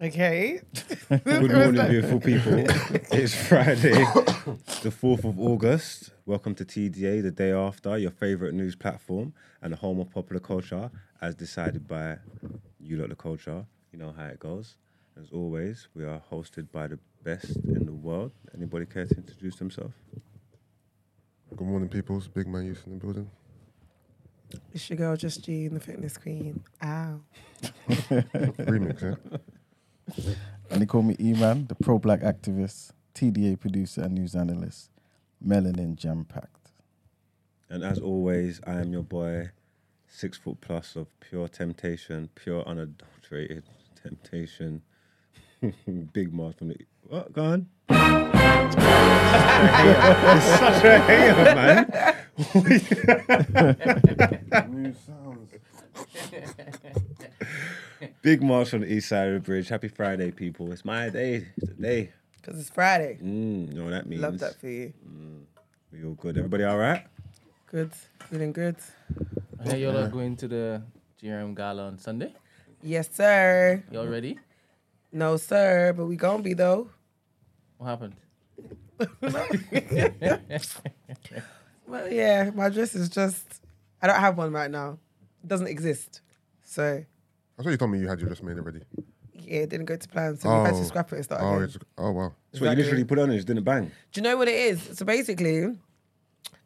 Okay. Good morning, beautiful people. It's Friday, the 4th of August. Welcome to TDA, the day after, your favorite news platform and the home of popular culture, as decided by you lot, the culture. You know how it goes. As always, we are hosted by the best in the world. Anybody care to introduce themselves? Good morning, peoples. Big man Youth in the building. It's your girl, Just Jean, the fitness queen. Ow. Remix, eh? And they call me E-Man, the pro-black activist, TDA producer and news analyst, melanin jam-packed. And as always, I am your boy, six foot plus of pure temptation, pure unadulterated temptation. Big mouth from the. Oh, What? Go on. it's such a hater, man. New sounds. Big mouth from the east side of the bridge. Happy Friday, people. It's my day. It's the day. Because it's Friday. Mm, you know what that means. Love that for you. We all good. Everybody all right? Good. Feeling good. I hear y'all are going to the GRM Gala on Sunday. Yes, sir. Y'all ready? No, sir. But we going to be, though. What happened? Well, yeah, my dress is just, I don't have one right now. It doesn't exist. So, I thought you told me you had your list made already. yeah, it didn't go to plan. So, we had to Oh. scrap it and start Oh, again. it's, oh wow. That's what you Exactly. literally put on and just didn't bang. Do you know what it is? So basically,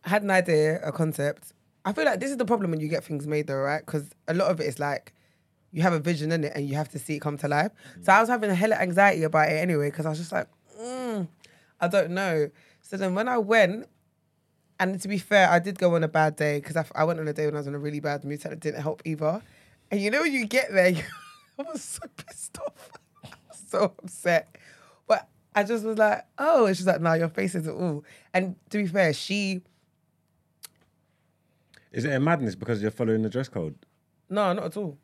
I had an idea, a concept. I feel like this is the problem when you get things made though, right? Because a lot of it is like you have a vision in it and you have to see it come to life. So I was having a hella anxiety about it anyway, because I was just like, mm, I don't know. So then when I went, and to be fair, I did go on a bad day because I, f- I went on a day when I was in a really bad mood, so it didn't help either. And you know, when you get there, you, I was so pissed off, I was so upset. But I just was like, oh, and she's like, nah, your face isn't all. And to be fair, she, Is it a madness because you're following the dress code? no, not at all.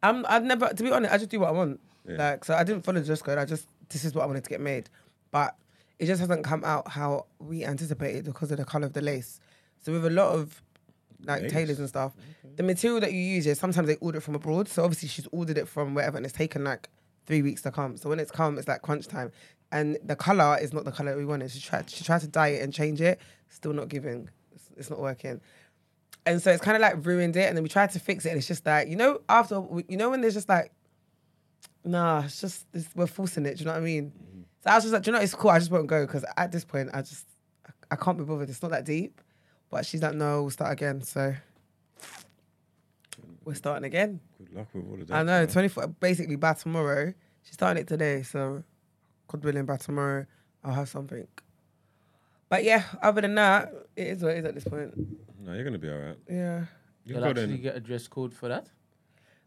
I'm, I've never, to be honest, I just do what I want. Like, so I didn't follow the dress code. I just, this is what I wanted to get made. But it just hasn't come out how we anticipated because of the color of the lace. So with a lot of like Lace? tailors and stuff, the material that you use, yeah, sometimes they order it from abroad. So obviously she's ordered it from wherever and it's taken like three weeks to come. So when it's come, it's like crunch time. And the color is not the color we wanted. She tried, she tried to dye it and change it, still not giving. It's, it's not working. And so it's kind of like ruined it. And then we tried to fix it. And it's just like, you know, after, you know, when there's just like, nah, it's just, it's, we're forcing it. Do you know what I mean? So I was just like, do you know, what, it's cool. I just won't go because at this point, I just, I, I can't be bothered. It's not that deep. But she's like, no, we'll start again. So we're starting again. Good luck with all of that. I know, 24, basically by tomorrow. She's starting it today. So God willing, by tomorrow, I'll have something. But yeah, other than that, it is what it is at this point. No, you're gonna be all right. Yeah. You You'll got in. actually get a dress code for that.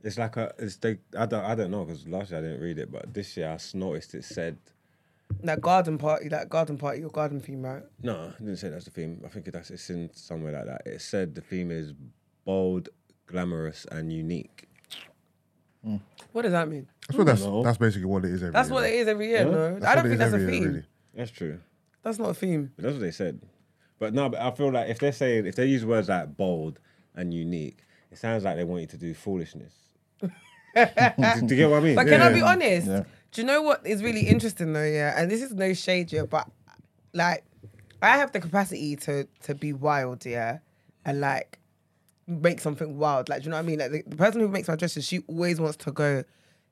It's like a. It's they. I don't. I don't know because last year I didn't read it, but this year I s- noticed it said. That garden party, that garden party, your garden theme, right? No, I didn't say that's the theme. I think that's it's in somewhere like that. It said the theme is bold, glamorous, and unique. What does that mean? I thought that's No. that's basically what it is. Every That's year, what right? it is every year, no? I what don't it think is that's a every theme. year, really. That's true. That's not a theme. But that's what they said. But no, but I feel like if they're saying if they use words like bold and unique, it sounds like they want you to do foolishness. do, do you get what I mean? But can I Yeah. be honest? Yeah. Do you know what is really interesting though? Yeah, and this is no shade, yeah, but like I have the capacity to to be wild, yeah, and like make something wild. Like, do you know what I mean? Like the, the person who makes my dresses, she always wants to go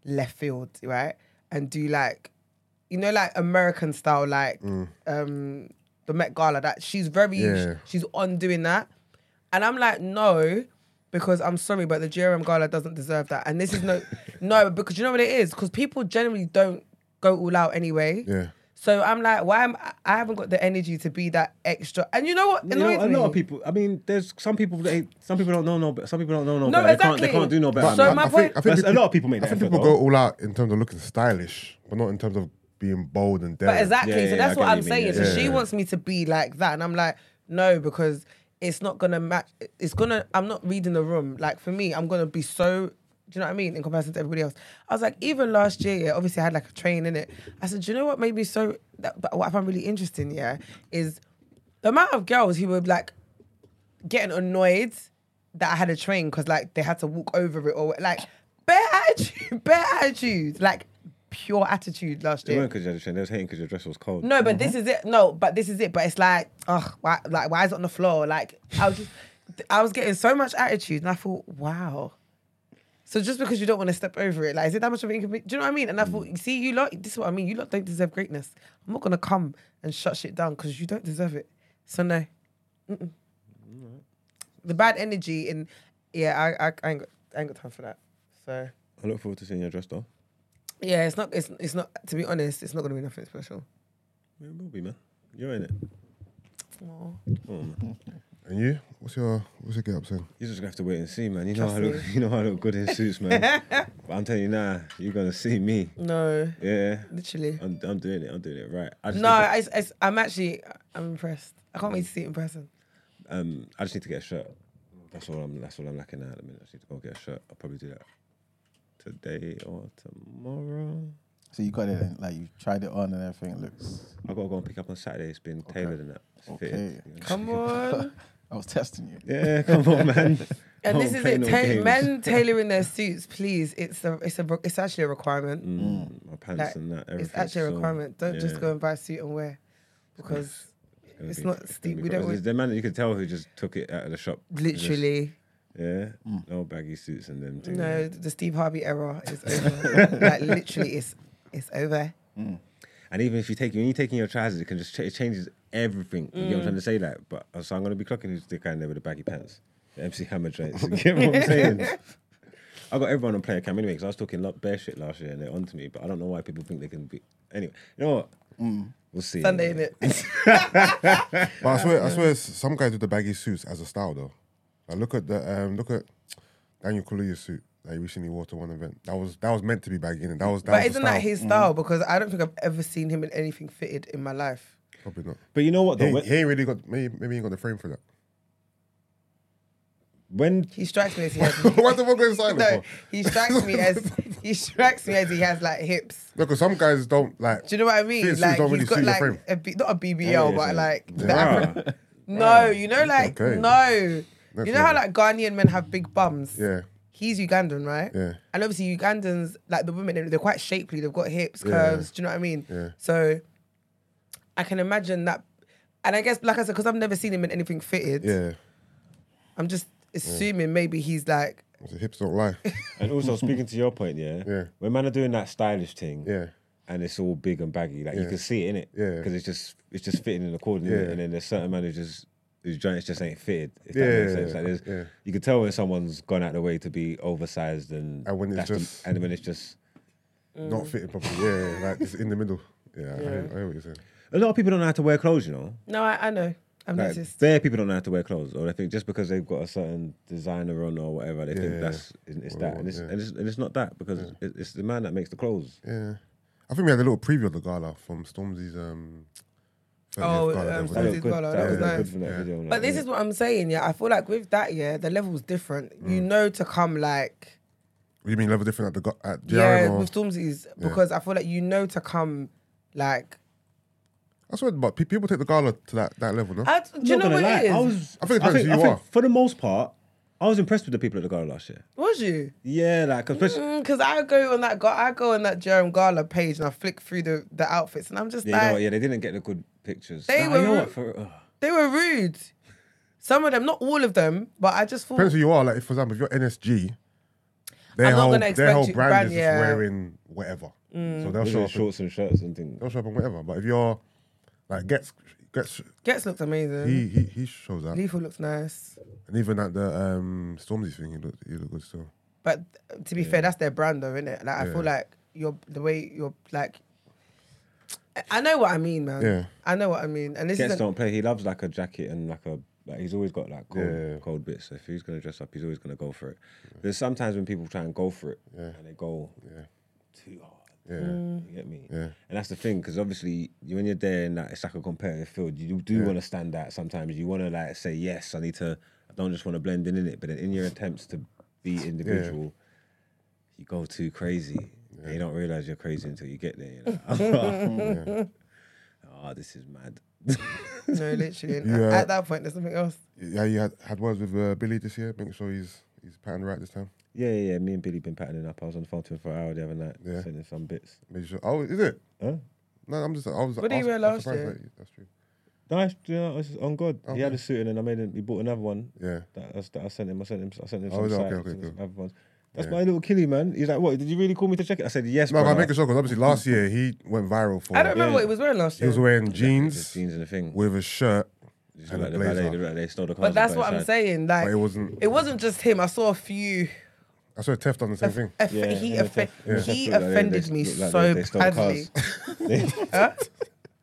left field, right, and do like you know like American style, like Mm. um the Met Gala. That she's very Yeah. she's on doing that, and I'm like no. Because I'm sorry, but the GRM Gala doesn't deserve that. And this is no, no, because you know what it is? Because people generally don't go all out anyway. Yeah. So I'm like, why am I, I haven't got the energy to be that extra? And you know what? You know, annoys a lot me? of people. I mean, there's some people. They some people don't know no. better. Some people don't know no. No, better. They can't. They exactly. can't do no better. So man. my I think, point- I think That's- pe- a lot of people make I that think effort, people though. go all out in terms of looking stylish, but not in terms of being bold and daring. But exactly. Yeah, yeah, yeah, so I that's get what what I'm you mean, saying. yeah, so she yeah. wants me to be like that. And I'm like, no, because it's not gonna match it's gonna I'm not reading the room. Like for me, I'm gonna be so do you know what I mean? In comparison to everybody else. I was like, even last year, yeah, obviously I had like a train in it. I said, do you know what made me so that, but what I found really interesting, yeah, is the amount of girls who were like getting annoyed that I had a train because like they had to walk over it or like bare attitude, bare attitude, like pure attitude last They year. weren't because you had a trend. They was hating because your dress was cold. No, but this is it. No, but this is it. But it's like, ugh, why, like why is it on the floor? Like I was, just, I was getting so much attitude, and I thought, wow. So just because you don't want to step over it, like, is it that much of an inconvenience? Do you know what I mean? And I thought, see, you lot, this is what I mean. You lot don't deserve greatness. I'm not gonna come and shut shit down because you don't deserve it. So no, Mm-mm. the bad energy and yeah, I, I, I ain't got, I ain't got time for that. So I look forward to seeing your dress though. yeah, it's not, it's, it's not. To be honest, it's not gonna be nothing special. It will be, man. You're in it. Aw. Come on, man. And you? What's your what's your get up saying? You're just gonna have to wait and see, man. You Trust know I look, me. you know I look good in suits, man. but I'm telling you now, you're gonna see me. No, Yeah, literally. I'm, I'm doing it. I'm doing it right. I just No, need to- I, it's, I'm actually, I'm impressed. I can't wait to see it in person. um, I just need to get a shirt. That's all I'm. That's all I'm lacking now at the minute. I just need to go get a shirt. I'll probably do that today or tomorrow. So you got it, and, like you tried it on and everything looks. I gotta go and pick up on Saturday. It's been tailored and that. It's Okay. fitted. you know? Come on. I was testing you. Yeah, come on, man. And Don't this is play it. no Ta- Oh, games. men tailoring their suits, please. It's a, it's a, re- it's actually a requirement. Mm, my pants Like, and that. it's everything, actually a so, requirement. Don't just yeah. go and buy a suit and wear, because gonna it's be- not gonna steep. be We cra- don't There's want- the man that you can tell who just took it out of the shop. Just- literally, Yeah, no baggy suits and them things. no, the Steve Harvey era is over. like literally, it's, it's over. Mm. And even if you take when you taking your trousers, it can just ch- it changes everything. You get what I'm trying to say? Like, but uh, so I'm gonna be clocking who's the guy in there with the baggy pants, the MC Hammer joints. You get what I'm saying? I got everyone on player cam anyway because I was talking lot bare shit last year and they're onto me, but I don't know why people think they can be. Anyway, you know what? We'll see. Sunday, innit? But I swear, I swear, s- some guys do the baggy suits as a style though. Like look at the um, look at Daniel Kaluuya's suit that he recently wore to one event. That was that was meant to be baggy, and that was that. But was the isn't that style. Mm. his style? Because I don't think I've ever seen him in anything fitted in my life. Probably not. But you know what He, though? ain't- he When, ain't really got maybe maybe he ain't got the frame for that. when He strikes me as he has. what the fuck going silent no, for? he strikes me as he strikes me as he has like hips. No, because some guys don't like. Do you know what I mean? Fitted suits like don't he's really got suit your like frame. a B, not a yeah, BBL, but yeah. like the Bruh. Afro- no, you know like Okay. no, That's you know how right. like Ghanaian men have big bums. Yeah. he's Ugandan, right? Yeah. and obviously Ugandans like the women they're, they're quite shapely. They've got hips, curves. Do you know what I mean? Yeah. So I can imagine that, and I guess like I said, because I've never seen him in anything fitted. Yeah, I'm just assuming maybe he's like the hips don't lie. and also speaking to your point, yeah, Yeah. when men are doing that stylish thing, Yeah, and it's all big and baggy. Like you Yeah. can see it in it, Yeah. because it's just it's just fitting in the cord, Yeah. and then there's certain managers whose joints just ain't fitted. If that Yeah, makes sense. Like there's, yeah. you can tell when someone's gone out the way to be oversized, and And when it's that's the- just- and when it's just not fitted properly. Yeah, like it's in the middle. Yeah, I, hear, I hear what you're saying. a lot of people don't know how to wear clothes. You know, no, I, I know. I've like noticed. bare people don't know how to wear clothes, or they think just because they've got a certain designer on or whatever, they Yeah. think that's it's that, and it's, yeah. and it's and it's not that because it's, it's the man that makes the clothes. Yeah, I think we had a little preview of the gala from Stormzy's um. 30th Oh, gala that um, That Stormzy's was- was Did good. well, That that was was good nice. from that video. But this is what I'm saying, yeah. I feel like with that, yeah, the level's different. Mm. You know to come like What do you mean level different at the go- at yeah, GRM? or with Stormzy's because I feel like you know to come like I swear, but pe- people take the gala to that, that level, no? I, do you Not know what gonna it is? lie, I was, was. I think it depends who you are. for the most part, I was impressed with the people at the gala last year. you? Yeah, like Mm, 'cause especially. Because I go on that ga- I go on that Jerem Gala page and I flick through the, the outfits and I'm just Yeah, like you know what, yeah, they didn't get the good pictures. They Nah, were you know ru- what, for, ugh. they were rude. Some of them, not all of them, but I just thought Depends who you are. Like, if, for example, if you're NSG, I'm their not whole, gonna their expect whole you- brand, brand, is yeah. just wearing whatever. So they'll Those show, are up in, shorts and shirts and things. they'll show up in whatever. But if you're, like, gets, gets Gets looked amazing. he, he, he shows up. Lethal looks nice. And even at the um, Stormzy thing, he looked, he looked good still. But to be fair, that's their brand, though, isn't it? Like I feel Yeah. like you're the way you're like. I- I know what I mean, man. Yeah. I know what I mean, and this Gets is don't play. He loves like a jacket and like a. Like, he's always got like cold, Yeah. cold bits. So if he's gonna dress up, he's always gonna go for it. There's sometimes when people try and go for it and they go too hard. Yeah. You get me? Yeah. And that's the thing, because obviously you- when you're there in that it's like a competitive field, you do want to stand out sometimes. You want to like say yes, I need to. I don't just want to blend in in it, but then in your attempts to be individual, you go too crazy. And you don't realize you're crazy until you get there. You're like, oh, this is mad. no, literally. Yeah. uh, At that point, there's nothing else. Yeah, you had, had words with uh, Billy this year. Make sure he's He's patterned right this time. Yeah, yeah, yeah. Me and Billy been patterning up. I was on the phone to him for an hour the other night, Yeah. sending some bits. Made sure. Oh, is it? Huh? No, I'm just. I was. What I did he was- wear I was last surprised year? that- That's true. Nice, you know, it's on God. He had Okay. a suit and then I made him. He bought another one. Yeah. That, that's, that I sent him. I sent him. I sent him. Oh, Some is it? Okay, sites okay, and cool. some other ones. That's Yeah. my little killie, man. He's like, what? Did you really call me to check it? I said yes. No, but I brother." make it sure because obviously last year he went viral for. I don't remember Yeah. what he was wearing last He year. was wearing Just jeans jeans and a thing. with a shirt Just and a like the ballet, blazer. they, they stole the cars but and that's put what I'm inside. saying. But Like it wasn't. it wasn't just him. I saw a few. I saw Tef done the same thing. Off- Yeah, he yeah, offe- they- yeah. he Look like they- offended they me look like so they- they stole badly. They- Huh? What'd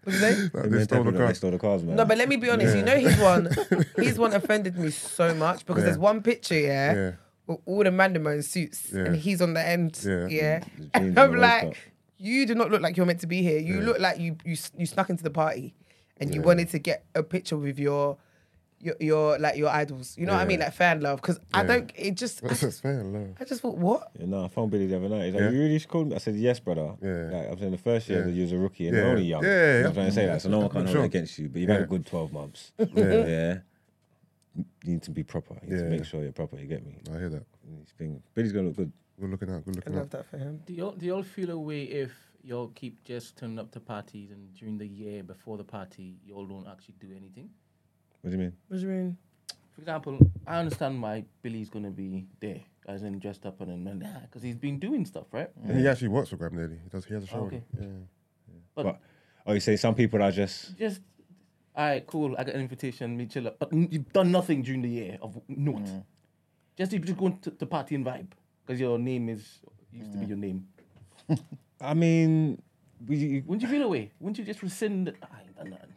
you say? Like, they stole the They car. stole the cars, man. No, but let me be honest. You know, his one, his one offended me so much because Yeah. there's one picture, yeah, Yeah. with all the Mandemo in suits, Yeah. and he's on the end, Yeah. yeah. jeans and And the I'm waist like, up. you do not look like you're meant to be here. You look like you you s- you snuck into the party, and you wanted to get a picture with your. Your, your like your idols, you know what I mean, like fan love, because I Yeah. don't. It just, I That's a just, fair love. I just thought, what? Yeah, no, I phoned Billy the other night. He's like, Yeah. "You really called me?" I said, "Yes, brother." Yeah. Like, I'm saying the first year Yeah. that you was a rookie and Yeah. you're only young. Yeah, yeah, You know yeah. what I'm trying to say that, so no one can I'm hold sure. it against you. But you've had a Yeah. good 12 months. Yeah. You need to be proper. You need Yeah. to make sure you're proper. You get me? I hear that. It's been- Billy's gonna look good. Good looking out. Good I looking out. love that for him. Do y'all do y'all feel a way if y'all keep just turning up to parties and during the year before the party y'all don't actually do anything? What do you mean? What do you mean? For example, I understand why Billy's gonna be there, as in dressed up and then because he's been doing stuff, right? And he actually works for Grab Nearly. He does. He has a show. Oh, Okay. Yeah. But- But oh, you say some people are just Just all right, cool. I got an invitation, me chill up, but n- you've done nothing during the year of note. Mm. Just you just going to, to party and vibe because your name is used to be your name. Mm. I mean, we, Wouldn't you feel away? Wouldn't you just rescind? I ain't done nothing.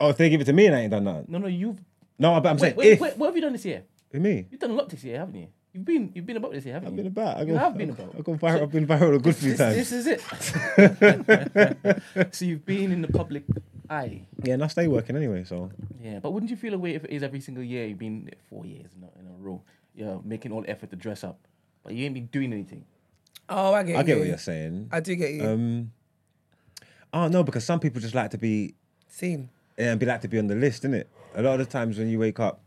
oh, if they give it to me and I ain't done nothing. No, no, you've. No, but I'm Wait, saying wait, if wait, what have you done this year? Who, me, You've done a lot this year, haven't you? You've been you've been about this year, haven't I've you? been about. I You go, have been about. I go viral. I've been viral a good few this, times. this is it. so you've been in the public eye. yeah, and I stay working anyway, so Yeah, but wouldn't you feel away if it is every single year you've been there four years in a, in a row? You're making all effort to dress up, but you ain't been doing anything. Oh, I get. I get you. what you're saying. I do get you. Um, oh no, because some people just like to be Seen. and be like to be on the list, innit? A lot of the times when you wake up,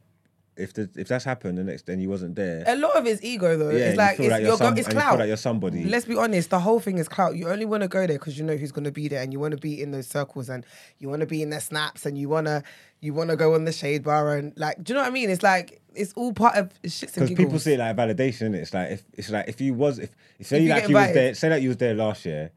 if the, if that's happened, the next then you wasn't there. A lot of it's ego though. yeah, it's like you it's, feel like your some- go- it's and you feel clout. like you're somebody. Let's be honest, the whole thing is clout. You only want to go there because you know who's going to be there, and you want to be in those circles, and you want to be in their snaps, and you wanna you wanna go on the shade bar, and like, do you know what I mean? It's like it's all part of shits and Because people giggles. see it like validation. innit? It's like if it's like if you was if, if say If you like get you was invited. there, say that you was there last year,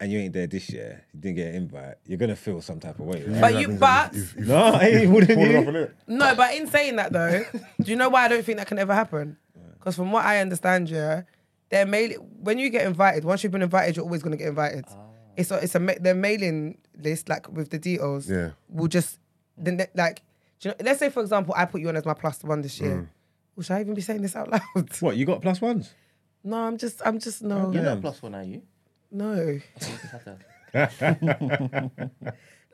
and you ain't there this year, you didn't get an invite, you're gonna feel some type of way. Right? but you, but no, hey, wouldn't Pulled it off you? in it. No, but in saying that though, do you know why I don't think that can ever happen? Because from what I understand, yeah, they're mailing. When you get invited, once you've been invited, you're always going to get invited. Ah. It's a, it's a ma- their mailing list like with the details. Yeah. will just the ne- like. Do you know, let's say for example, I put you on as my plus one this year. Well, should I even be saying this out loud? Mm. What you got plus ones? no, I'm just, I'm just no, You're Yeah. not plus one, are you? no. You just have to-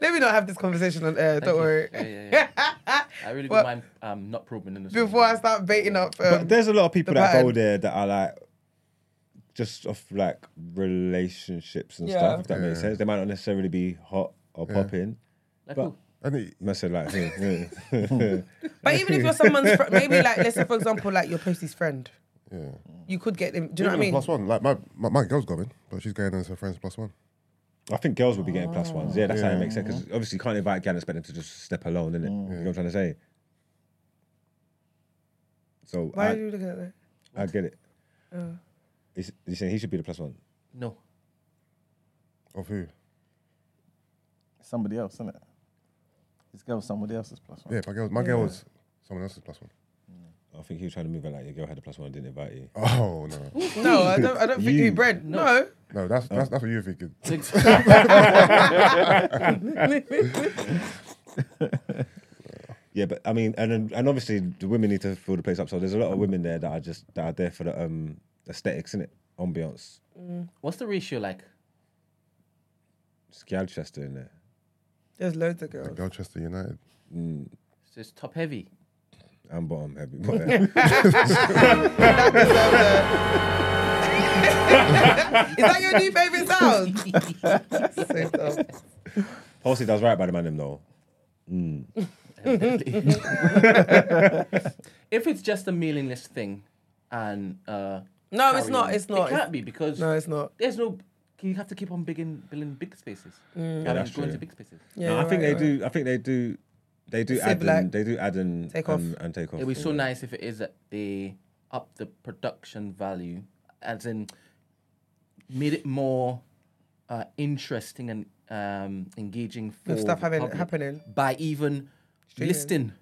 Let me not have this conversation on air. Don't you. worry. Yeah, yeah, I really Well, don't mind um, not probing in this. Before I start baiting up, um, But there's a lot of people the that go pattern. there that are like just off like relationships and Yeah. stuff. If that makes sense, they might not necessarily be hot or popping. Like, But- who? And he, I said like, hmm, hmm. but even if you're someone's, fr- maybe like let's say for example, like your postie's friend. yeah. You could get them. Do you know what I mean? Plus one. Like my, my my girl's going, but she's going as her friends plus one. I think girls will be getting plus ones. Yeah, that's how it makes sense. Because obviously you can't invite girls and expect them to just step alone, innit? You know what I'm trying to say? So Why are I, you looking at that? I get it. He's, he's saying he should be the plus one. No. Of who? Somebody else, isn't it? This girl, somebody else's plus one. Yeah, my girl's my girl's someone else's plus one. Mm. I think he was trying to move it like your girl had a plus one and didn't invite you. Oh no, No, I don't. I don't think you You. bread. No. no, that's that's that's what you're thinking. Yeah, but I mean, and then- and obviously the women need to fill the place up. So there's a lot of women there that are just that are there for the um aesthetics, innit? Ambiance. Mm. What's the ratio like? Galchester in there. There's loads of girls. Belchester United. So it's top heavy. And Mm. bottom heavy. whatever. Is that your new favorite sound? So dumb. Halsey does right by the man him though. Mm, if it's just a mailing list thing, and uh, No, it's carry not, on. it's not, It it's- can't be because No, it's not. there's no. You have to keep on bigging, building big spaces. Yeah, that's going true. to big spaces. Mm. Yeah, no, I think right, they right. do. I think they do. They do It's add. like- in, they do add in Take off. and, and take off. It'd be so nice if it is that they up the production value, as in made it more uh, interesting and um, engaging for With stuff the having- public happening. by even listing.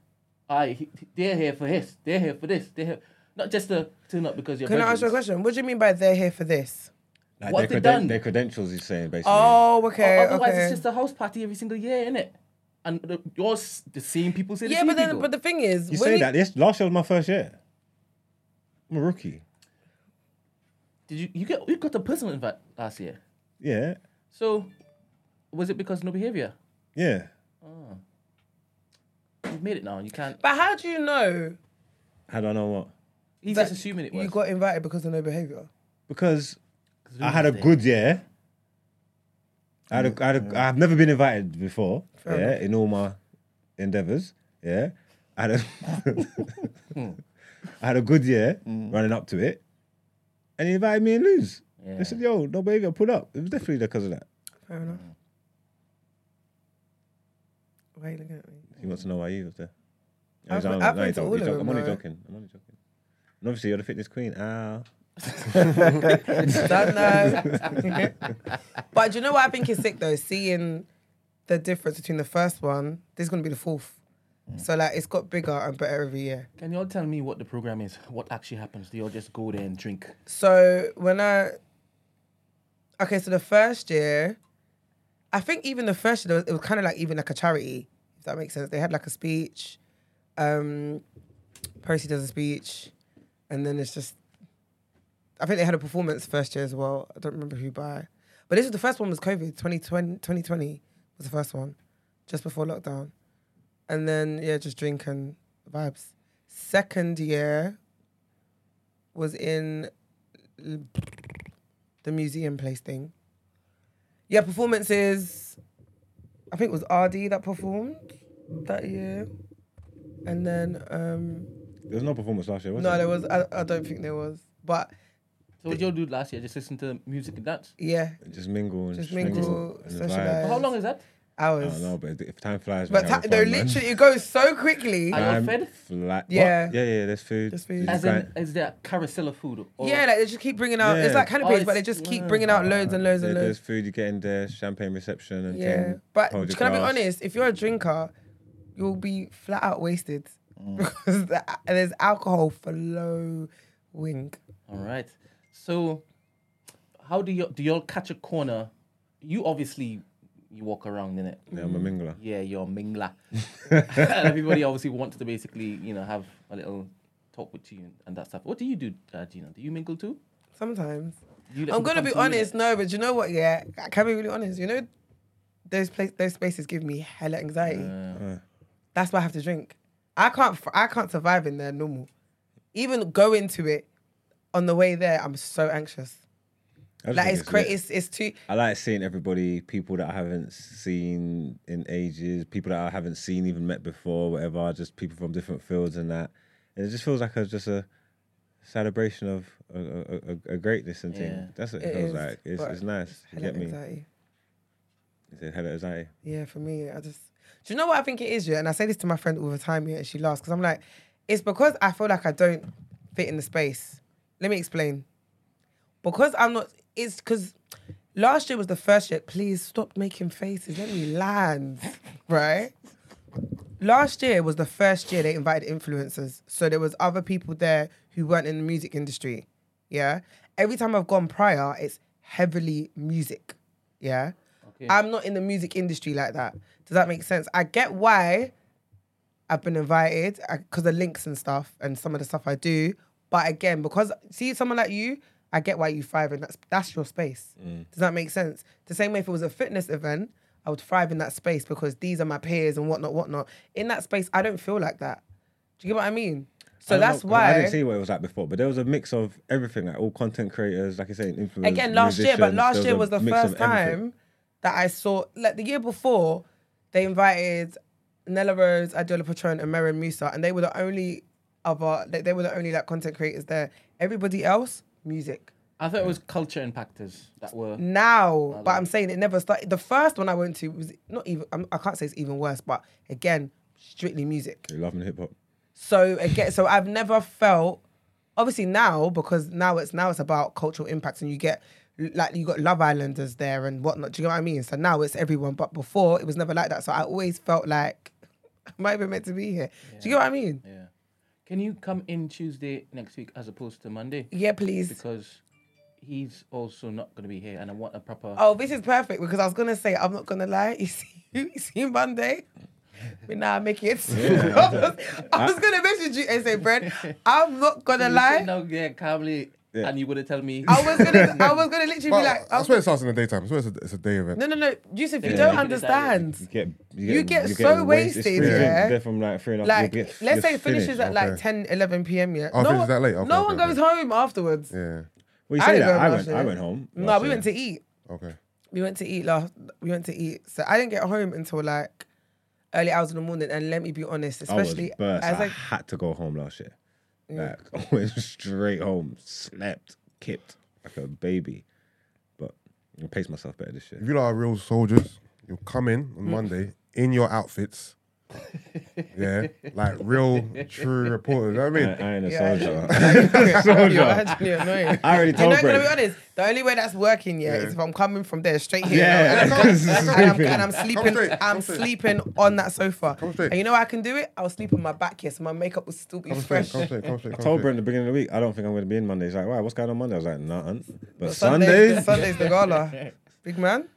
I he- they're here for this. They're here for this. They're here. not just to turn up because you're. Can I ask you a veterans. question? What do you mean by they're here for this? Like what their, they creden- done? their credentials, he's saying basically. Oh, okay, Otherwise, okay. it's just a house party every single year, innit? And the, you're s- the same people say the yeah, same but then, people. but the thing is, you when say you- that. This last year was my first year. I'm a rookie. Did you you get you got a personal invite last year? Yeah, So, was it because no behavior? Oh. yeah. You've made it now. and You can't. But how do you know How do I know what? He's that just assuming it was. you got invited because of no behaviour? Because Zoom I had a thing. good year. I had a, I had a, I've never been invited before. yeah, in all my endeavors. Yeah, I had a, I had a good year running up to it, and he invited me and lose. They said, "Yo, no behavior, pull up." It was definitely because of that. Fair enough. Why are you looking at me? He wants to know why you was there. He's- I've been- I'm- I've no, been he's to joking. all He's of joking. I'm them, only though. joking. I'm only joking. And obviously, you're the fitness queen. Ah, Don't know. but do you know what I think is sick though? Seeing the difference between the first one, this is gonna be the fourth. So like it's got bigger and better every year. Mm. Can y'all tell me what the program is? What actually happens? Do y'all just go there and drink? So when I okay, so the first year, I think even the first year it was kind of like even like a charity, if that makes sense. They had like a speech, um, Percy does a speech, and then it's just I think they had a performance first year as well. I don't remember who by, but this was the first one was COVID 2020, 2020 was the first one, just before lockdown, and then yeah, just drink and vibes. Second year was in the museum place thing. Yeah, performances. I think it was RD that performed that year. And then, um, there was no performance last year, was no, there? there was, I, I don't think there was. But So what y'all do last year? Just listen to music and dance. yeah, Just mingle and Just just mingle, mingle, and socialise. vibe. How long is that? I hours. don't know, but if time flies, But we ta- having no, fun, man. literally, it goes so quickly. Are y'all I'm fed? flat. Yeah. Yeah, yeah, there's food. There's food. You As just in, grind- is there a carousel of food? Or yeah, like they just keep bringing out. It's Yeah. like Oh, canopies, but it's- they just keep bringing out loads and loads there- and there's loads. food you get in there, champagne reception and Yeah, thing, but hold your can I be glass. honest? If you're a drinker, you'll be flat out wasted because the, there's alcohol flowing. Mm. All right. So, how do y'all do y'all catch a corner? You obviously you walk around in it. Yeah, Mm. I'm a mingler. Yeah, you're a mingla. and everybody obviously wants to basically you know have a little talk with you and, and that stuff. What do you do, uh, Gina? Do you mingle too? Sometimes You let I'm people gonna come be to you, innit? honest. No, but you know what? Yeah, I can be really honest. You know, those place, those spaces give me hella anxiety. That's why I have to drink. I can't f- I can't survive in there normal. Even go into it on the way there, I'm so anxious. I just Like think it's lit. crazy. It's, it's too. I like seeing everybody, people that I haven't seen in ages, people that I haven't seen even met before, whatever. Just people from different fields and that, and it just feels like a just a celebration of a, a, a, a greatness and thing. Yeah. That's what it, It feels is, like. It's, but it's nice. You hella get me? anxiety. It's a hella anxiety. Yeah, for me, I just do you know what I think it is, yeah? And I say this to my friend all the time, yeah, and she laughs because I'm like, it's because I feel like I don't fit in the space. Let me explain. Because I'm not it's because last year was the first year. Please stop making faces. Let me land. Right? Last year was the first year they invited influencers. So there was other people there who weren't in the music industry. Yeah. Every time I've gone prior, it's heavily music. Yeah. I'm not in the music industry like that. Does that make sense? I get why I've been invited because of links and stuff and some of the stuff I do. But again, because see someone like you, I get why you thrive and that's that's your space. Does that make sense? The same way if it was a fitness event, I would thrive in that space because these are my peers and whatnot, whatnot. In that space, I don't feel like that. Do you get what I mean? So I don't know, that's 'cause why I didn't see what it was like before, but there was a mix of everything, like all content creators, like you say, influencers. again last year, but musicians, last there year a was the mix of first everything. time that I saw. Like the year before, they invited Nella Rose, Adiola Patron, and Meryn Musa, and they were the only other. They, they were the only like content creators there. Everybody else, music. I thought it was culture impactors that were. Now, but I'm saying it never started. The first one I went to was not even. I'm, I can't say it's even worse, but again, strictly music. You're loving hip hop. So again, so I've never felt. Obviously now, because now it's now it's about cultural impacts, and you get like you got Love Islanders there and whatnot. Do you know what I mean? So now it's everyone, but before it was never like that. So I always felt like, am I even meant to be here? Do you get what I mean? Yeah, Yeah. Can you come in Tuesday next week as opposed to Monday? please. Because he's also not going to be here, and I want a proper. Oh, this is perfect because I was gonna say I'm not gonna lie. You see, you see Monday. But now I make it. I, was, I was gonna message you and say, Brad, I'm not gonna You lie. said No, yeah, calmly, and you would have told me. I was gonna, I was gonna literally But be like, I I'm- swear it starts in the daytime. I swear it's a, it's a day event. no, no, no, Yusuf, you Yeah, don't you can decide. understand. Get, You get so It's wasted, free drink. yeah. They're from like three and a half. Like, you'll get- let's you're say it finishes finished. at like Okay. 10, 11 p.m. Yeah, Oh, it no, finishes one- that late? Okay, no okay, one okay. goes home afterwards. Yeah. Well, you I say didn't that. go I last went. year. I went home. No, last we year. went to eat. Okay. we went to eat last we went to eat so i didn't get home until like early hours in the morning and let me be honest I was especially burst. as I like had to go home last year. Like I went straight home, slept, kipped like a baby. But I paced myself better this year. If you lot are real soldiers, you'll come in on Monday in your outfits. yeah, like real true reporters. You know what I I, mean, I ain't a Yeah, I soldier. you're soldier. actually annoying I already you know, told I'm gonna be Brent. honest. The only way that's working, yeah, is if I'm coming from there straight here, Yeah. and, I'm, and I'm- and I'm sleeping. Come straight, I'm come straight. sleeping on that sofa. straight. And you know how I can do it? I'll sleep on my back here, so my makeup will still be come straight, fresh. come straight, come straight. I Come told straight. Brent at the beginning of the week, I don't think I'm going to be in Monday. He's like, why? What's going on Monday? I was like, nothing. But Sunday, Sundays, it's going Sundays the gala, big man.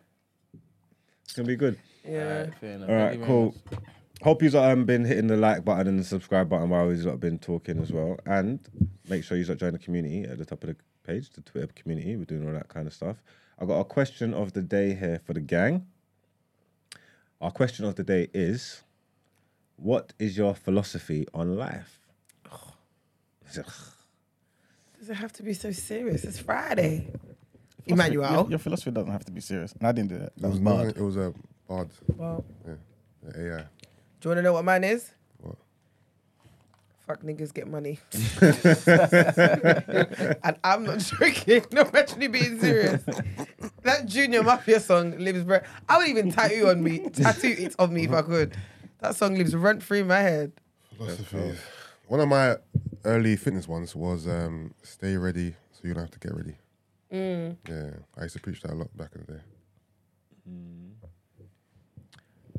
to be good. Yeah. Alright, fair enough. All Thank right, you very cool. much. Hope you've um, been hitting the like button and the subscribe button while we've lot been talking as well. And make sure you've join the community at the top of the page, the Twitter community. We're doing all that kind of stuff. I've got a question of the day here for the gang. Our question of the day is What is your philosophy on life? Does it have to be so serious? It's Friday. Philosophy- your- Emmanuel. Your, philosophy doesn't have to be serious. And I didn't do that. It That was was not. bad. It uh, was a bard. Well, Yeah, the AI. do you want to know what mine is? What? Fuck niggas get money. and I'm not joking. No, I'm actually being serious. That Junior Mafia song lives rent. I would even tattoo on me, tattoo it on me if I could. That song lives rent free in my head. Philosophies. One of my early fitness ones was um, stay ready so you don't have to get ready. Mm. Yeah, I used to preach that a lot back in the day.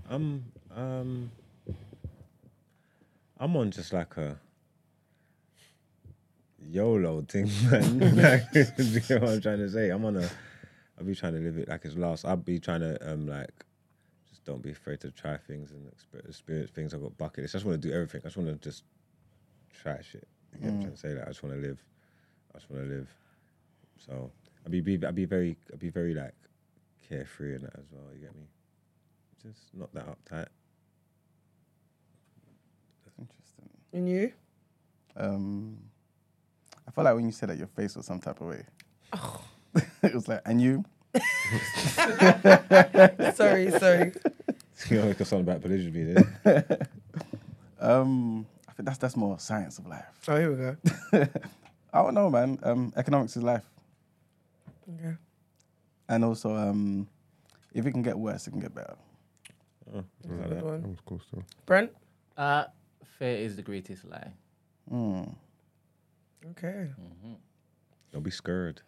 I'm um I'm on just like a YOLO thing, man. like, do you know what I'm trying to say? I'm on a I'll be trying to live it like it's last. I'll be trying to um like just don't be afraid to try things and exper- experience things. I've got bucket lists. I just want to do everything. I just want to just try shit. You get what I'm trying to say? Like, I just want to live. I just want to live. So I'll be, be I'll be very I'll be very like carefree in that as well. You get me? Just not that uptight. Interesting. And you? Um, I felt like when you said that, your face was some type of way. it was like, and you? Sorry, sorry. you know, because something about polygyny there. Um, I think that's that's more science of life. Oh, here we go. I don't know, man. Um, economics is life, Okay. and also, um, if it can get worse, it can get better. Good Oh, That one. was cool still. Brent? Uh, fear is the greatest lie. Mm. Okay. Don't be scared.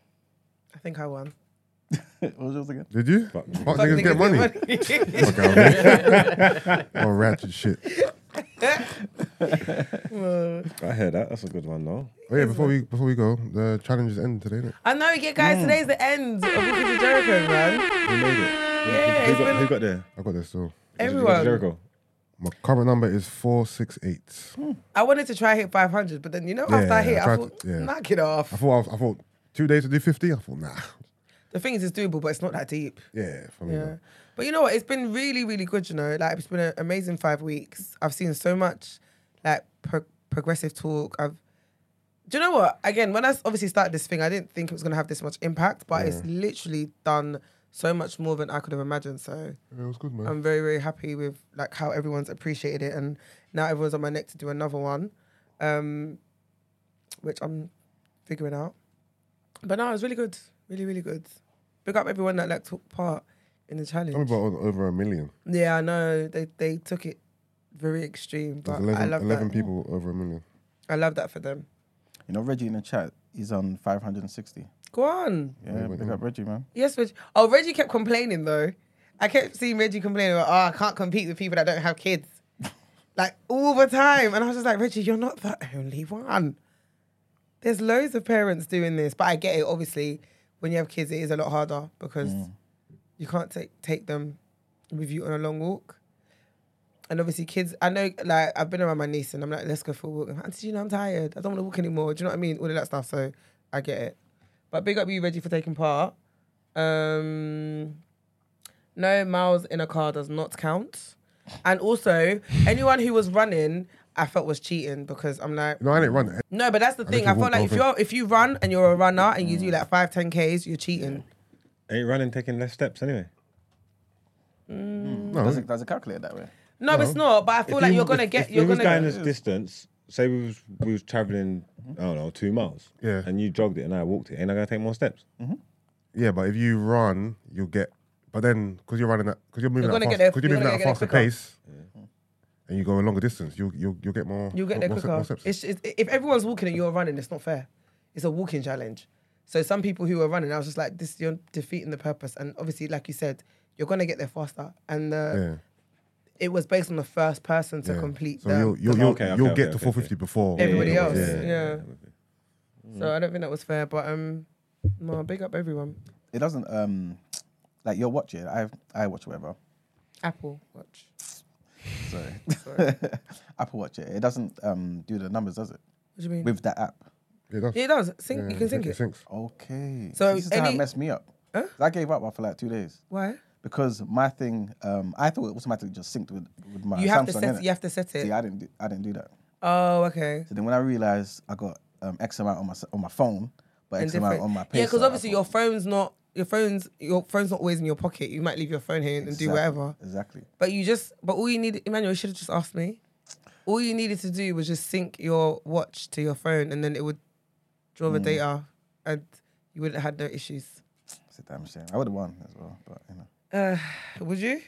I think I won. what was yours again? Did you? Fuck. Fuck niggas get money. money. Fuck out, man. Oh, ratchet shit. Well, I heard that. That's a good one, though. Oh yeah, before we before we go, the challenges end today. Innit? I know, yeah, Mm. guys, today's the end of Wicked to Jericho, man. Who Mm. made it? Yeah, who, it's who, got, been- who got there? I got this still. Everyone. Jericho. My current number is four six eight. I wanted to try hit 500, but then, you know, Yeah, after I hit, I I, tried thought, to- yeah. knock it off. I thought I, was, I thought two days to do fifty. I thought nah. The thing is, it's doable, but it's not that deep. Yeah, for me. Yeah. But you know what? It's been really, really good, you know. Like, it's been an amazing five weeks. I've seen so much, like, pro- progressive talk. I've, do you know what? Again, when I s- obviously started this thing, I didn't think it was going to have this much impact, but it's literally done so much more than I could have imagined. So, Yeah, it was good, man. I'm very, very happy with like how everyone's appreciated it, and now everyone's on my neck to do another one. um, which I'm figuring out. But no, it was really good, really, really good. Big up everyone that like took part in the Tell me challenge. about o- over a million. Yeah, I know they they took it very extreme, but There's I 11, love 11 that. people over a million. I love that for them. You know, Reggie in the chat, he's on 560. Go on. Yeah, but big up Reggie, man. Yes, Reg. Oh, Reggie kept complaining though. I kept seeing Reggie complaining about, oh, I can't compete with people that don't have kids. Like all the time. And I was just like, Reggie, you're not the only one. There's loads of parents doing this. But I get it, obviously, when you have kids, it is a lot harder because you can't take take them with you on a long walk. And obviously, kids, I know, like, I've been around my niece and I'm like, let's go for a walk. And you know, I'm tired. I don't want to walk anymore. Do you know what I mean? All of that stuff. So I get it. But big up you, Reggie, for taking part. Um, no miles in a car does not count. And also, anyone who was running, I felt was cheating because I'm like, No, I didn't run. no, but that's the thing. I you felt walked Mm. like if over. you're if you run and you're a runner and you do like five, ten Ks, you're cheating. Ain't running taking less steps anyway. No, Does it, does it calculate that way? Mm. No, it's not. But I feel If like you- you're gonna if- get if you're we was gonna going this distance. Say we was we was traveling, I don't know, two miles. Yeah. And you jogged it, and I walked it. Ain't I gonna take more steps? Yeah, but if you run, you'll get. But then, because you're running at, because you're moving You're at gonna fast, get there- because you're you're moving gonna at a get faster there quicker. pace, and you go a longer distance, you'll you'll you'll get more. You'll get there more step- quicker. more steps. It's, it's, if everyone's walking and you're running, it's not fair. It's a walking challenge. So some people who were running, I was just like, this you're defeating the purpose. And obviously, like you said, you're gonna get there faster. And uh, yeah, it was based on the first person to yeah. complete So the, you'll you'll, the- you'll, Okay, okay, you'll okay, get okay, to okay. 450 before everybody Yeah, else. Yeah. Yeah. So I don't think that was fair, but um, no, big up everyone. It doesn't, um, like, you'll watch it. I I watch whatever. Apple Watch. Sorry. Sorry. what Apple Watch it. It doesn't um, do the numbers, does it? do you mean? With that app. It does. yeah, it does. Sync, Yeah, you can sync it. syncs. Okay. So this is how it any- messed me up. Huh? I gave up after like two days Why? because my thing, um, I thought it automatically just synced with, with my You Samsung. have to set. innit? You have to set See, it. I didn't, do, I didn't do that. Oh, okay. So then when I realized I got um, X amount on my s- on my phone, but And X amount different. on my pacer, yeah, because I obviously your thought- phone's not your phone's your phone's not always in your pocket. You might leave your phone here and do Exactly, whatever. Exactly. But you just. But all you need, Emmanuel, you should have just asked me. All you needed to do was just sync your watch to your phone, and then it would draw Mm. the data, and you wouldn't have had no issues. It's a damn shame. I would have won as well, but you know, Uh, would you?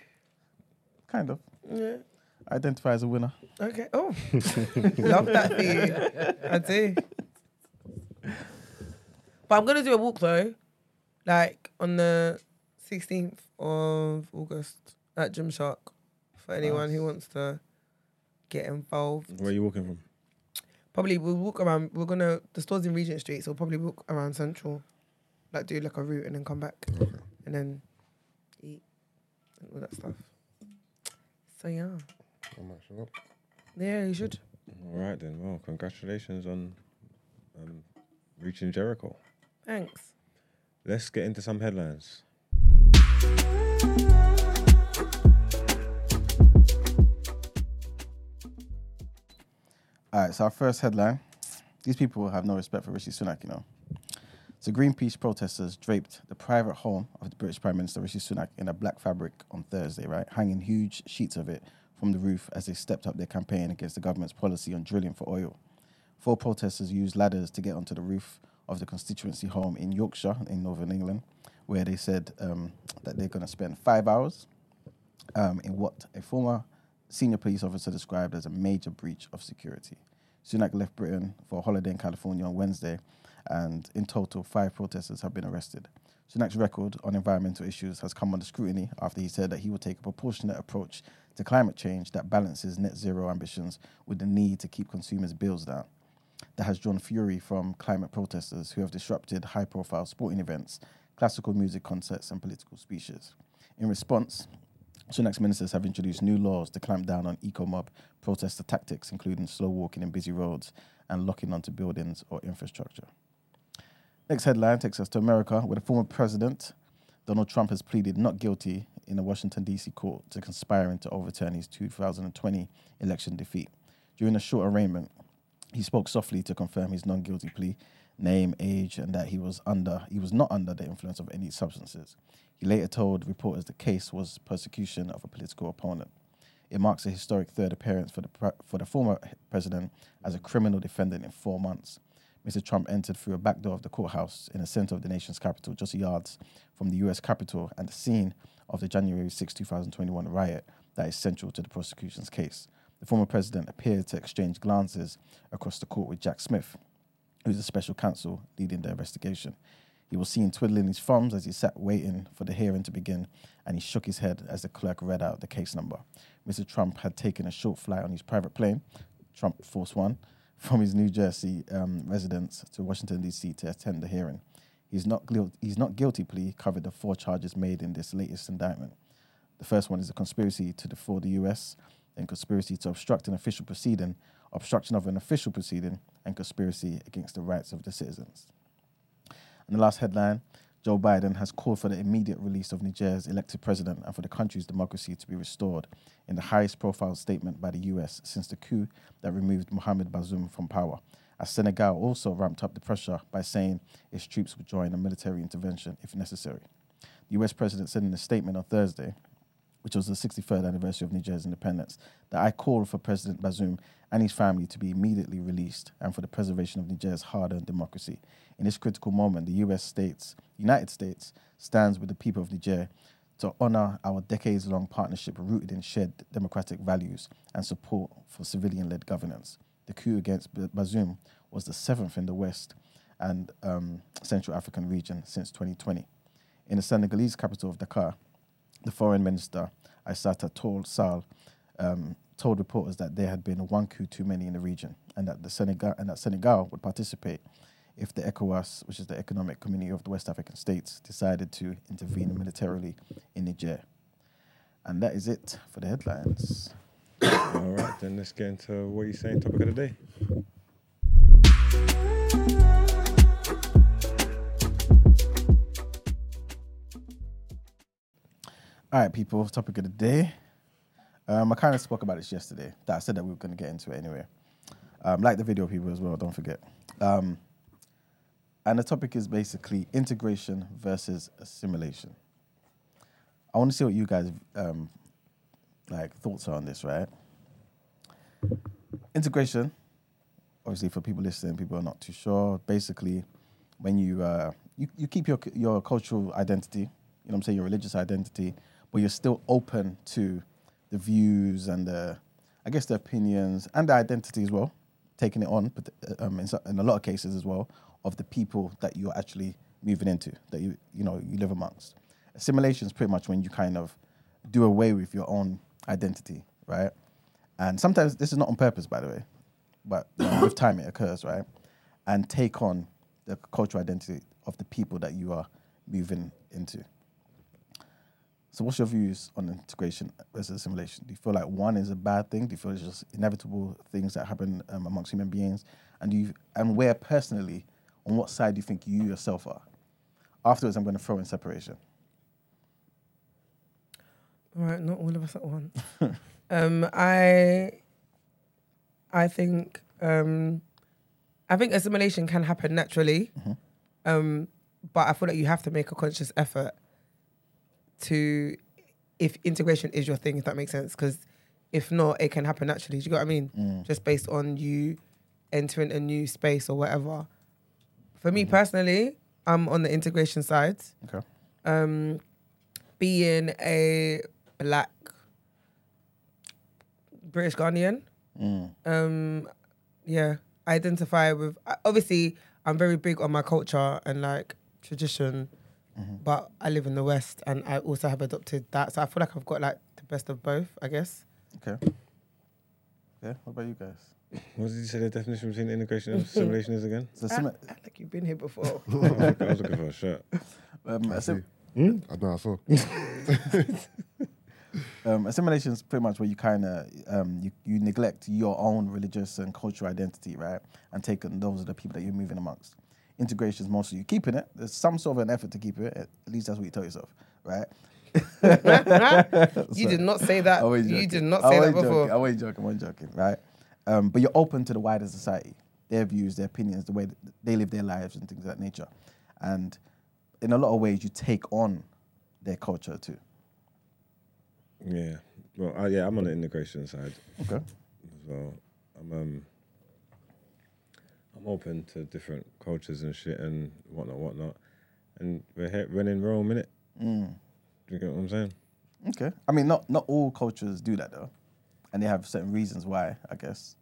kind of Yeah. identify as a winner. Okay. Oh, love that for you. I do. But I'm gonna do a walk though, like on the 16th of August at Gymshark for anyone who wants to get involved. Where are you walking from? Probably we'll walk around. We're gonna the stores in Regent Street, so we'll probably walk around Central, like do like a route and then come back, and then eat and all that stuff. So yeah, I might shut up. yeah, you should. All right then. Well, congratulations on um, reaching Jericho. Thanks. Let's get into some headlines. All right, so our first headline. These people have no respect for Rishi Sunak, you know. So Greenpeace protesters draped the private home of the British Prime Minister Rishi Sunak in a black fabric on Thursday, right? Hanging huge sheets of it from the roof as they stepped up their campaign against the government's policy on drilling for oil. Four protesters used ladders to get onto the roof of the constituency home in Yorkshire, in northern England, where they said um, that they're going to spend five hours um, in what a former senior police officer described as a major breach of security. Sunak left Britain for a holiday in California on Wednesday, and in total, five protesters have been arrested. Sunak's record on environmental issues has come under scrutiny after he said that he will take a proportionate approach to climate change that balances net zero ambitions with the need to keep consumers' bills down that has drawn fury from climate protesters who have disrupted high profile sporting events, classical music concerts, and political speeches. In response, Sunak's ministers have introduced new laws to clamp down on eco mob protester tactics, including slow walking in busy roads and locking onto buildings or infrastructure. Next headline takes us to America, where the former president, Donald Trump, has pleaded not guilty in a Washington, D.C. court to conspiring to overturn his 2020 election defeat. During a short arraignment, he spoke softly to confirm his non guilty plea, name, age, and that he was under he was not under the influence of any substances. He later told reporters the case was persecution of a political opponent. It marks a historic third appearance for the, pre- for the former president as a criminal defendant in four months. Mr. Trump entered through a back door of the courthouse in the center of the nation's capital, just yards from the US Capitol and the scene of the January 6, 2021 riot that is central to the prosecution's case. The former president appeared to exchange glances across the court with Jack Smith, who's a special counsel leading the investigation. He was seen twiddling his thumbs as he sat waiting for the hearing to begin, and he shook his head as the clerk read out the case number. Mr. Trump had taken a short flight on his private plane, Trump Force One, from his New Jersey um, residence to Washington, D.C. to attend the hearing. He's not, guil- he's not guilty plea covered the four charges made in this latest indictment. The first one is a conspiracy to defraud the U.S., then conspiracy to obstruct an official proceeding, obstruction of an official proceeding, and conspiracy against the rights of the citizens. And the last headline Joe Biden has called for the immediate release of Niger's elected president and for the country's democracy to be restored in the highest profile statement by the US since the coup that removed Mohamed Bazoum from power. As Senegal also ramped up the pressure by saying its troops would join a military intervention if necessary. The US president said in a statement on Thursday which was the 63rd anniversary of Niger's independence, that I call for President Bazoum and his family to be immediately released and for the preservation of Niger's hard-earned democracy. In this critical moment, the U.S. states, United States, stands with the people of Niger to honor our decades-long partnership rooted in shared democratic values and support for civilian-led governance. The coup against B- Bazoum was the seventh in the West and um, Central African region since 2020. In the Senegalese capital of Dakar, the foreign minister, Isata, told Sal, um, told reporters that there had been one coup too many in the region, and that the Senegal and that Senegal would participate if the ECOWAS, which is the Economic Community of the West African States, decided to intervene militarily in Niger. And that is it for the headlines. All right, then let's get into what you're saying, topic of the day. All right, people. Topic of the day. Um, I kind of spoke about this yesterday. That I said that we were going to get into it anyway. Um, like the video, people as well. Don't forget. Um, and the topic is basically integration versus assimilation. I want to see what you guys um, like thoughts are on this, right? Integration, obviously, for people listening, people are not too sure. Basically, when you uh, you, you keep your your cultural identity, you know what I'm saying, your religious identity, but you're still open to the views and the, I guess, the opinions and the identity as well, taking it on, but um, in, so- in a lot of cases as well, of the people that you're actually moving into, that you you know you live amongst. Assimilation is pretty much when you kind of do away with your own identity, right? And sometimes this is not on purpose, by the way, but um, with time it occurs, right? And take on the cultural identity of the people that you are moving into. So, what's your views on integration versus assimilation? Do you feel like one is a bad thing? Do you feel it's just inevitable things that happen um, amongst human beings? And do you and where personally, on what side do you think you yourself are? Afterwards, I'm going to throw in separation. All right, not all of us at once. um, I, I think, um, I think assimilation can happen naturally, um, but I feel like you have to make a conscious effort to, if integration is your thing, if that makes sense, because if not, it can happen naturally. Do you get what I mean? Just based on you entering a new space or whatever. For me personally, I'm on the integration side Okay. um, being a black British Ghanaian. Um, yeah, I identify with. I- Obviously, I'm very big on my culture and like tradition, but I live in the West and I also have adopted that. So I feel like I've got like the best of both, I guess. Okay. Yeah. What about you guys? What did you say the definition between integration and assimilation is again? So, I, simi- I like you've been here before. I was looking- I was looking for a shirt. um, assim- I know. I saw. um, assimilation is pretty much where you kind of um, you, you neglect your own religious and cultural identity, right? And take on those are the people that you're moving amongst. Integration is mostly you keeping it. There's some sort of an effort to keep it. At least that's what you tell yourself, right? you did not say that. I was You joking. did not I say that was joking. before. I was joking. I was joking, right? Um, but you're open to the wider society, their views, their opinions, the way that they live their lives, and things of that nature. And in a lot of ways, you take on their culture too. Yeah. Well, uh, yeah, I'm on the immigration side Okay. as well. I'm um, I'm open to different cultures and shit and whatnot, whatnot. And we're here, we're in Rome, innit? Do you get what I'm saying? Mm. Okay. I mean, not not all cultures do that though, and they have certain reasons why, I guess.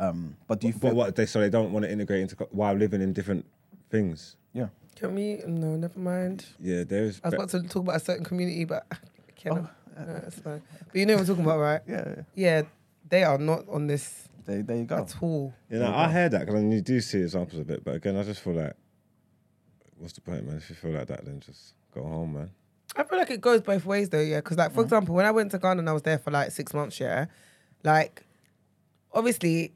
Um, but do you feel? But what they so they don't want to integrate into co- while living in different things. Yeah. Can we? No, never mind. Yeah, there is. I was be- about to talk about a certain community, but I cannot. No, that's fine. But you know what I'm talking about, right? Yeah. yeah. Oh, uh, Yeah, they are not on this There, there you go. at all. You know, I heard that because you do see examples of it, but again, I just feel like, what's the point, man? If you feel like that, then just go home, man. I feel like it goes both ways though, yeah. Because like for example, when I went to Ghana and I was there for like six months, yeah, like obviously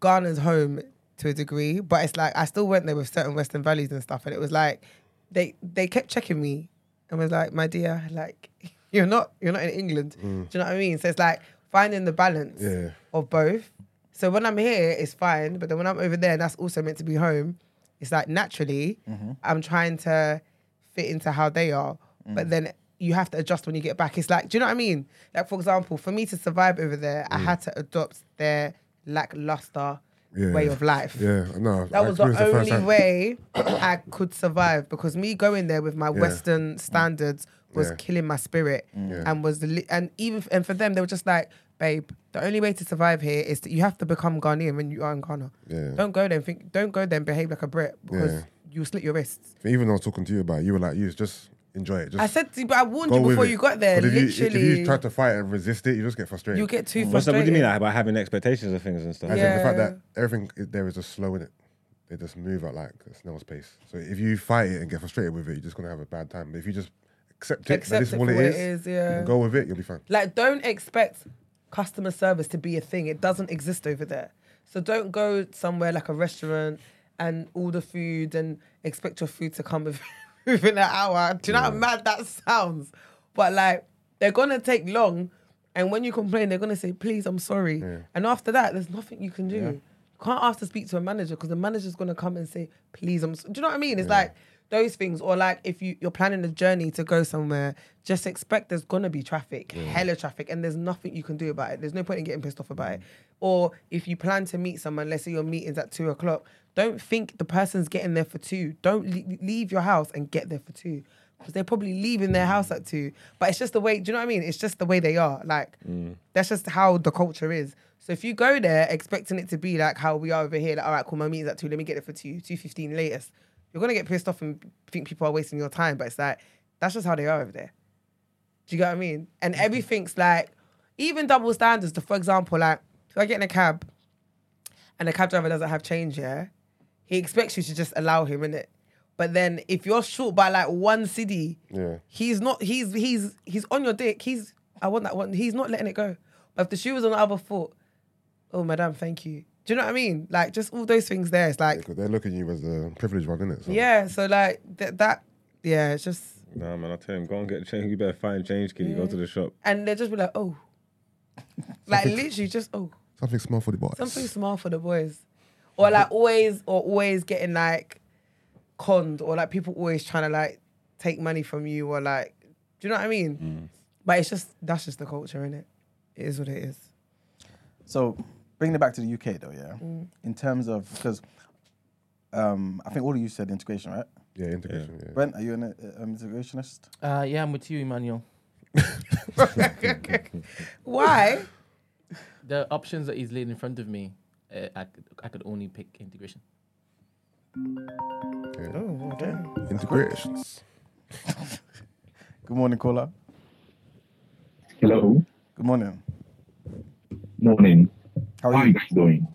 Ghana's home to a degree, but it's like I still went there with certain Western values and stuff, and it was like they they kept checking me and was like, my dear, like you're not you're not in England. Mm. Do you know what I mean? So it's like finding the balance Yeah. of both. So when I'm here, it's fine, but then when I'm over there, and that's also meant to be home. It's like naturally, Mm-hmm. Mm-hmm. I'm trying to fit into how they are, Mm. but then you have to adjust when you get back. It's like, do you know what I mean? Like for example, for me to survive over there, I had to adopt their lackluster Yeah. way of life. Yeah, no. That I was the experienced it only firsthand. way I could survive because me going there with my Western standards was Yeah. Mm. killing my spirit Yeah. and was li- and even and for them they were just like, babe, the only way to survive here is that you have to become Ghanaian when you are in Ghana. Yeah. Don't go there and think. Don't go there and behave like a Brit because Yeah. you'll slit your wrists. Even though I was talking to you about it, you were like, you just enjoy it. Just I said, to you, but I warned go you with before it. you got there. 'Cause if you, Literally, if you try to fight and resist it, you just get frustrated. you get too What's that, frustrated. what do you mean like, about having expectations of things and stuff? As Yeah. in the fact that everything i- there is just slow in it. They just move at like a snail's pace. So if you fight it and get frustrated with it, you're just gonna have a bad time. But if you just accept it, that Accept this is it what for it what it is, is, yeah. and go with it, you'll be fine. Like, don't expect customer service to be a thing. It doesn't exist over there. So don't go somewhere like a restaurant and order food and expect your food to come with- within an hour. Do you know how mad that sounds? But like, they're gonna take long, and when you complain, they're gonna say, "Please, I'm sorry." And after that, there's nothing you can do. You can't ask to speak to a manager because the manager's gonna come and say, "Please, I'm." So-. Do you know what I mean? It's like those things, or like if you you're planning a journey to go somewhere, just expect there's gonna be traffic, hella traffic, and there's nothing you can do about it. There's no point in getting pissed off about it. Or if you plan to meet someone, let's say your meeting's at two o'clock, don't think the person's getting there for two. Don't le- leave your house and get there for two. Because they're probably leaving their house at two, but it's just the way. Do you know what I mean? It's just the way they are. Like Mm. that's just how the culture is. So if you go there expecting it to be like how we are over here, like all right, cool, my meeting's at two. Let me get it for two, two fifteen latest you're gonna get pissed off and think people are wasting your time, but it's like that's just how they are over there. Do you get what I mean? And everything's like, even double standards. The, for example, like if I get in a cab and the cab driver doesn't have change, yeah, he expects you to just allow him in it. But then if you're short by like one city, Yeah. he's not. He's he's he's on your dick. He's I want that one. He's not letting it go. But if the shoe was on the other foot, oh madam, thank you. Do you know what I mean? Like just all those things there. It's like Because they're looking at you as a privileged one, innit? So yeah, so like th- that, yeah, it's just, Nah, man, I tell him, go and get a change. You better find change, kid. You go to the shop. and they'll just be like, oh. Like literally just, oh, something small for the boys. something small for the boys. Or like always, or always getting like conned, or like people always trying to like take money from you, or like, do you know what I mean? But it's just, that's just the culture, innit? It is what it is. So bringing it back to the UK though, yeah. In terms of because um, I think all of you said integration, right? Yeah, integration. Yeah. Brent, are you an uh, um, integrationist? Uh, yeah, I'm with you, Emmanuel. Why? The options that he's laid in front of me, uh, I, could, I could only pick integration. oh, okay. Integrations. Good morning, caller. Hello. Good morning. Morning. How How are are you you? guys doing?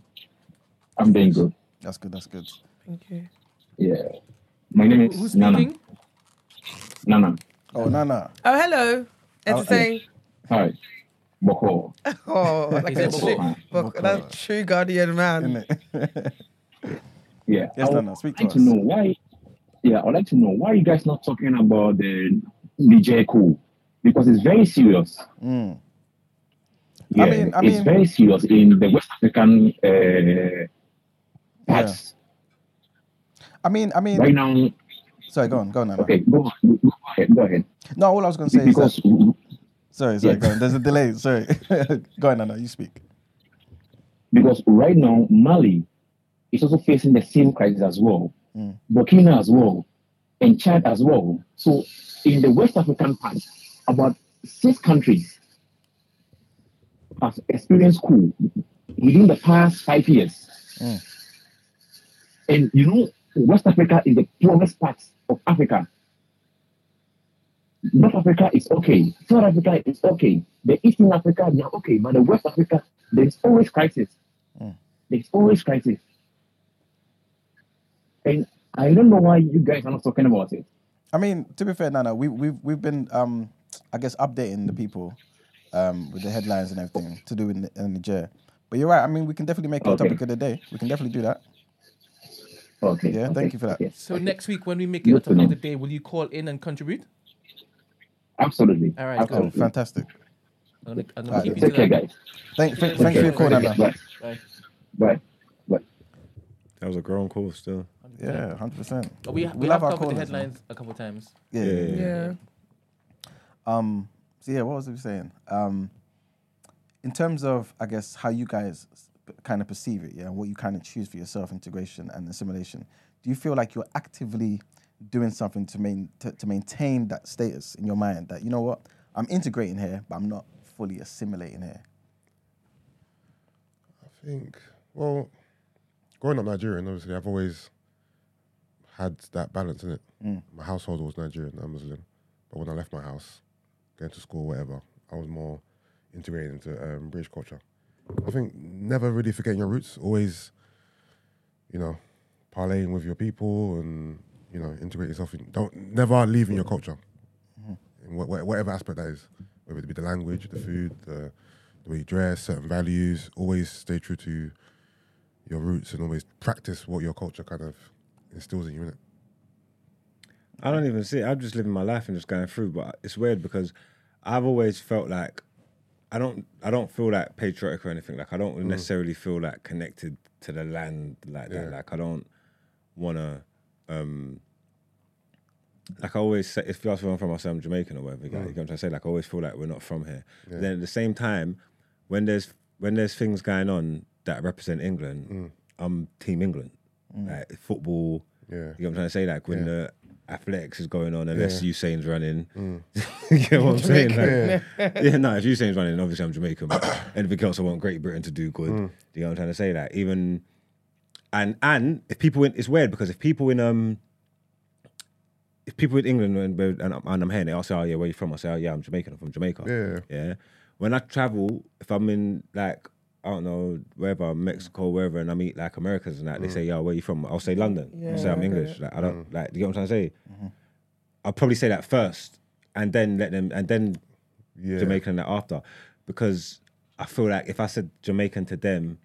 I'm doing good. That's good. That's good. Thank you. Yeah. My name is Who's Nana. speaking? Nana. Oh, no, no. Oh, hello. How- Entertain. Hi. Boko. Oh, like a Is it true, Boko? Boko- that's true guardian man. Isn't it? Yeah. Yes, I would Nana, speak to like to us. know why. Yeah, I'd like to know why are you guys not talking about the DJ coup because it's very serious. Mm. Yeah, mean- I it's mean- very serious in the West African uh, parts I mean, I mean. right now. Sorry, go on, go on, Nana. Okay, go, go ahead, go ahead. No, all I was going to say is that Because Sorry, sorry. Yeah. Go on. There's a delay. Sorry. go on, Nana. You speak. because right now Mali is also facing the same crisis as well, Mm. Burkina as well, and Chad as well. So in the West African part, about six countries have experienced coup within the past five years. Mm, And you know, West Africa is the poorest part of Africa. North Africa is okay. South Africa is okay. The Eastern Africa, they are okay. But the West Africa, there's always crisis. mm. There's always crisis. And I don't know why you guys are not talking about it. I mean, to be fair, Nana, we, we've we've been, um, I guess, updating the people um, with the headlines and everything to do in, in Niger. But you're right. I mean, we can definitely make it a Okay. topic of the day. We can definitely do that. Okay. Yeah, okay, thank you for that. okay. So next week when we make it Good a to topic of know. the day, will you call in and contribute? Absolutely. All right, Cool. cool. Absolutely. Fantastic. I'm gonna, I'm Alright, gonna keep you Take to care, that. guys. Thank, thank, Yeah, thanks for your yeah, call, yeah. Nana. Bye. Bye. Bye. Bye. That was a grown call still. Yeah, hundred percent. We, we, have covered the callers, man. headlines a couple of times. Yeah, Yeah, yeah. yeah, yeah. Yeah. Um, so yeah, what was I saying? Um, in terms of, I guess, how you guys kind of perceive it, yeah, and what you kind of choose for yourself, integration and assimilation. Do you feel like you're actively doing something to main to, to maintain that status in your mind that you know what I'm integrating here, but I'm not fully assimilating here? I think, well, growing up Nigerian, obviously, I've always had that balance in it. My household was Nigerian, I'm Muslim. But when I left my house, going to school, whatever, I was more integrated into um, British culture. I think never really forgetting your roots, always, you know, parlaying with your people and, you know, integrate yourself in. Don't, never leaving your culture, in wha- wha- whatever aspect that is, whether it be the language, the food, the, the way you dress, certain values, always stay true to your roots and always practice what your culture kind of instills in you, innit? I don't even see it. I'm just living my life and just going through. But it's weird because I've always felt like I don't I don't feel like patriotic or anything. Like I don't necessarily feel like connected to the land like that. Like I don't wanna um like I always say, if you ask where I'm from, I say I'm Jamaican or whatever. Like, You know what I'm trying to say? Like I always feel like we're not from here. Then at the same time, when there's when there's things going on that represent England, I'm Team England. Like football. Yeah. You know what I'm trying to say? Like when the athletics is going on, unless Usain's running. you know what I'm saying? Like, yeah. no, if Usain's running, obviously I'm Jamaican. But anything else, I want Great Britain to do good. You know what I'm trying to say? Like even and and if people in it's weird because if people in um if people in England and, and, I'm, and I'm here and they ask, oh yeah, where you from? I say, oh yeah, I'm Jamaican. I'm from Jamaica. Yeah. Yeah. When I travel, if I'm in like I don't know wherever Mexico, wherever, and I meet like Americans and that, they say, yo, where you from? I'll say London. I'll say I'm English. Like I don't like. Do you get what I'm trying to say? I'll probably say that first, and then let them, and then Yeah. Jamaican that after, because I feel like if I said Jamaican to them,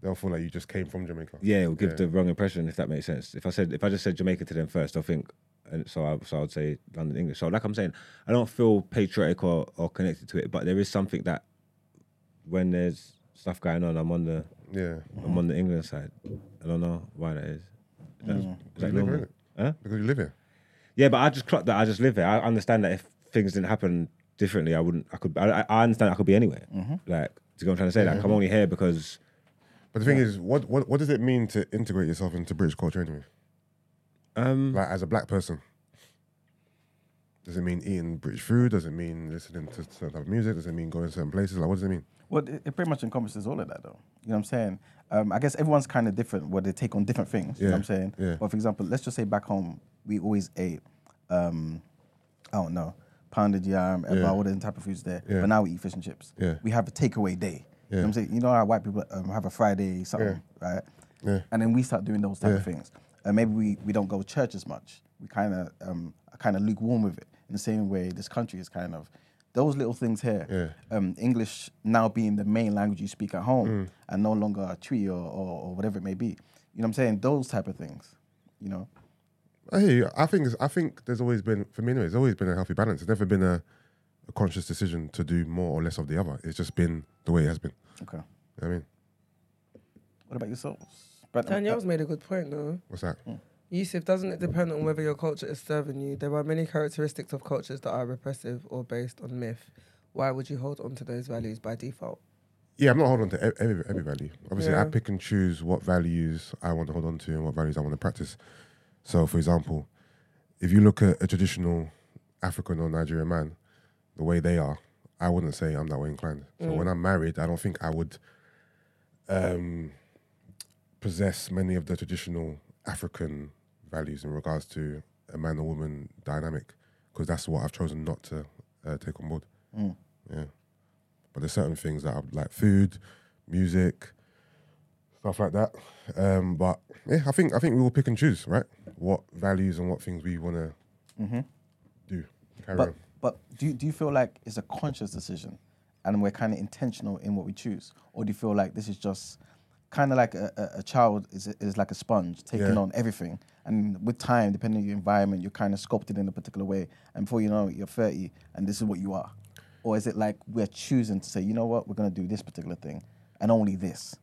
They'll feel like you just came from Jamaica. yeah, it'll give the wrong impression if that makes sense. If I said if I just said Jamaica to them first, I think, and so I so I'd say London English. So like I'm saying, I don't feel patriotic or, or connected to it, but there is something that when there's stuff going on, I'm on the Yeah. I'm on the England side. I don't know why that is. Is that- is that You live here, normal? innit? Huh? Because you live here. Yeah, but I just clocked that I just live here. I understand that if things didn't happen differently, I wouldn't. I could. I, I understand I could be anywhere. Like, do you know what I'm trying to say? Like, I'm only here because But the thing is, what, what what does it mean to integrate yourself into British culture anyway? um, Like as a black person, does it mean eating British food? Does it mean listening to certain type of music? Does it mean going to certain places? Like what does it mean? Well, it, it pretty much encompasses all of that, though. You know what I'm saying? Um, I guess everyone's kind of different where they take on different things. You know Yeah, what I'm saying? yeah. Well, for example, let's just say back home, we always ate, um, I don't know, pounded yam, eba, all the type of foods there. Yeah. But now we eat fish and chips. Yeah. We have a takeaway day. You know what I'm saying? You know how white people um, have a Friday something, right? Yeah. And then we start doing those type of things. And maybe we, we don't go to church as much. We kind of um, are kind of lukewarm with it. In the same way, this country is kind of those little things here Yeah. um, English now being the main language you speak at home and no longer a tree or, or, or whatever it may be. You know what I'm saying? Those type of things, you know? I hear you. I think it's- I think there's always been for me anyway. There's always been a healthy balance. There's never been a, a conscious decision to do more or less of the other. It's just been the way it has been. You Okay. know what I mean, What about yourselves? But, Danielle's made a good point though. what's that? Hmm. Yusuf, doesn't it depend on whether your culture is serving you? There are many characteristics of cultures that are repressive or based on myth why would you hold on to those values by default? Yeah, I'm not holding on to ev- every every value. Obviously, I Yeah. pick and choose what values I want to hold on to and what values I want to practice. So, for example, if you look at a traditional African or Nigerian man, the way they are, I wouldn't say I'm that way inclined. So, when I'm married, I don't think I would um, possess many of the traditional African values in regards to a man or woman dynamic, because that's what I've chosen not to uh, take on board. Yeah. But there's certain things that I would like food, music, stuff like that. Um, but yeah, I think I think we will pick and choose, right? What values and what things we want to do. Carry Mm-hmm. But on. but do you, do you feel like it's a conscious decision, and we're kind of intentional in what we choose, or do you feel like this is just kind of like a, a, a child is is like a sponge taking Yeah. on everything, and with time, depending on your environment, you're kind of sculpted in a particular way, and before you know it, you're 30, and this is what you are, or is it like we're choosing to say, you know what, we're gonna do this particular thing, and only this,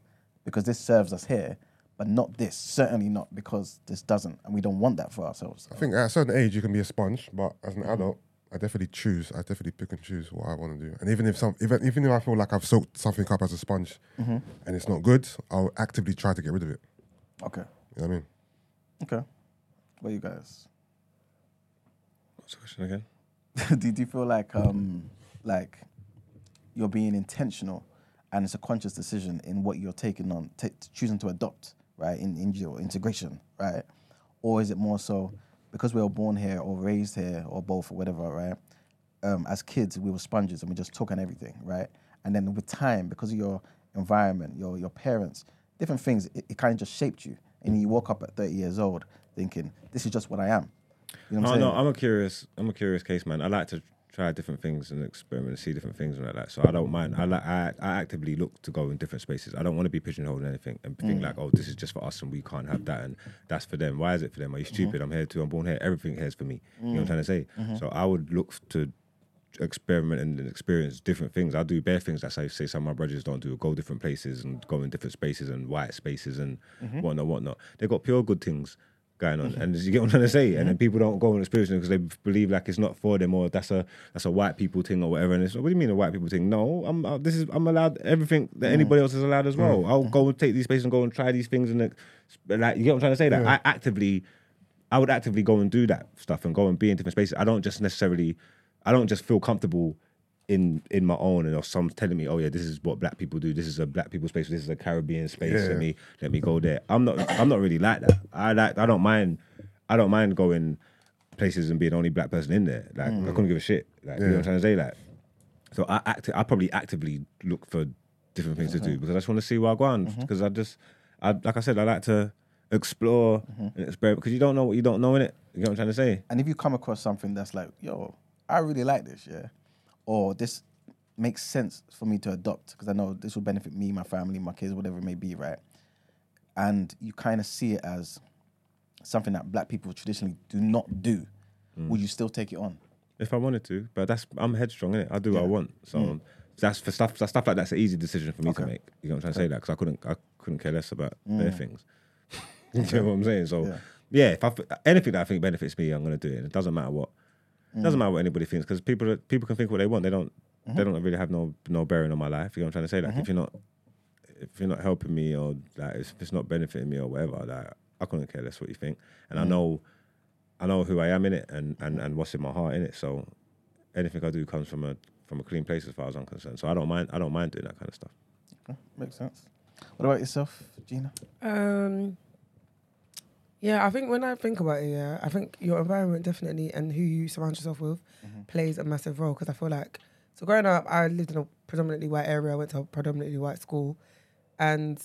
because this serves us here. But not this, certainly not, because this doesn't, and we don't want that for ourselves. I think at a certain age you can be a sponge, but as an adult, I definitely choose. I definitely pick and choose what I want to do. And even if some, even even if I feel like I've soaked something up as a sponge, and it's not good, I'll actively try to get rid of it. Okay, You know what I mean? okay. What you guys? What's the question again? do, do you feel like um like you're being intentional and it's a conscious decision in what you're taking on t- choosing to adopt right in, in your integration right or is it more so because we were born here or raised here or both or whatever right um, as kids we were sponges and we just took on everything right and then with time because of your environment your your parents different things it, it kind of just shaped you and you woke up at 30 years old thinking this is just what i am you know what No, i'm saying Oh, no, I'm a curious, I'm a curious case, man. I like to try different things and experiment, and see different things and like that. So I don't mind. I like, I, I actively look to go in different spaces. I don't want to be pigeonholed in anything and Mm. think like, oh, this is just for us and we can't have that and that's for them. Why is it for them? Are you Mm-hmm. stupid? I'm here too. I'm born here. Everything here is for me. You know Mm. what I'm trying to say? Mm-hmm. So I would look to experiment and experience different things. I do bare things that say, say some of my brothers don't do. Go different places and go in different spaces and white spaces and Mm-hmm. whatnot, whatnot. They got pure good things going on, and you get what I'm trying to say. And then people don't go and experience it because they believe like it's not for them or that's a that's a white people thing or whatever. And it's what do you mean a white people thing? No, I'm uh, this is I'm allowed everything that anybody else is allowed as well. I'll go and take these spaces and go and try these things and like, like you get what I'm trying to say. Like I actively. I would actively go and do that stuff and go and be in different spaces. I don't just necessarily, I don't just feel comfortable in in my own and or some telling me, oh yeah, this is what black people do. This is a black people space. This is a Caribbean space. Yeah. Let me let me go there. I'm not I'm not really like that. I like I don't mind I don't mind going places and being the only black person in there. Like I couldn't give a shit. Like you know what I'm trying to say. Like so I act I probably actively look for different things to do because I just want to see where I go on because I just I like I said I like to explore and experiment because you don't know what you don't know in it. You know what I'm trying to say? and if you come across something that's like, yo, I really like this, yeah, or this makes sense for me to adopt because I know this will benefit me, my family, my kids, whatever it may be, right? And you kind of see it as something that black people traditionally do not do. Would you still take it on? If I wanted to, but that's I'm headstrong in it. I do what I want. So that's for stuff that stuff like that's an easy decision for me to make. You know what I'm trying to say? That because I couldn't I couldn't care less about their things. you know what I'm saying? So yeah, if I f- anything that I think benefits me, I'm gonna do it. And it doesn't matter what. It doesn't matter what anybody thinks because people are- people can think what they want. They don't they don't really have no no bearing on my life. You know what I'm trying to say? Like if you're not if you're not helping me or like if it's not benefiting me or whatever, like I couldn't care less what you think. And I know I know who I am in it and, and, and what's in my heart in it. So anything I do comes from a from a clean place as far as I'm concerned. So I don't mind I don't mind doing that kind of stuff. Makes sense. What about yourself, Gina? Um, yeah, I think when I think about it, yeah, I think your environment definitely and who you surround yourself with plays a massive role because I feel like so growing up, I lived in a predominantly white area. I went to a predominantly white school, and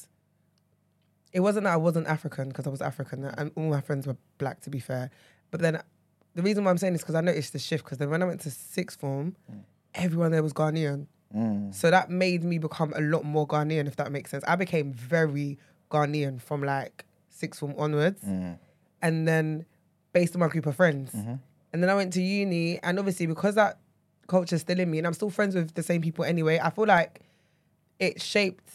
it wasn't that I wasn't African because I was African and all my friends were black. To be fair, but then the reason why I'm saying this because I noticed the shift because then when I went to sixth form, everyone there was Ghanaian. Mm. So that made me become a lot more Ghanaian, if that makes sense. I became very Ghanaian from like sixth form onwards. Mm. And then based on my group of friends. And then I went to uni, and obviously, because that culture's still in me, and I'm still friends with the same people anyway, I feel like it shaped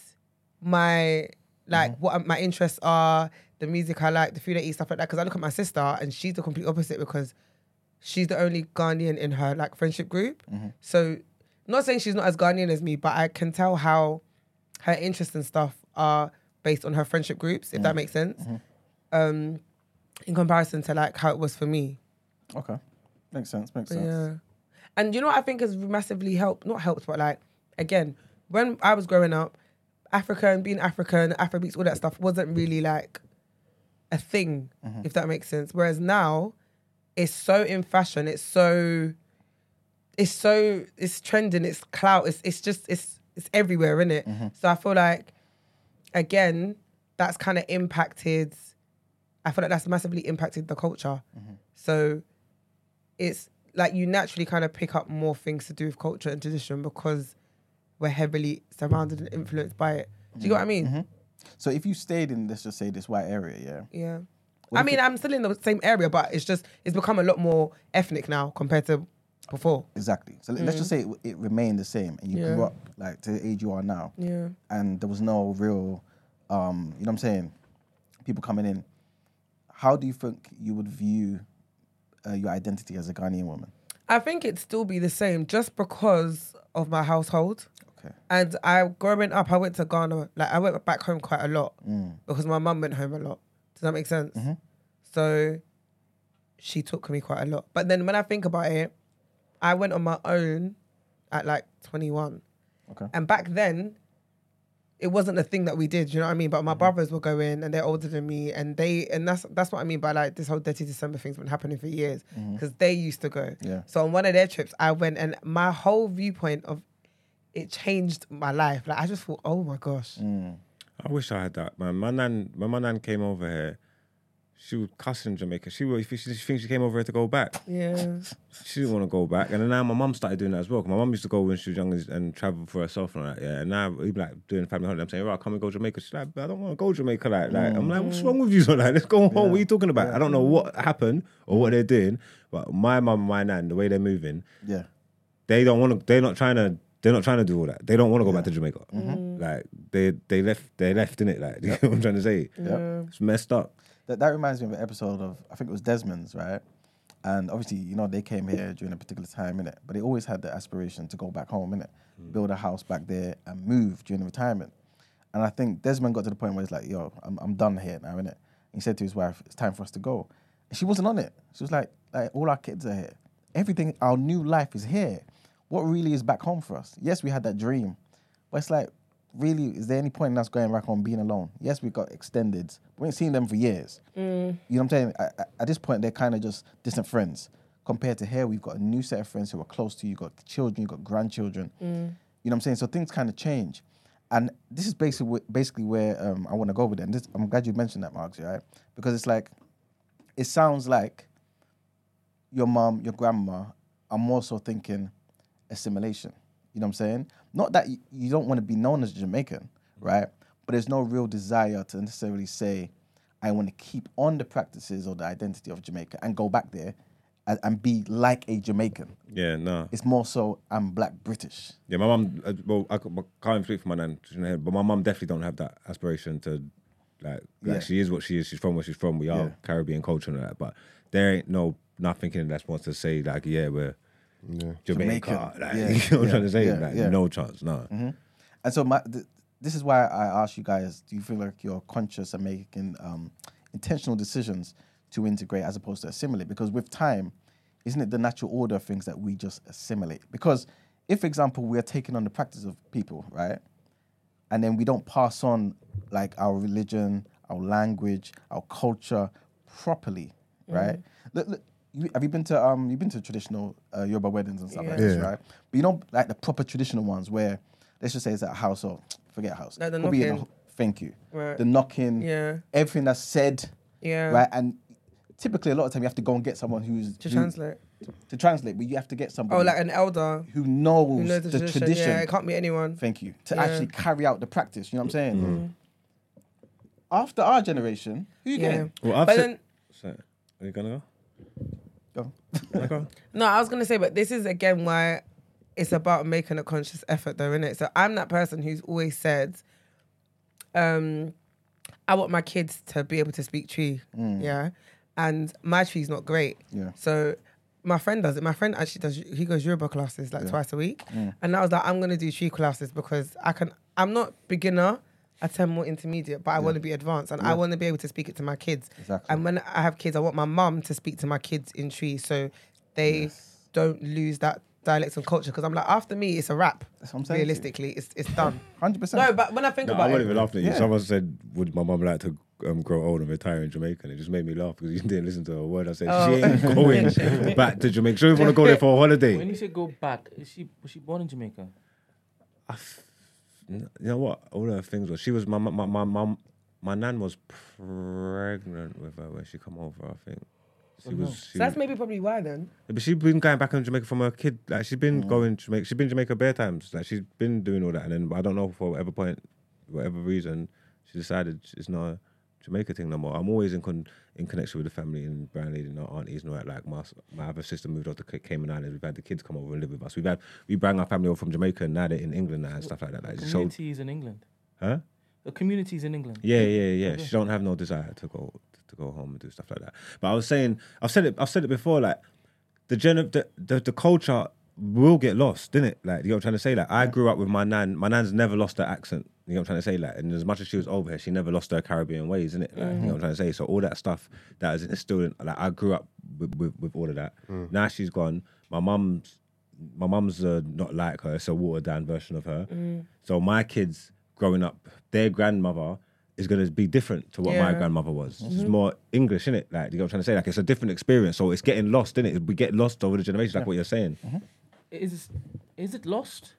my like what um, my interests are, the music I like, the food I eat, stuff like that. Because I look at my sister, and she's Mm-hmm. the complete opposite because she's the only Ghanaian in her like friendship group. So not saying she's not as Ghanaian as me, but I can tell how her interests and stuff are based on her friendship groups, if that makes sense. Um, in comparison to like how it was for me. Okay. Makes sense. Makes sense. Yeah. And you know what I think has massively helped, not helped, but like, again, when I was growing up, African, being African, Afrobeats, all that stuff wasn't really like a thing, Mm-hmm. if that makes sense. Whereas now, it's so in fashion, it's so, it's so, it's trending, it's clout, it's, it's just, it's, it's everywhere, in it? Mm-hmm. So I feel like, again, that's kind of impacted, I feel like that's massively impacted the culture. Mm-hmm. So it's like you naturally kind of pick up more things to do with culture and tradition because we're heavily surrounded and influenced by it. Do you get what I mean? So if you stayed in, let's just say this white area, yeah. Yeah. I mean, I'm still in the same area, but it's just it's become a lot more ethnic now compared to before. Mm. Exactly. So let- let's just say it, it remained the same, and you grew Yeah. up like to the age you are now. Yeah. And there was no real, um, you know what I'm saying, people coming in. How do you think you would view uh, your identity as a Ghanaian woman? I think it'd still be the same just because of my household. Okay. And I growing up, I went to Ghana. Like I went back home quite a lot Mm. because my mum went home a lot. Does that make sense? Mm-hmm. So she took me quite a lot. But then when I think about it, I went on my own at like 21. Okay. And back then, it wasn't a thing that we did. You know what I mean? Mm-hmm. But my brothers were going, and they're older than me, and they and that's that's what I mean by like this whole dirty December thing's been happening for years Mm-hmm. because they used to go. Yeah. So on one of their trips, I went, and my whole viewpoint of it changed my life. Like I just thought, oh my gosh, Mm. I wish I had that, man. My nan, when my nan came over here, she was cussing Jamaica. She was, she, she thinks she came over here to go back. yeah, Mm. She didn't want to go back. And then now my mum started doing that as well. 'Cause My mum used to go when she was young and, and travel for herself and all that. Yeah. And now we like doing family holiday. I'm saying, right, come and go to Jamaica. She's like, "But I don't want to go to Jamaica. Like, like I'm like, what's wrong with you? So like, let's go home. What are you talking about? I don't know what happened or what they're doing. But my mum and my nan, the way they're moving, Yeah. they don't want to. They're not trying to. They're not trying to do all that. They don't want to go back to Jamaica. Like they they left. They left in it. Like you know what I'm trying to say. It's messed up. That, that reminds me of an episode of I think it was Desmond's, right? And obviously, you know, they came here during a particular time in it, but they always had the aspiration to go back home in it, build a house back there, and move during retirement. And I think Desmond got to the point where he's like, "Yo, I'm, I'm done here now, innit?" He said to his wife, "It's time for us to go." And she wasn't on it. She was like, "Like all our kids are here. Everything, our new life is here. What really is back home for us? Yes, we had that dream, but it's like, really, is there any point in us going back on being alone? Yes, we got extended. We ain't seen them for years. You know what I'm saying? At, at- at this point, they're kind of just distant friends. Compared to here, we've got a new set of friends who are close to you. You've got children, you've got grandchildren. You know what I'm saying? So things kind of change. And this is basically, wh- basically where um, I want to go with it. And this, I'm glad you mentioned that, Marks, right? Because it's like, it sounds like your mom, your grandma are more so thinking assimilation. You know what I'm saying? Not that you, you don't want to be known as Jamaican, right? But there's no real desire to necessarily say, I want to keep on the practices or the identity of Jamaica and go back there and, and be like a Jamaican. Yeah, no. It's more so, I'm black British. Yeah, my mum. uh, Well, I, c- I can't speak for my nan, she's in her head, but my mum definitely don't have that aspiration to, like, like Yeah. she is what she is. She's from where she's from. We are Yeah. Caribbean culture and all that. But there ain't no nothing in that wants to say like, yeah, we're Jamaica. Jamaican. Like, Yeah, You know what I'm yeah, trying to say? yeah, like, yeah. no chance. No. Mm-hmm. And so, my th- this is why I ask you guys: Do you feel like you're conscious and making um, intentional decisions to integrate as opposed to assimilate? Because with time, isn't it the natural order of things that we just assimilate? Because if, for example, we are taking on the practice of people, right, and then we don't pass on like our religion, our language, our culture properly, right? Look, look, you, have you been to um? You've been to traditional uh, Yoruba weddings and stuff like Yeah. this, Yeah. right? But you know, like the proper traditional ones where let's just say it's at a house or forget house. Like the Could be in a knocking. ho- thank you. Right. The knocking. Yeah. Everything that's said. Yeah. Right. And typically, a lot of time you have to go and get someone who's to who- translate. To translate, but you have to get somebody Oh, like an elder who knows, who knows the, tradition. Yeah, it can't be anyone. Thank you. To Yeah. Mm-hmm. actually carry out the practice. You know what I'm saying? After our generation, who you Yeah. getting? Well, I've but said- then So, are you gonna Go. go? Go. No, I was gonna say, but this is again why it's about making a conscious effort, though, isn't it? So I'm that person who's always said, um, I want my kids to be able to speak tree, yeah, and my tree's not great, Yeah. So my friend does it. My friend actually does. He goes Yoruba classes like twice a week, and I was like, I'm gonna do tree classes because I can. I'm not beginner. I turn more intermediate, but I want to be advanced, and I want to be able to speak it to my kids. Exactly. And when I have kids, I want my mum to speak to my kids in tree, so they don't lose that dialect and culture. Because I'm like, after me, it's a wrap. That's what I'm saying to you. Realistically, it's it's done. 100%. No, but when I think No, I about wasn't it, even laughing at you. Someone said, "Would my mum like to um, grow old and retire in Jamaica?" And it just made me laugh because you didn't listen to a word I said. Oh. Oh. She ain't going back to Jamaica. She don't want to go there for a When holiday. you say go back, is she was she born in Jamaica? You know what? All her things were. She was my my my my mum. My nan was pregnant with her when she come over. I think she was. She Mm-hmm. so that's maybe probably why then. But she's been going back on Jamaica from her kid. Like she's been going to Jamaica. She's been Jamaica bare times. Like she's been doing all that, and then I don't know for whatever point, whatever reason, she decided it's not a Jamaica thing no more. I'm always in con- in connection with the family and Brownlee and our aunties and all that. Like my s- my other sister moved off to Ca- Cayman Islands. We've had the kids come over and live with us. We've had we bring our family over from Jamaica and now they're in England now and stuff like that. Like so, Communities in England. huh? The communities in England. Yeah, yeah, yeah. She don't have no desire to go to go home and do stuff like that. But I was saying, I've said it, I've said it before. Like the gen, the the, the culture will get lost, didn't it? Like you know what I'm trying to say. Like I grew up with my nan. My nan's never lost her accent. You know what I'm trying to say. Like and as much as she was over here, she never lost her Caribbean ways, isn't it? Like, You know what I'm trying to say. So all that stuff that is instilled. In, like I grew up with with, with all of that. Now she's gone. My mum's my mum's uh, not like her. It's a watered down version of her. Mm. So my kids growing up, their grandmother is going to be different to what my Yeah. grandmother was. It's more English, innit? Like you know what I'm trying to say. Like it's a different experience. So it's getting lost, innit? We get lost over the generations, like what you're saying. Is is it lost?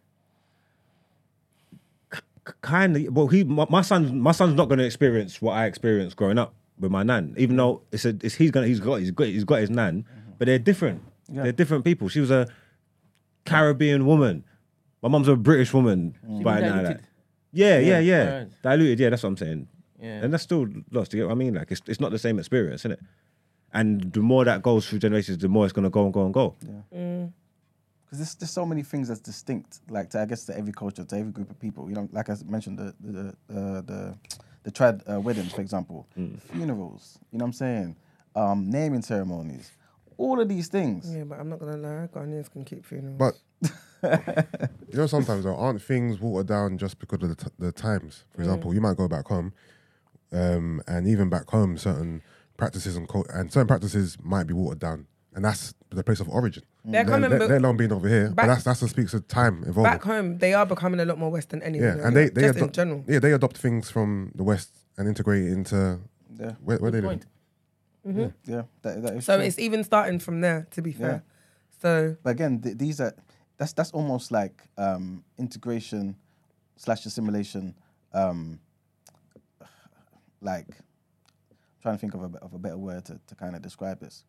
kind of well he my, my son my son's not going to experience what i experienced growing up with my nan even though it's a it's, he's gonna he's got he's got he's got his nan Mm-hmm. but they're different they're different people she was a caribbean woman my mum's a british woman by now like- Mm. diluted. yeah yeah yeah, Alright. diluted yeah that's what i'm saying Yeah. and that's still lost you get what i mean like it's, it's not the same experience is it and the more that goes through generations the more it's going to go and go and go because Mm. there's, there's so many things that's distinct, like to, I guess to every culture, to every group of people. You know, like I s- mentioned the the the uh, the, the trad uh, weddings, for example, funerals. You know what I'm saying? Um, naming ceremonies, all of these things. Yeah, but I'm not gonna lie, Ghanaians can keep funerals. But you know, sometimes though, aren't things watered down just because of the, t- the times? Mm. For example, you might go back home, um, and even back home, certain practices and cult- and certain practices might be watered down, and that's the place of origin. They're coming let, back- let alone being over here, back- but that's that's what speaks of time involved. back home, they are becoming a lot more Western anyway. yeah, though, and they they just in adopt, general. yeah they adopt things from the west and integrate it into Yeah. where, where they live. Point. Yeah, that, that is Mm-hmm. So true. it's even starting from there, to be fair. So But again, th- these are that's that's almost like um, integration slash assimilation. Um, like trying to think of a, of a better word to, to kind of describe this,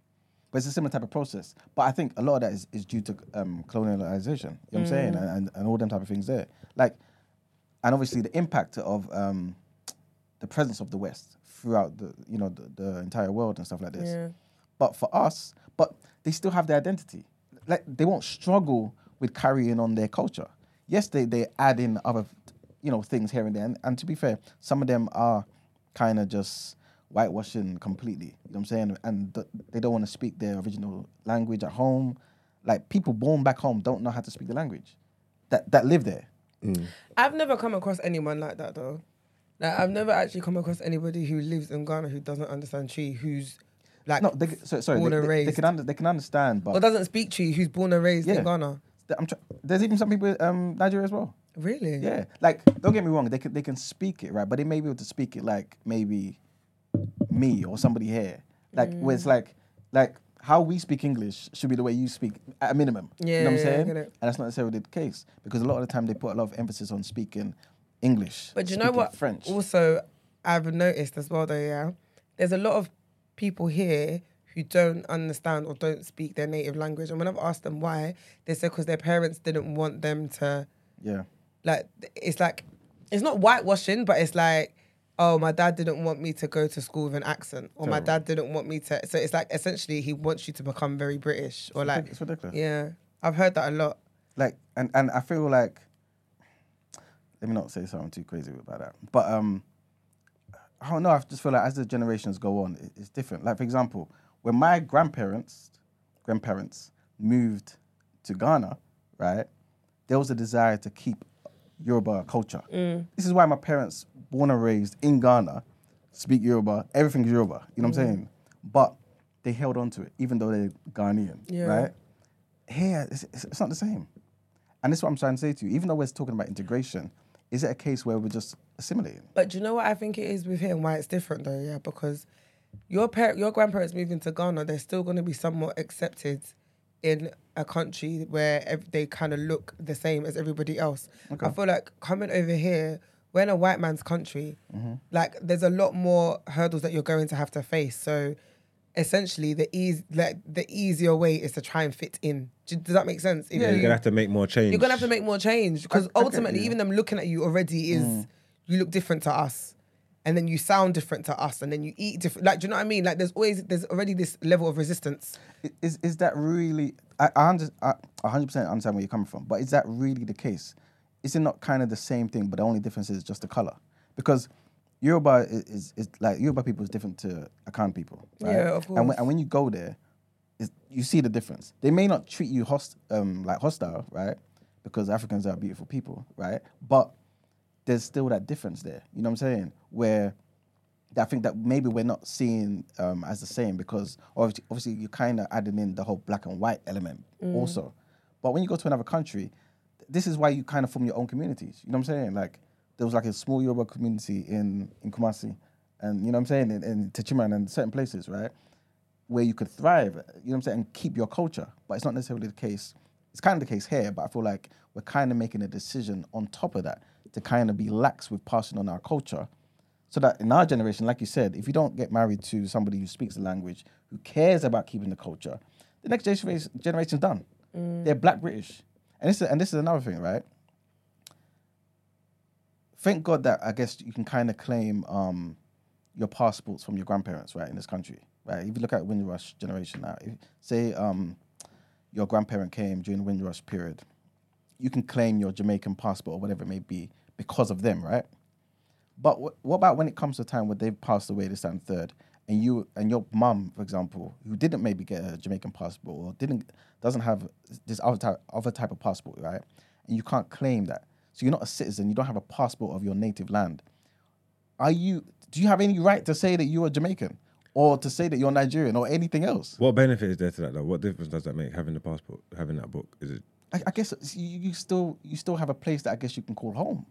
but it's a similar type of process. But I think a lot of that is, is due to um, colonialization. You know what I'm Mm. saying, and, and, and all them type of things there. Like, and obviously the impact of um, the presence of the West throughout the you know the, the entire world and stuff like this. Yeah. But for us, but they still have their identity. Like they won't struggle with carrying on their culture. Yes, they they add in other you know things here and there. And, and to be fair, some of them are kind of just whitewashing completely. You know what I'm saying? And th- they don't want to speak their original language at home. Like people born back home don't know how to speak the language that that live there. I've never come across anyone like that though. Like I've never actually come across anybody who lives in Ghana who doesn't understand tree, who's like No, they, so, sorry, born they, and they- raised, they can under, they can understand, but or doesn't speak tree, who's born and raised Yeah. in Ghana. th- I'm try- there's even some people in um, Nigeria as well. Really? Yeah, like don't get me wrong, they can they can speak it right, but they may be able to speak it like maybe me or somebody here, like where Mm. it's like like how we speak English should be the way you speak at a minimum. you know what Yeah, I'm yeah, I saying? get and it. that's not necessarily the case because a lot of the time they put a lot of emphasis on speaking English. But do you know speaking what? French. Also, I've noticed as well though. Yeah, there's a lot of people here who don't understand or don't speak their native language, and when I've asked them why, they said because their parents didn't want them to yeah. like th- it's like it's not whitewashing, but it's like, oh, my dad didn't want me to go to school with an accent, or my dad didn't want me to. So it's like essentially he wants you to become very British, or like ridic- it's ridiculous. Yeah, I've heard that a lot. like and and I feel like let me not say something too crazy about that, but um, I don't know. I just feel like as the generations go on, it, it's different. Like for example, when my grandparents grandparents moved to Ghana, right, there was a desire to keep Yoruba culture. Mm. This is why my parents, born and raised in Ghana, speak Yoruba. Everything's Yoruba. You know what I'm saying? But they held on to it, even though they're Ghanaian, Yeah. right? Here, it's, it's it's not the same. And this is what I'm trying to say to you. Even though we're talking about integration, is it a case where we're just assimilating? But do you know what I think it is with him? Why it's different though, yeah, because your par- your grandparents moving to Ghana, they're still going to be somewhat accepted in a country where ev- they kind of look the same as everybody else. I feel like coming over here, we're in a white man's country. Like there's a lot more hurdles that you're going to have to face. So essentially, the ease like the easier way is to try and fit in. Do- Does that make sense? If Yeah, you're you- gonna have to make more change. you're gonna have to make more change because ultimately, even them looking at you already is you look different to us, and then you sound different to us, and then you eat different. Like, do you know what I mean? Like, there's always there's already this level of resistance. I- Is is that really? I I under- I a hundred percent understand where you're coming from, but is that really the case? Is it not kind of the same thing, but the only difference is just the color? Because Yoruba is, is, is like Yoruba people is different to Akan people. Right? Yeah, of And when, course. and when you go there, is you see the difference. They may not treat you host um like hostile, right? Because Africans are beautiful people, right? But there's still that difference there. You know what I'm saying? Where I think that maybe we're not seeing um, as the same because obviously, obviously you're kind of adding in the whole black and white element also. But when you go to another country, th- this is why you kind of form your own communities. You know what I'm saying? Like there was like a small Yoruba community in in Kumasi, and you know what I'm saying in, in Techiman and certain places, right? Where you could thrive, you know what I'm saying, and keep your culture. But it's not necessarily the case. It's kind of the case here, but I feel like we're kind of making a decision on top of that to kind of be lax with passing on our culture so that in our generation, like you said, if you don't get married to somebody who speaks the language, who cares about keeping the culture, the next generation generation's done. They're black British, and this is and this is another thing, right? Thank God that I guess you can kind of claim um, your passports from your grandparents, right, in this country, right? If you look at Windrush generation now, if, say um, your grandparent came during the Windrush period, you can claim your Jamaican passport or whatever it may be because of them, right? But wh- what about when it comes to a time where they've passed away this time third, and you and your mum, for example, who didn't maybe get a Jamaican passport or didn't doesn't have this other type, other type of passport, right? And you can't claim that, so you're not a citizen. You don't have a passport of your native land. Are you? Do you have any right to say that you are Jamaican, or to say that you're Nigerian, or anything else? What benefit is there to that though? What difference does that make having the passport, having that book? Is it I, I guess it's- you, you still you still have a place that I guess you can call home.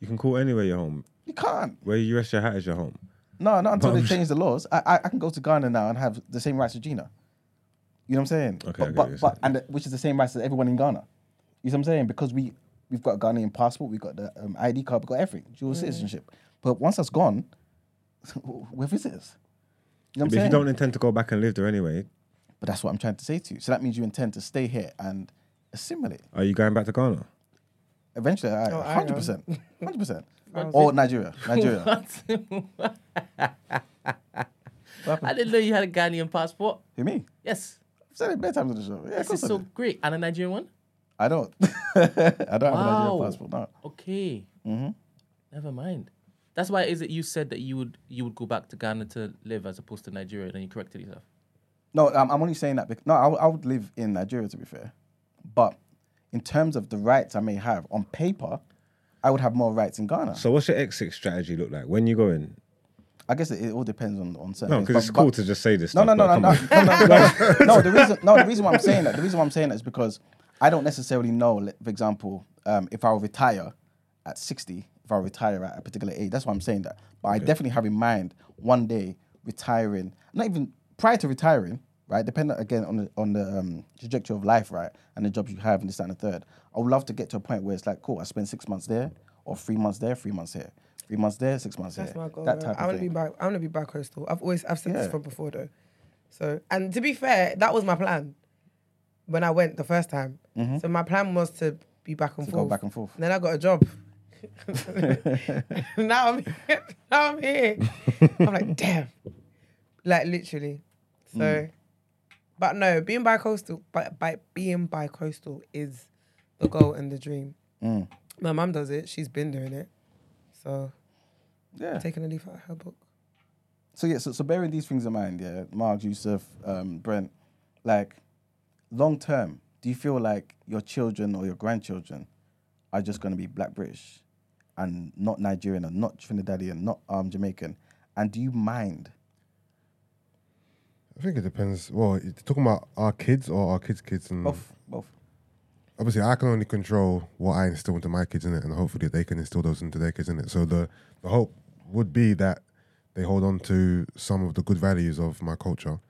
you can call anywhere your home. You can't. Where you rest your hat is your home. No, not until But they I'm- change the laws. I, I I can go to Ghana now and have the same rights as Gina. You know what I'm saying? Okay, I but get what but, you're but saying. and the, which is the same rights as everyone in Ghana. You know what I'm saying? Because we we've got a Ghanaian passport, we've got the um, ID card, we've got everything, dual citizenship. But once that's gone, we're visitors. You know what I'm But if saying? you don't intend to go back and live there anyway, but that's what I'm trying to say to you. So that means you intend to stay here and assimilate. are you going back to Ghana? Eventually, I Oh, I know. 100%. 100%. or Oh, Nigeria. Nigeria. I didn't know you had a Ghanaian passport. Hear me? Yes. I've said it many times on the show. Yeah, of This course is I so do. great. And a Nigerian one? I don't. I don't have a Nigerian Wow. passport. No. Okay. Mm-hmm. Never mind. That's why is it you said that you would you would go back to Ghana to live as opposed to Nigeria, and then you corrected yourself. No, um, I'm, I'm only saying that because no, I would- I would live in Nigeria to be fair, but in terms of the rights I may have on paper, I would have more rights in Ghana. So what's your exit strategy look like? When you go in? I guess it, it all depends on on certain. No, things, because it's but- cool but- to just say this. No, stuff, no, no, but no, come no, on. no, no, no, no. No, The reason, no, the reason why I'm saying that, the reason why I'm saying that is because I don't necessarily know. like, For example, um, if I retire at 60, if I retire at a particular age, that's why I'm saying that. But I definitely have in mind one day retiring, not even prior to retiring, right? Depending again on the on the um, trajectory of life, right, and the jobs you have and this that, and the third. I would love to get to a point where it's like, cool, I spend six months there, or three months there, three months here, three months there, six months That's here. my goal. that though. type I of want to be thing. back. I want to be back coastal. I've always I've said this Yeah. from before though. So and to be fair, that was my plan when I went the first time. So my plan was to be back and Mm-hmm. To go forth. back and forth. then I got a job. now I'm here. now I'm here. I'm like damn, like literally. So, Mm. but no, being bi coastal, but by being bi coastal is the goal and the dream. Mm. My mum does it. She's been doing it. So Yeah. taking a leaf out of her book. So yeah, so, so bearing these things in mind, yeah, Mark, Yusuf, um, Brent, like long term, do you feel like your children or your grandchildren are just going to be black British and not Nigerian and not Trinidadian, not um, Jamaican? And do you mind? I think it depends. Well, you're talking about our kids or our kids' kids, and Both, both. obviously I can only control what I instill into my kids in it, and hopefully they can instill those into their kids in it. So the the hope would be that they hold on to some of the good values of my culture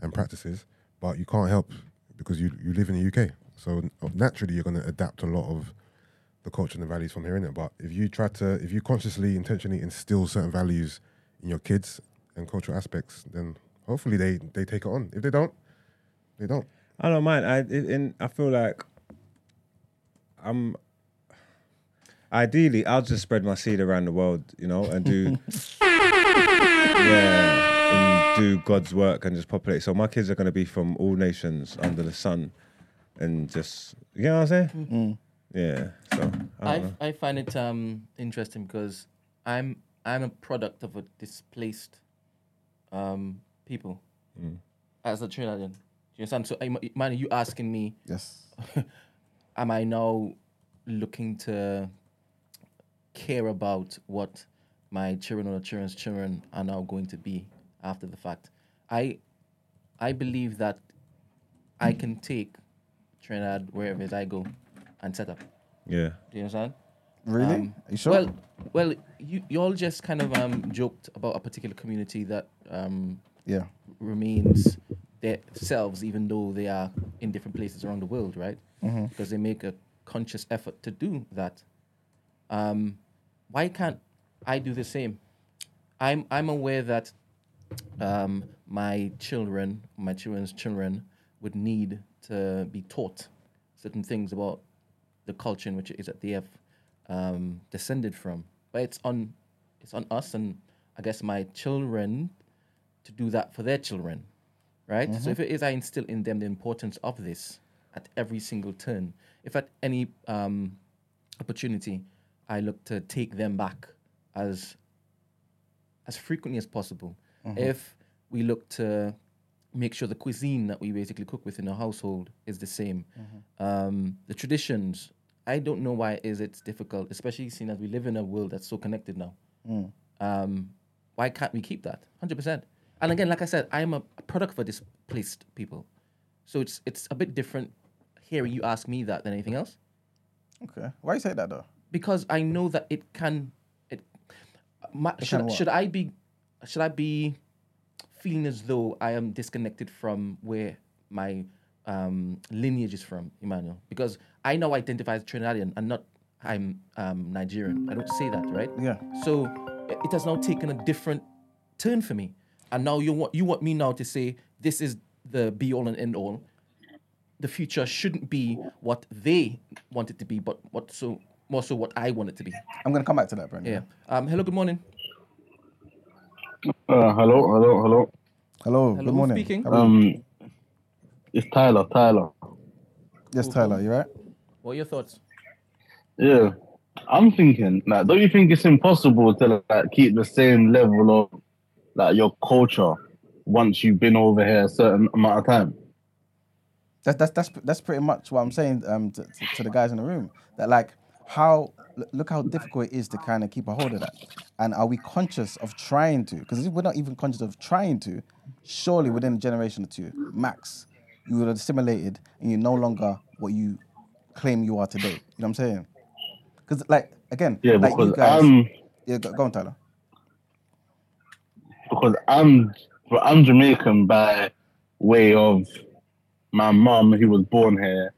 and practices, but you can't help because you you live in the UK, so uh, naturally you're going to adapt a lot of the culture and the values from here in it. But if you try to, if you consciously, intentionally instill certain values in your kids and cultural aspects, then hopefully they they take it on. If they don't, they don't. I don't mind. I it- in I feel like I'm. Ideally, I'll just spread my seed around the world, you know, and do. yeah, and do God's work and just populate. So my kids are going to be from all nations under the sun, and just you know what I'm saying? Yeah. So I don't I, know. I find it um, interesting because I'm I'm a product of a displaced um, people Mm. as a Trinidadian. Do you understand? So, I'm- man, you asking me, Yes. am I now looking to care about what my children or children's children are now going to be after the fact? I I believe that I can take Trinidad wherever it is I go and set up. yeah. Do you understand? Really? Um, Are you sure? Well, well, you you all just kind of um, joked about a particular community that um, yeah. remains themselves, even though they are in different places around the world, right? Because they make a conscious effort to do that. Um, why can't I do the same? I'm I'm aware that um, my children, my children's children, would need to be taught certain things about the culture in which it is that they have um, descended from. But it's on it's on us and I guess my children to do that for their children, right? So if it is I instill in them the importance of this at every single turn, if at any um, opportunity I look to take them back as as frequently as possible. If we look to make sure the cuisine that we basically cook within our household is the same, um, the traditions. I don't know why it is it's difficult, especially seeing as we live in a world that's so connected now. Um, why can't we keep that? Hundred percent. And again, like I said, I'm a product for displaced people, so it's it's a bit different hearing you ask me that than anything else Okay. Why you say that though? because I know that it can. It, my, should, can what? should I be, should I be, feeling as though I am disconnected from where my um, lineage is from, Emmanuel? Because I now identify as Trinidadian and not I'm um, Nigerian. I don't say that, right? Yeah. So i- it has now taken a different turn for me, and now you want you want me now to say this is the be all and end all the future shouldn't be what they want it to be, but what so more so what I want it to be. I'm gonna come back to that, Brendan. Yeah. Um. Hello. Good morning. Uh, hello, hello, hello. Hello, Hello, good who's morning. speaking? How are you? Um, it's Tyler, Tyler. yes, Tyler, you right? What are your thoughts? Yeah, I'm thinking. Like, don't you think it's impossible to like keep the same level of like your culture once you've been over here a certain amount of time? That's that's that's that's pretty much what I'm saying um to, to, to the guys in the room. That like how look- look how difficult it is to kind of keep a hold of that, and are we conscious of trying to? Because if we're not even conscious of trying to, surely within a generation or two max, you would have assimilated and you're no longer what you claim you are today. You know what I'm saying? Because like again, Yeah, like you because um, guys, I'm yeah, go, go on, Tyler. because I'm well, I'm Jamaican by way of my mum who was born here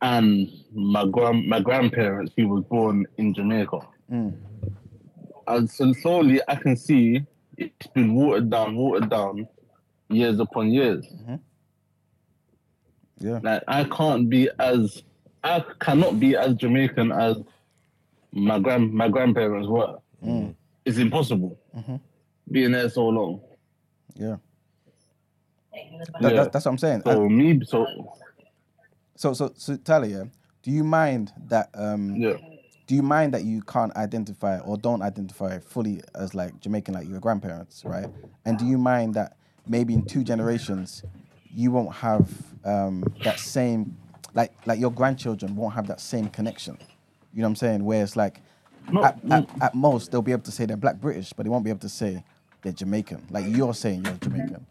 and my grand my grandparents who was born in Jamaica. And so slowly I can see it's been watered down, watered down years upon years. Yeah. Like I can't be as I cannot be as Jamaican as my grand my grandparents were. Mm. It's impossible Mm-hmm. being there so long. Yeah, That- yeah. that- that's what I'm saying. so me, so So so so Tyler, yeah. Do you mind that um yeah, do you mind that you can't identify or don't identify fully as like Jamaican like your grandparents, right? And do you mind that maybe in two generations you won't have um, that same, like like your grandchildren won't have that same connection. You know what I'm saying? Where it's like, No, at, at, at most they'll be able to say they're Black British, but they won't be able to say they're Jamaican. Like you're saying you're Jamaican.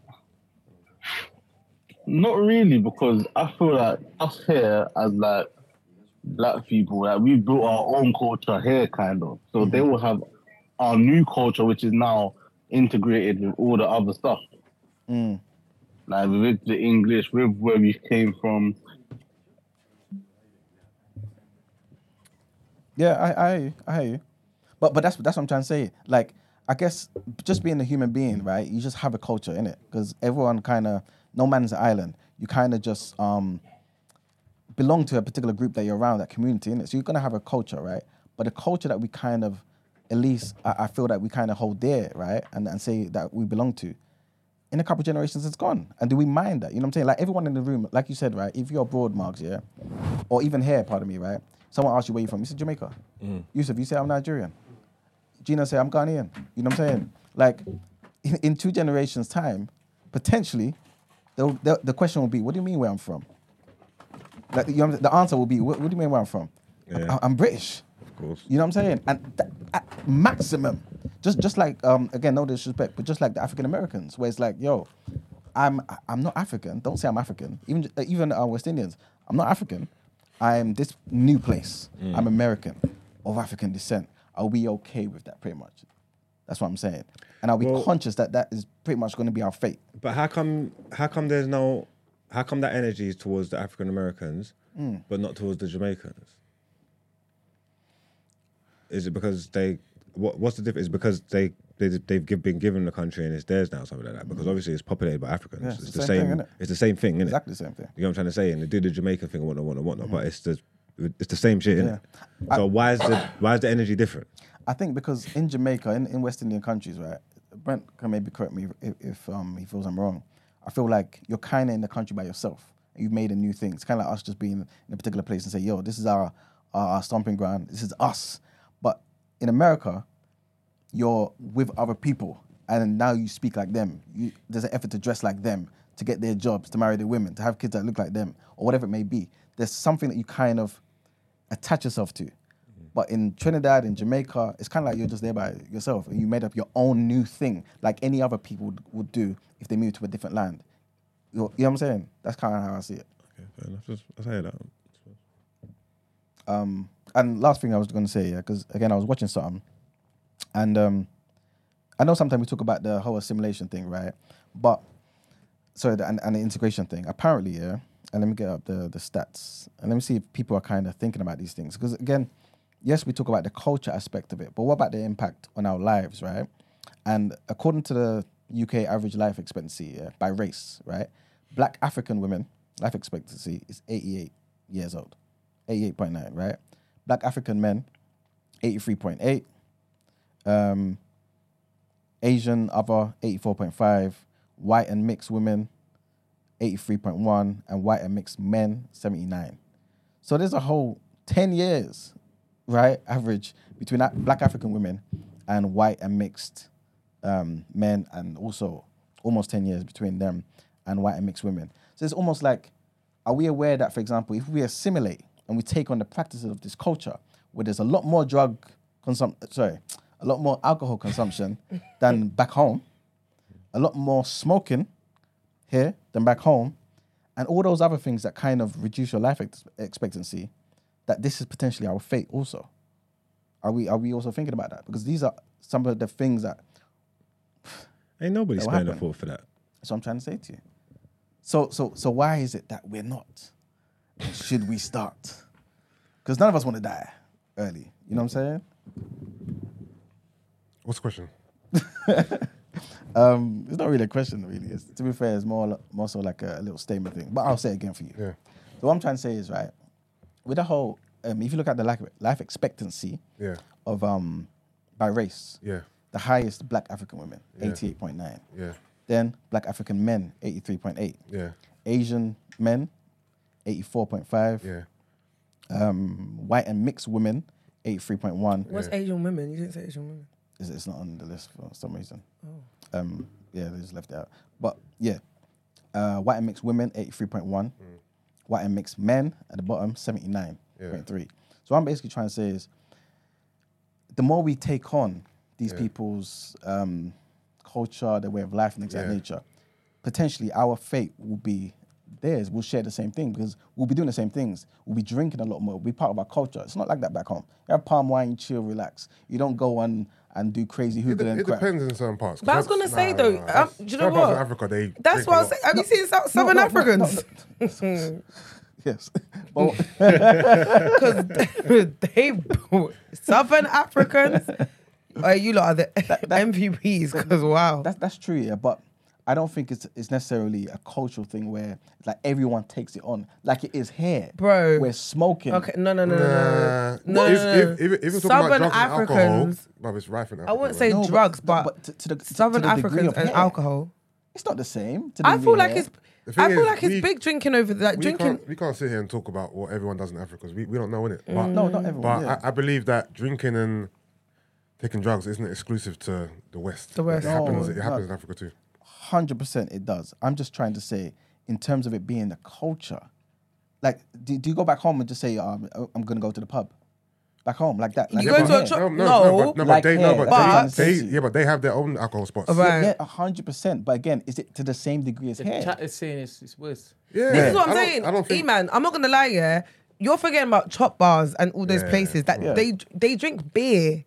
Not really, because I feel like us here as like black people, like we built our own culture here, kind of. So they will have our new culture, which is now integrated with all the other stuff, Mm. like with the English, with where we came from. Yeah, I, I, hear you, I hear you. But but that's that's what I'm trying to say. Like I guess just being a human being, right? You just have a culture in it because everyone kind of no man's an island. You kind of just um belong to a particular group that you're around, that community, innit? So you're gonna have a culture, right? But the culture that we kind of, at least I, I feel that we kind of hold dear, right? And and say that we belong to. In a couple of generations, it's gone. And do we mind that? You know what I'm saying? Like everyone in the room, like you said, right? If you're abroad, Marks, yeah, or even here, pardon me, right? Someone asks you where you're from. You say Jamaica. Mm. Yusuf, you say I'm Nigerian. Gina say I'm Ghanaian. You know what I'm saying? Like, in, in two generations' time, potentially, they'll, they'll- the question will be, what do you mean where I'm from? Like, you know, what I'm- the answer will be, what, what do you mean where I'm from? I'm- Yeah. I'm British. Of course. You know what I'm saying? And th- at maximum, just just like um, again, no disrespect, but just like the African Americans, where it's like, yo, I'm I'm not African. Don't say I'm African. Even uh, even uh, West Indians, I'm not African. I'm this new place. I'm American of African descent. I'll be okay with that, pretty much. That's what I'm saying, and I'll be Well- conscious that that is pretty much going to be our fate. But how come? How come there's no? How come that energy is towards the African Americans, Mm. but not towards the Jamaicans? Is it because they? What, what's the difference? It's because they they they've give, been given the country and it's theirs now, something like that. Because obviously it's populated by Africans. Mm. Yeah, it's, the same. thing, innit? it's the same thing, innit? Exactly the same thing. Mm. You know what I'm trying to say? And they do the Jamaican thing and whatnot, whatnot, whatnot. But it's the it's the same shit, innit? So why is the why is the energy different? I think because in Jamaica, in, in West Indian countries, right? Brent can maybe correct me if, if um, he feels I'm wrong. I feel like you're kind of in the country by yourself. You've made a new thing. It's kind of like us just being in a particular place and say, yo, this is our, our, our stomping ground. This is us. But in America, you're with other people and now you speak like them. You, there's an effort to dress like them, to get their jobs, to marry their women, to have kids that look like them, or whatever it may be. There's something that you kind of attach yourself to. But in Trinidad and Jamaica, it's kind of like you're just there by yourself and you made up your own new thing, like any other people would- would do if they moved to a different land. You're, you know what I'm saying? That's kind of how I see it. Okay, fair enough. Just, I say that. Um, and last thing I was going to say, yeah, because again, I was watching something, and um, I know sometimes we talk about the whole assimilation thing, right? But sorry, the, and, and the integration thing. Apparently, yeah. And let me get up the the stats, and let me see if people are kind of thinking about these things. Because again, yes, we talk about the culture aspect of it, but what about the impact on our lives, right? And according to the UK average life expectancy yeah, by race, right, Black African women life expectancy is 88 years old, 88.9, right? Black African men, 83.8. Um, Asian other 84.5, white and mixed women 83.1, and white and mixed men 79. So there's a whole 10 years, right, average between a- black African women and white and mixed um, men, and also almost 10 years between them and white and mixed women. So it's almost like, are we aware that, for example, if we assimilate and we take on the practices of this culture, where there's a lot more drug consumption, sorry, a lot more alcohol consumption than back home, a lot more smoking here than back home, and all those other things that kind of reduce your life ex- expectancy, that this is potentially our fate also. Are we are we also thinking about that? Because these are some of the things that Ain't nobody That'll spending a happen. thought for that. so I'm trying to say to you. So so so why is it that we're not? Should we start? Because none of us want to die early. You know what I'm saying? What's the question? Um, it's not really a question, really. It's, to be fair, it's more more so like a, little statement thing. But I'll say it again for you. Yeah. So what I'm trying to say is right with the whole. Um, if you look at the life, life expectancy Yeah. of um by race, Yeah. the highest Black African women, eighty-eight point nine. Yeah. Then Black African men, eighty-three point eight. Yeah. Asian men, eighty-four point five. Yeah. Um, white and mixed women, eighty-three point one. What's Asian women? You didn't say Asian women. It's, Oh. it's not on the list for some reason. Um, yeah, they just left it out. But yeah, Uh, white and mixed women, 83.1. Mm. White and mixed men at the bottom, 79.3. So what I'm basically trying to say is the more we take on these people's um, culture, their way of life, and things of that Yeah. nature, potentially our fate will be theirs. We'll share the same thing because we'll be doing the same things. We'll be drinking a lot more. We'll be part of our culture. It's not like that back home. You have palm wine, chill, relax. You don't go on and do crazy It, hoodoo de- and it crap. depends in certain parts. 'cause But I was that's- gonna say nah, though, nah, um, that's- do you know certain parts what? of Africa, they That's drink a what I'm lot. saying. Have you seen South, No, Southern no, no, no, Africans? no. yes. But Because they Southern Africans. Uh, you lot are the MVPs. Because wow, That's that's true, yeah. But I don't think it's it's necessarily a cultural thing where like everyone takes it on, like it is here, Bro. We're smoking. okay. No, no, no, no, no, Nah. no, no, if, no, no. If, if, if we're talking about Southern drugs and alcohol, Africans- but it's rife in Africa. I wouldn't say right? No, but- drugs, but, but to- to the- to- Southern to the degree Africans of and hair. alcohol. It's not the same. To I the feel real like hair. it's. The thing I feel is, like it's we- big drinking over there. Like we drinking. Can't, we can't sit here and talk about what everyone does in Africa because we, we don't know, innit? But, Mm. No, not everyone, But yeah. I, I believe that drinking and taking drugs isn't exclusive to the West. The West. It happens, No, it happens in no. Africa too. hundred percent it does. I'm just trying to say, in terms of it being the culture, like do, do you go back home and just say, um, oh, I'm gonna go to the pub, back home like that? Like You go it's to a here. church- No, no, No, no, but, no, but like they, here, no, but, that's what I'm they, saying. they, yeah, but they have their own alcohol spots. Alright. Yeah, hundred percent. But again, is it to the same degree as The here? chat is saying it's, it's worse. Yeah, This is what I I'm don't- saying. I don't think E-man, I'm not gonna lie, yeah. You're forgetting about chop bars and all those Yeah. places that Yeah. they they drink beer.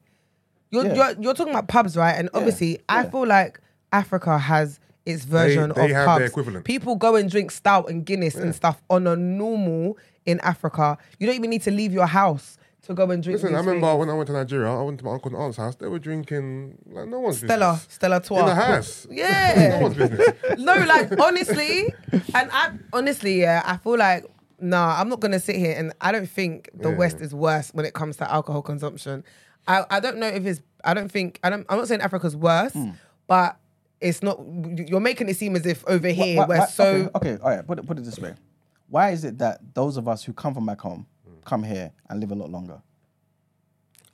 You're, Yeah. you're you're talking about pubs, right? And obviously, I feel like Africa has its version they have of their pubs. equivalent. People go and drink stout and Guinness and stuff on a normal in Africa. You don't even need to leave your house to go and drink. Listen, these I remember things. when I went to Nigeria, I went to my uncle and aunt's house. They were drinking like no one's Stella, business. Stella in the Twa. house. Yeah. no one's business. no, like honestly, and I honestly, yeah, I feel like nah, I'm not gonna sit here and I don't think the West is worse when it comes to alcohol consumption. I, I don't know if it's I don't think I don't I'm not saying Africa's worse, but it's not you're making it seem as if over Why- here why- we're why- so okay, okay, all right. Put it put it this way: Why is it that those of us who come from back home Hmm. come here and live a lot longer?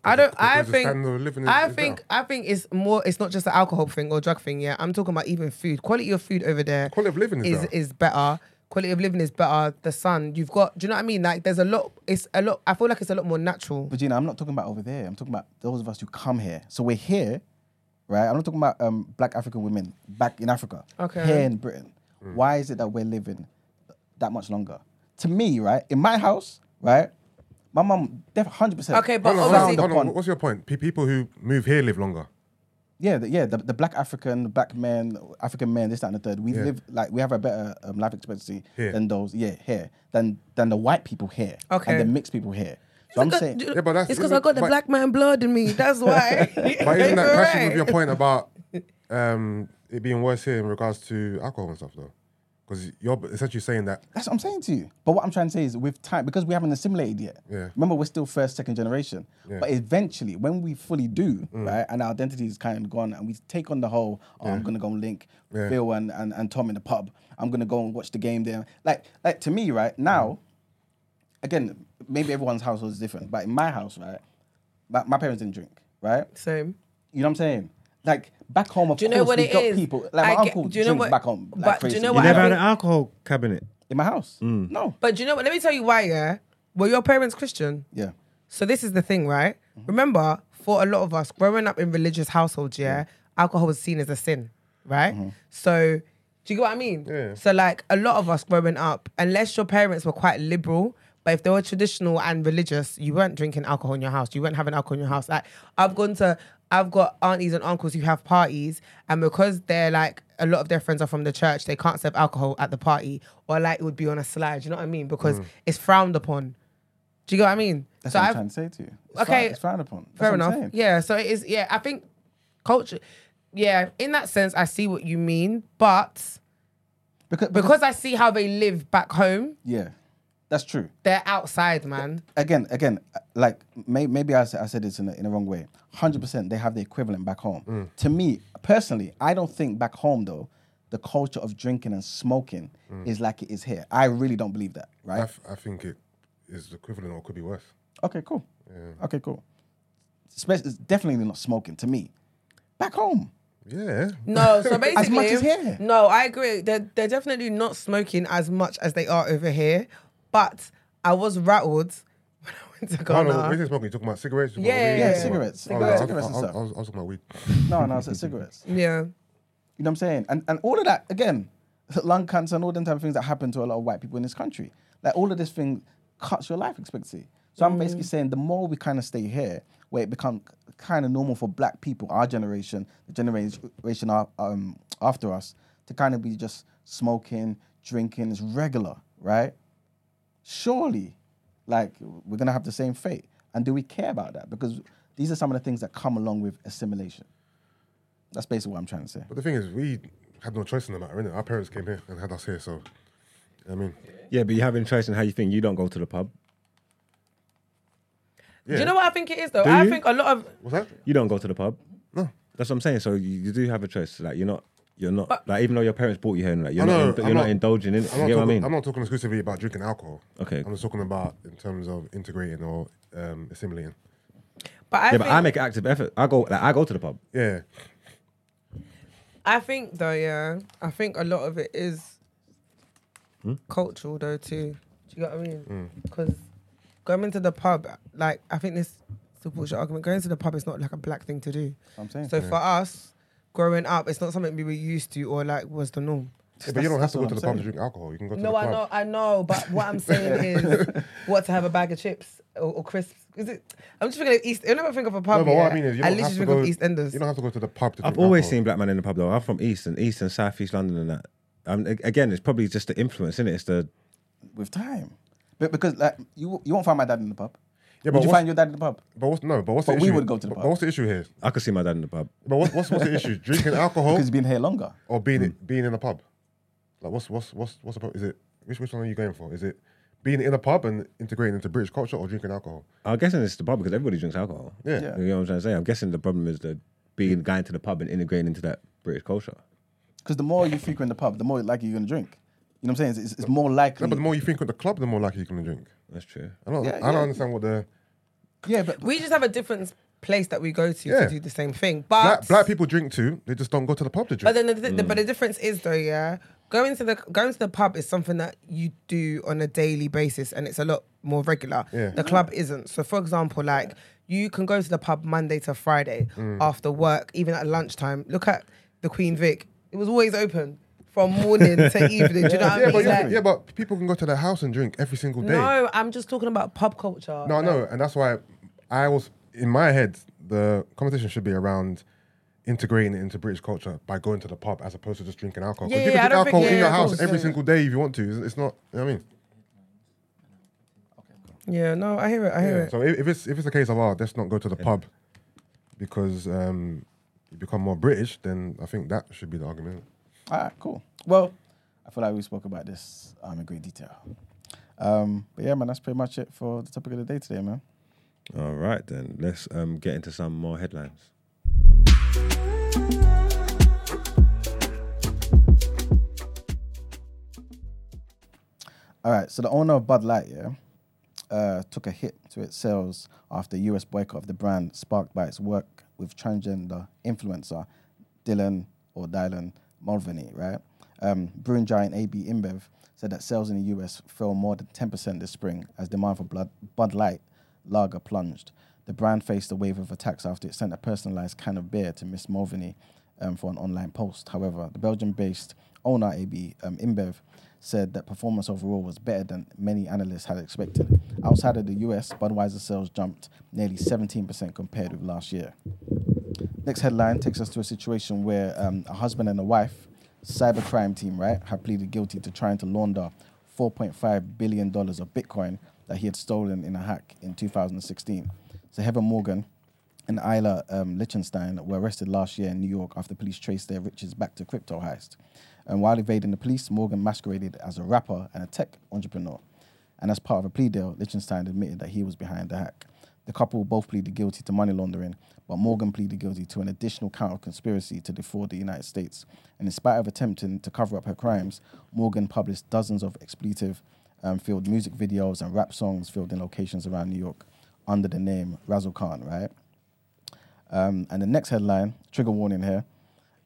I don't I Because the standard of think living is- I is think better. I think it's more it's not just the alcohol thing or drug thing, yeah. I'm talking about even food. Quality of food over there Quality of living is is, better. is better. Quality of living is better. The sun, you've got. Do you know what I mean? Like, there's a lot. It's a lot. I feel like it's a lot more natural. But Gina, I'm not talking about over there. I'm talking about those of us who come here. So we're here, right? I'm not talking about um, black African women back in Africa. Okay. Here in Britain. Mm. Why is it that we're living that much longer? To me, right? In my house, right? My mum, def- 100%. Okay, but Hold on, obviously- hold on, hold upon- on. What's your point? Pe- People who move here live longer. Yeah, the, yeah. The, the black African, the black men, African men, this, that, and the third. We live like we have a better um, life expectancy Here. than those. Yeah, here than than the white people here Okay. and the mixed people here. So I'm Because- saying do- Yeah, but that's- it's because I got the but- black man blood in me. That's why. But isn't that You're clashing with right. your point about um, it being worse here in regards to alcohol and stuff though? Because you're essentially saying that That's what I'm saying to you. But what I'm trying to say is, with time, because we haven't assimilated yet. Yeah. Remember, we're still first, second generation. But eventually, when we fully do, Mm. right, and our identity is kind of gone, and we take on the whole, oh, I'm gonna go and link Yeah. Phil and, and and Tom in the pub. I'm gonna go and watch the game there. Like like to me, right now, Mm. again, maybe everyone's household is different, but in my house, right, my, my parents didn't drink, right. Same. You know what I'm saying? Like back home, of Do you know course, what we it got is? people. Like my I get- uncle do you know drinks what- back home. Like, but do you crazy. know You what But I never had an think- alcohol cabinet. Mm. in my house? No. But do you know what? Let me tell you why. Yeah. Were your parents Christian? Yeah. So this is the thing, right? Remember, for a lot of us growing up in religious households, yeah, alcohol was seen as a sin, right? So do you get what I mean? Yeah. So like a lot of us growing up, unless your parents were quite liberal, but if they were traditional and religious, you weren't drinking alcohol in your house. You weren't having alcohol in your house. Like I've gone to I've got aunties and uncles who have parties and because they're like a lot of their friends are from the church, they can't serve alcohol at the party or like it would be on a slide, you know what I mean? Because it's frowned upon. Do you get what I mean? That's so what I'm I've- trying to say to you. It's Okay. frowned- it's frowned upon. That's Fair what I'm enough. saying. Yeah. So it is. Yeah. I think culture. Yeah. In that sense, I see what you mean, but Because, because, because I see how they live back home, yeah, that's true. they're outside, man. Again, again, uh, like may, maybe I, sa- I said this in a, in a wrong way. Hundred percent, they have the equivalent back home. To me personally, I don't think back home though, the culture of drinking and smoking is like it is here. I really don't believe that. I, Right? f- I think it is the equivalent or could be worse. okay, cool. Okay, cool. Especially, it's definitely not smoking to me. Back home, Yeah. No, so basically, As much as here. No, I agree. They're they're definitely not smoking as much as they are over here. But I was rattled when I went to No, Ghana. no, we didn't smoke. You're talking about cigarettes? you're Yeah, talking yeah, about yeah. weed, you're Cigarettes, talking about- cigarettes, Oh, cigarettes and I- I- stuff. I was- I was talking about weed. No, no, it's like cigarettes. yeah. You know what I'm saying? And and all of that again, lung cancer and all them type of things that happen to a lot of white people in this country. Like all of this thing cuts your life expectancy. So I'm basically saying the more we kind of stay here, where it become kind of normal for black people, our generation, the generation a- um, after us, to kind of be just smoking, drinking, it's regular, right? Surely, like we're gonna have the same fate. And do we care about that? Because these are some of the things that come along with assimilation. That's basically what I'm trying to say. But the thing is, we had no choice in the matter, innit? Our parents came here and had us here, so. I mean, Yeah, but you have interest in how you think. You don't go to the pub. Do you know what I think it is though? Do I you? think a lot of what's that? You don't go to the pub. No, that's what I'm saying. So you, you do have a choice. Like you're not, you're not. like even though your parents brought you here, and like you're I not, know, in- I'm you're not, not- indulging in. it. I'm You not, get what I talking, mean? I'm not talking exclusively about drinking alcohol. Okay. I'm just talking about in terms of integrating or um, assimilating. but I yeah, think, but I make an active effort. I go, like I go to the pub. Yeah. I think though, yeah. I think a lot of it is Hmm? cultural though too. Do you know what I mean? Because going into the pub, like I think this supports your argument. Going to the pub is not like a black thing to do. I'm saying. So for us, growing up, it's not something we were used to or like was the norm. Yeah, but you don't have that's to go what to I'm the pub to saying. drink alcohol. You can go to No, the I club. know, I know, but what I'm saying is, what to have a bag of chips or, or crisps? Is it? I'm just thinking of East. I never think of a pub. No, but what yeah. I mean is, you I don't, literally have to think go, of East Enders. you don't have to go to the pub to drink I've always alcohol. seen black men in the pub though. I'm from East and East and South East London and that. Um, a- again, it's probably just the influence in it. It's the with time. But because like you you won't find my dad in the pub. Yeah, but Would you what's- find your dad in the pub? But what's no? But what's But the we issue? would go to the but pub. What's the issue here? I could see my dad in the pub. But what's what's, what's the issue? Drinking alcohol Because he's been here longer. Hmm. or being being in a pub? Like what's what's what's what's the pro- is it? Which which one are you going for? Is it being in a pub and integrating into British culture or drinking alcohol? I'm guessing it's the pub because everybody drinks alcohol. Yeah. Yeah. You know what I'm trying to say? I'm guessing the problem is the being going to the pub and integrating into that British culture. Because the more you frequent the pub, the more likely you're gonna drink. You know what I'm saying? It's, it's more likely. No, but the more you frequent the club, the more likely you're gonna drink. That's true. I don't Uh, Yeah, I don't yeah. understand what the yeah, but we just have a different place that we go to Yeah. to do the same thing. But black, Mm. black people drink too. They just don't go to the pub to But drink. then, the, the, but the difference is though, yeah, going to the going to the pub is something that you do on a daily basis, and it's a lot more regular. Yeah. The club isn't. So, for example, like you can go to the pub Monday to Friday Mm. after work, even at lunchtime. Look at the Queen Vic; it was always open from Hmm. morning to evening. Do you know what yeah, I mean? but yeah, Like, yeah, but people can go to their house and drink every single day. no, I'm just talking about pub culture. No, no, and that's why I was in my head. The competition should be around integrating it into British culture by going to the pub as opposed to just drinking alcohol. 'Cause Yeah, you yeah, can I drink don't think- alcohol yeah, in yeah, your of house course, every yeah, single day if you want to. It's, it's not. You know what I mean, Yeah, no, I hear it. I hear it. so if, if it's if it's a case of oh, let's not go to the pub because um, you become more British, then I think that should be the argument. all right, cool. Well, I feel like we spoke about this um, in great detail. Um, but yeah, man, that's pretty much it for the topic of the day today, man. All right, then let's um, get into some more headlines. All right, so the owner of Bud Light, yeah, uh, took a hit to its sales after U.S. boycott of the brand sparked by its work with transgender influencer Dylan or Dylan Mulvaney, right? Um, brewing giant AB InBev said that sales in the U.S. fell more than 10% this spring as demand for blood, Bud Light lager plunged. The brand faced a wave of attacks after it sent a personalized can of beer to Miss Mulvaney um, for an online post. However, the Belgian-based owner AB um, InBev said that performance overall was better than many analysts had expected. Outside of the US, Budweiser sales jumped nearly 17% compared with last year. Next headline takes us to a situation where um, a husband and a wife, cybercrime team, right, have pleaded guilty to trying to launder $4.5 billion of Bitcoin that he had stolen in a hack in 2016. So Heather Morgan and Isla um, Lichtenstein were arrested last year in New York after police traced their riches back to crypto heist. And while evading the police, Morgan masqueraded as a rapper and a tech entrepreneur. And as part of a plea deal, Lichtenstein admitted that he was behind the hack. The couple both pleaded guilty to money laundering, but Morgan pleaded guilty to an additional count of conspiracy to defraud the United States. And in spite of attempting to cover up her crimes, Morgan published dozens of expletive um, filled music videos and rap songs filled in locations around New York under the name Razzle Khan, right? Um, and the next headline, trigger warning here.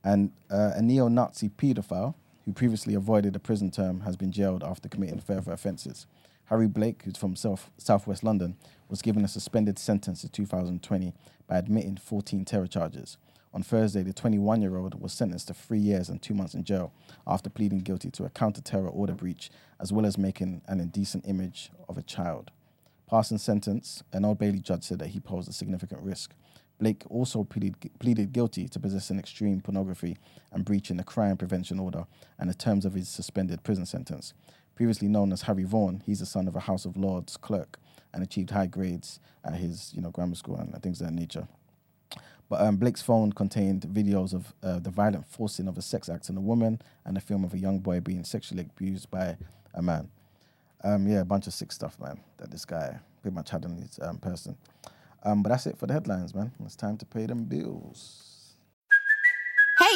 And uh, a neo Nazi paedophile who previously avoided a prison term has been jailed after committing further offences. Harry Blake, who's from South Southwest London, was given a suspended sentence in 2020 by admitting 14 terror charges. On Thursday, the 21 year old was sentenced to three years and two months in jail after pleading guilty to a counter terror order breach as well as making an indecent image of a child. Passing sentence, an Old Bailey judge said that he posed a significant risk. Blake also pleaded, pleaded guilty to possessing extreme pornography and breaching the crime prevention order and the terms of his suspended prison sentence. Previously known as Harry Vaughan, he's the son of a House of Lords clerk and achieved high grades at his you know, grammar school and things of that nature. But um, Blake's phone contained videos of uh, the violent forcing of a sex act on a woman and a film of a young boy being sexually abused by a man. Um, yeah, a bunch of sick stuff, man, that this guy pretty much had on his um, person. Um, but that's it for the headlines, man. It's time to pay them bills. Hey,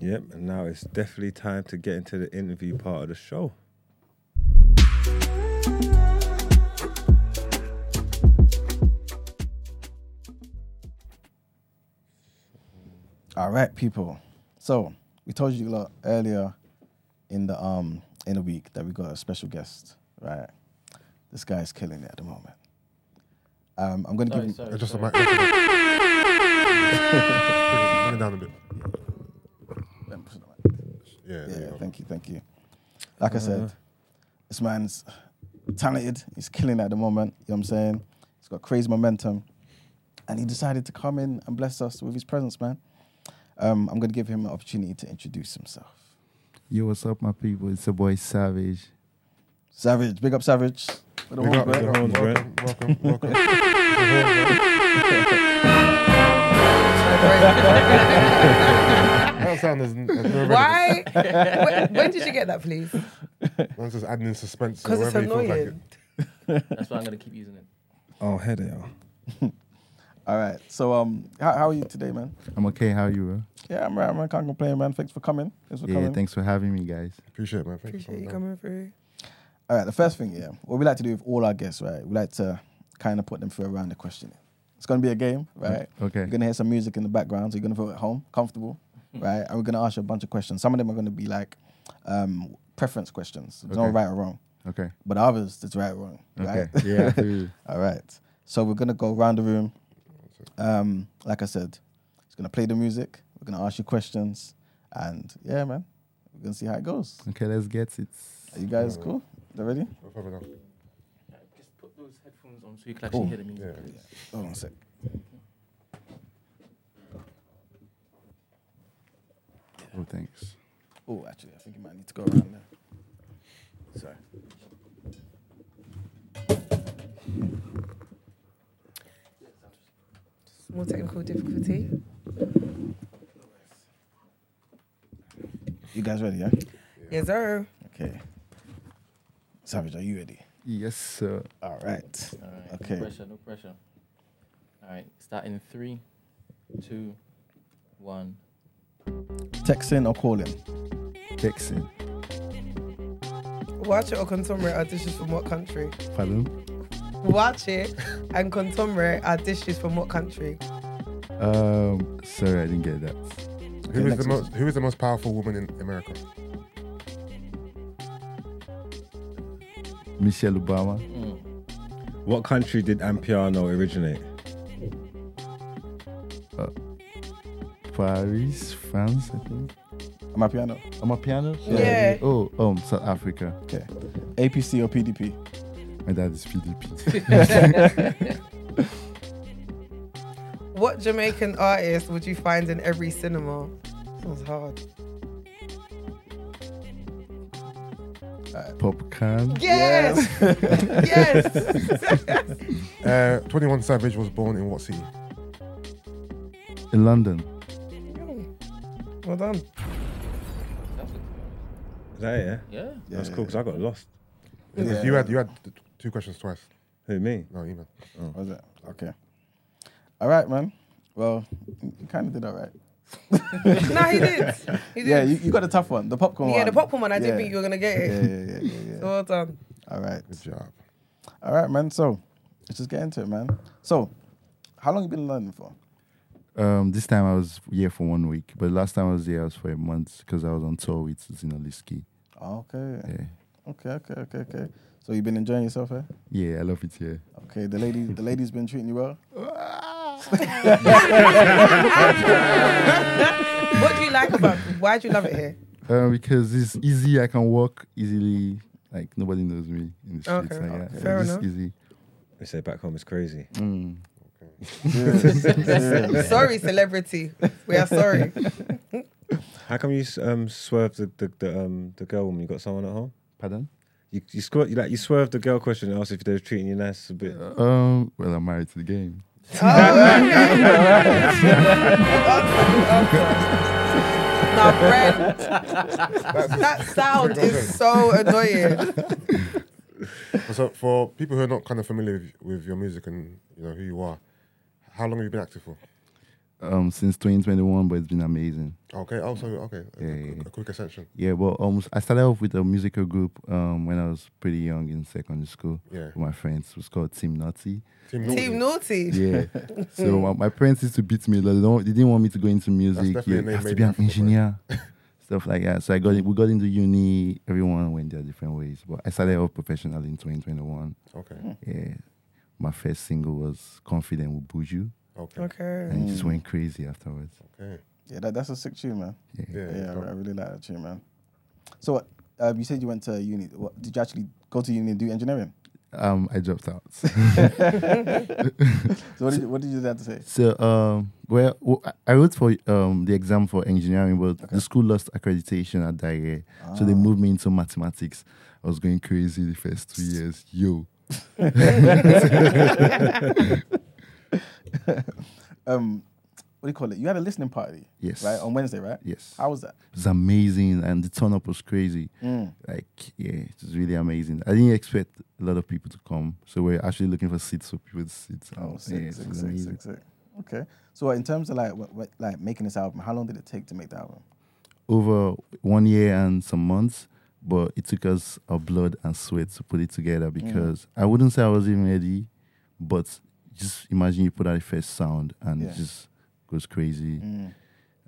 Yep, and now it's definitely time to get into the interview part of the show. All right, people. So we told you lot earlier in the um in the week that we got a special guest, right? This guy's killing it at the moment. Um, I'm gonna give Sorry, It's him. sorry, just a sorry. mic. Bring it down a bit. Yeah, there you Yeah, go. thank you, thank you. Like I Uh-huh. said, this man's talented. He's killing it at the moment. You know what I'm saying? He's got crazy momentum. And he decided to come in and bless us with his presence, man. Um, I'm going to give him an opportunity to introduce himself. Yo, what's up, my people? It's your boy Savage. Savage, big up Savage. With the Big horns, up, bro. big up. Horns, bro. Welcome, welcome, welcome. That sound is Why? when, when did you get that, please? One's just adding in suspense. Because it's wherever you feel like it. annoying. That's why I'm gonna keep using it. Oh, here they are. All right. So, um, how, how are you today, man? I'm okay. How you, bro? Yeah, I'm right. I'm right. Can't complain, man. Thanks for coming. Thanks for yeah, coming. thanks for having me, guys. Appreciate it, man. Thank Appreciate you. you for coming coming through. All right, the first thing, yeah, what we like to do with all our guests, right? We like to kind of put them through a round of questioning. It's going to be a game, right? Mm, okay. You're going to hear some music in the background, so you're going to feel at home, comfortable, right? And we're going to ask you a bunch of questions. Some of them are going to be like um, preference questions. There's no Okay. right or wrong, Okay. but others, there's right or wrong, Okay. right? Yeah. I feel you. All right. So we're gonna go around the room. Um, like I said, it's gonna play the music. We're gonna ask you questions, and yeah, man, we're gonna see how it goes. okay, let's get it. Are you guys cool? You ready? We'll probably not. Just put those headphones on so you can actually hear the music. Hold on a sec. Oh, thanks. Oh, actually, I think you might need to go around there. Sorry. Small technical difficulty. You guys ready? Yeah. Yes, sir. Okay. Savage, are you ready? Yes, sir. All right. All right. Okay. No pressure. No pressure. All right. Start in three, two, one. Texting or calling? Texting. Watch it or consummate our dishes from what country? Pardon? Watch it and consummate our dishes from what country? Um, sorry, I didn't get that. Who is next the most? Who is the most powerful woman in America? Michelle Obama. Mm. What country did Ampiano originate? Uh, Paris, France, I think. Am I piano? Am I piano? Yeah. Oh, um, South Africa. Okay. APC or PDP? My dad is PDP. What Jamaican artist would you find in every cinema? Sounds hard. Popcorn. Yes! Yes! Uh, Twenty One Savage was born in what city? In London. well done. Is that it, yeah? Yeah. That's cool because I got lost. You had you had th- two questions twice. Who, me? No, email. Was it? Okay. All right, man. Well, you kind of did all right. no, he did. He did. Yeah, you, you got a tough one. The popcorn Yeah, one. the popcorn one. I Yeah. didn't think you were gonna get it. Yeah, yeah, yeah, yeah, yeah. So well done. All right. Good job. All right, man. So let's just get into it, man. So, how long you been in London for? Um, this time I was here for one week, but last time I was here I was for a month because I was on tour with Zinoliski. Okay. Yeah, Okay, okay, okay, okay. So you've been enjoying yourself here? yeah, I love it here. Okay, the lady the lady's been treating you well? What do you like about? Why do you love it here? Uh, because it's easy. I can walk easily. Like nobody knows me in the streets. Okay, like, okay. yeah, Fair just enough. easy. They say back home is crazy. Mm. Serious, serious. Sorry, celebrity. We are sorry. How come you um swerved the the, the um the girl when you got someone at home? Pardon? You you, squ- you like you swerved the girl question and asked if they were treating you nice a bit. Um, well, I'm married to the game. Now, Brent, that sound is so annoying. So for people who are not kind of familiar with, with your music and you know who you are, how long have you been active for? Um, since 2021, but it's been amazing. Okay. Oh, so okay. A, Yeah, yeah, a, yeah. a quick ascension. Yeah, well, almost. I started off with a musical group um, when I was pretty young in secondary school. Yeah. with my friends it was called Team Naughty. Team Naughty. Team Naughty. Yeah. so my, my parents used to beat me. Like, they, don't, they didn't want me to go into music. definitely a You name have to made be an in Africa, right? engineer, stuff like that. So I got in, we got into uni. Everyone went their different ways, but I started off professionally in 2021. Okay. Hmm. Yeah. My first single was "Confident with Buju," Okay. Okay. and it just went crazy afterwards. Okay. Yeah, that, that's a sick tune, man. Yeah. Yeah. Yeah, I, go- I really like that tune, man. So um, you said you went to uni. What, did you actually go to uni and do engineering? Um, I dropped out. So what did you, what did you have to say? So, um, well, w- I- I wrote for um, the exam for engineering, but the school lost accreditation at that year. So Ah. they moved me into mathematics. I was going crazy the first two years. Yo. Um, what do you call it? You had a listening party. Yes. Right on Wednesday, right? Yes. How was that? Mm. It was amazing, and the turn up was crazy. Like, yeah, it was really amazing. I didn't expect a lot of people to come. So we're actually looking for seats for people to sit. Oh, Yeah, sick, it sick, was sick, amazing. sick, sick. Okay. So in terms of like what, what, like making this album, how long did it take to make the album? over one year and some months, but it took us our blood and sweat to put it together because I wouldn't say I was even ready, but just imagine you put out the first sound and Yeah. it just goes crazy. Mm.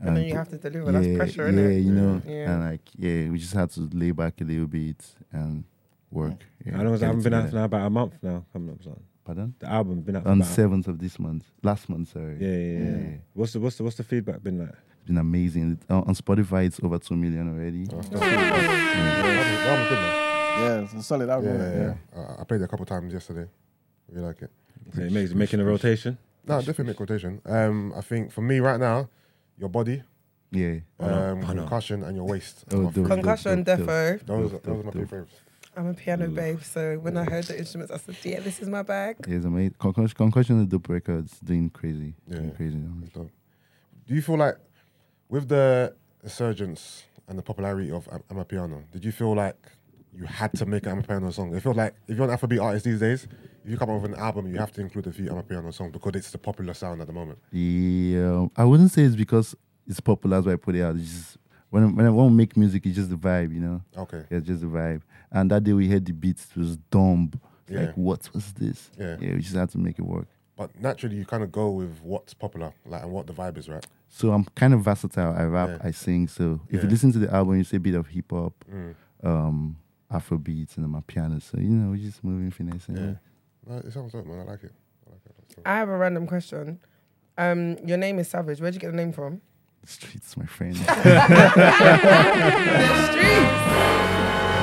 And then you put- have to deliver. That's pressure, isn't yeah, it? you know, Yeah. and like, yeah, we just had to lay back a little bit and work. Mm. Yeah, How long has get I it haven't been out together. for now? About a month now. Coming up something. Pardon? The album been out for On the about seventh of this month, last month, sorry. yeah, yeah, yeah, Yeah. What's the what's the what's the feedback been like? It's been amazing. It- on on Spotify, it's over two million already. Oh. That album's good, man. Yeah, it's a solid Yeah, album. yeah, Yeah. yeah. Uh, I played it a couple times yesterday. Really like it. So it makes making a rotation. No, definitely make rotation. Um, I think for me right now, your body, Yeah. um, concussion, and your waist. are my dope, three- dope, Concussion, dope, dope. defo. Those, are- those are my three favorites. I'm a piano babe, so when I heard the instruments, I said, "Yeah, this is my bag." It's amazing. Concussion, concussion is dope record. It's doing crazy. Yeah. Doing crazy. now. It's dope. Do you feel like with the insurgence and the popularity of Am- Amapiano, did you feel like you had to make an Amapiano song? It feels like if you're an Afrobeat artist these days, if you come up with an album, you have to include a few Amapiano songs because it's the popular sound at the moment. Yeah, um, I wouldn't say it's because it's popular as I put it out. It's just when when I want to make music, it's just the vibe, you know. Okay. Yeah, It's just the vibe. And that day we heard the beats, it was dumb. It's Yeah. Like what was this? Yeah. yeah, we just had to make it work. But naturally, you kind of go with what's popular, like and what the vibe is, right? So I'm kind of versatile. I rap, Yeah. I sing. So if Yeah. Mm. you listen to the album, you see a bit of hip hop, um, Afro beats, and then my piano. So you know, we just moving, finessing. Yeah. No, it sounds dope, man. I like it. I like it. That's dope. I have a random question. Um, your name is Savage. Where'd you get the name from? The streets, my friend. the streets.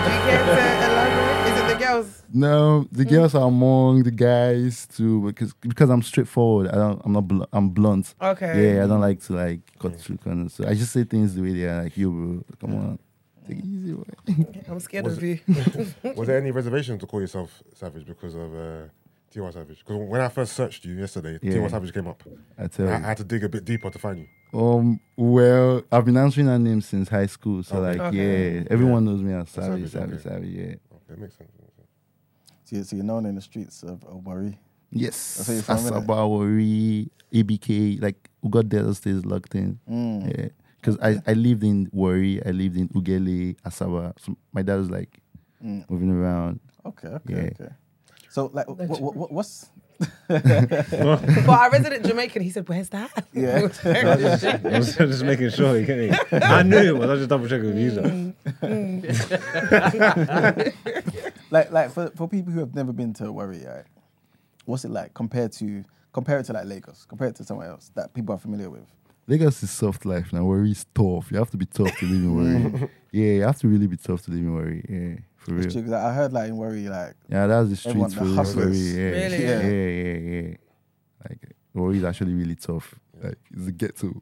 Do you care to elaborate? Is it the girls? No, the girls are among the guys too because because I'm straightforward. I don't. I'm not. Bl- I'm blunt. Okay. Yeah, I don't like to like cut through corners. So I just say things the way they are. Like, yo, bro, come on, take it easy. Bro. I'm scared Was of you. Was there any reservation to call yourself Savage because of uh, T.Y. Savage? Because when I first searched you yesterday, Yeah. T.Y. Savage came up. I I, tell I you. had to dig a bit deeper to find you. Um, well, I've been answering her name since high school, so Okay. like, Okay. yeah, everyone knows me as Savvy, Savvy, Savvy, okay. Savvy, yeah. Okay, makes sense. makes sense. So, you- so you're known in the streets of Obari. Yes, where you're from, innit? Asabawari, EBK, like Uga Delta stays locked in. Mm. Yeah, because I, I lived in Wari, I lived in Ugele, Asaba. So my dad was like Mm. moving around. Okay, okay, Yeah. okay. So like, wh- wh- wh- what's But our resident Jamaican, he said, "Where's that?" Yeah. I was just making sure you get me. I knew it was. I was just double checking with you. though. like like for, for people who have never been to Warri, right, what's it like compared to compare it to like Lagos, compare it to somewhere else that people are familiar with? Lagos is soft life now. Worry is tough. You have to be tough to live in Worry. yeah, you have to really be tough to live in Worry. Yeah, for real. It's true, 'cause I heard like in Warri, like Yeah, that's the Everyone streets that for real, hustles. for real, Yeah. Really, yeah, yeah. yeah, yeah. Like Worry is actually really tough. Like it's a ghetto.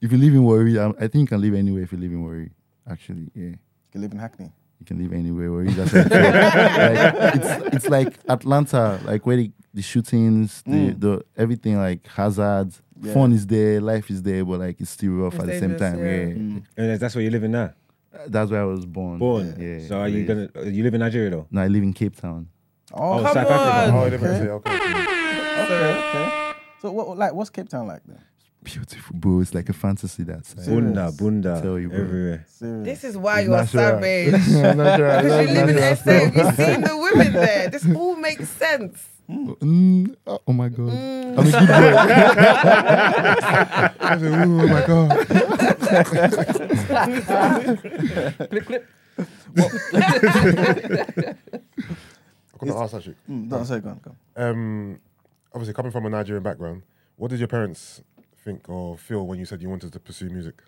If you live in Worry, I, I think you can live anywhere if you live in Worry. Actually, yeah. you live in Hackney. You can live anywhere where you actually feel. like, it's, it's like Atlanta, like where the, the shootings, the, Mm. the everything like hazards, Yeah. fun is there, life is there, but like it's still rough It's at the same dangerous, time. yeah. Yeah. Hmm. Mm. And that's- that's where you're living now. That's where I was born. Born. Yeah. so are you village. gonna? are You live in Nigeria though. No, I live in Cape Town. Oh, Oh, Come South Africa. on. Oh, you live in SA, okay. okay, okay. So what like what's Cape Town like then? Beautiful, bro. It's like a fantasy that side. Bunda, bunda, Tell you, bro. everywhere. Serious. This is why It's you are natural. savage. Natural, I Because love you live in natural SA, stuff. you've seen the women there. This all makes sense. Mm, oh oh my god. Mm. I'm a good boy. I said, "Ooh, oh my god. oh Clip, clip. I couldn't ask actually. Mm, don't say go on, go on. Um, obviously, coming from a Nigerian background, what did your parents think or feel when you said you wanted to pursue music?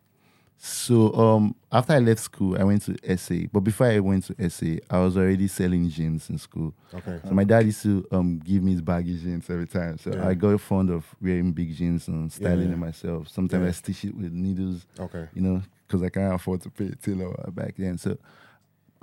So um, after I left school, I went to SA. But before I went to SA, I was already selling jeans in school. Okay. So my dad used to um give me his baggy jeans every time. So Yeah. I got fond of wearing big jeans and styling yeah. it myself. Sometimes Yeah. I stitch it with needles, Okay. you know, because I can't afford to pay tailor back then. So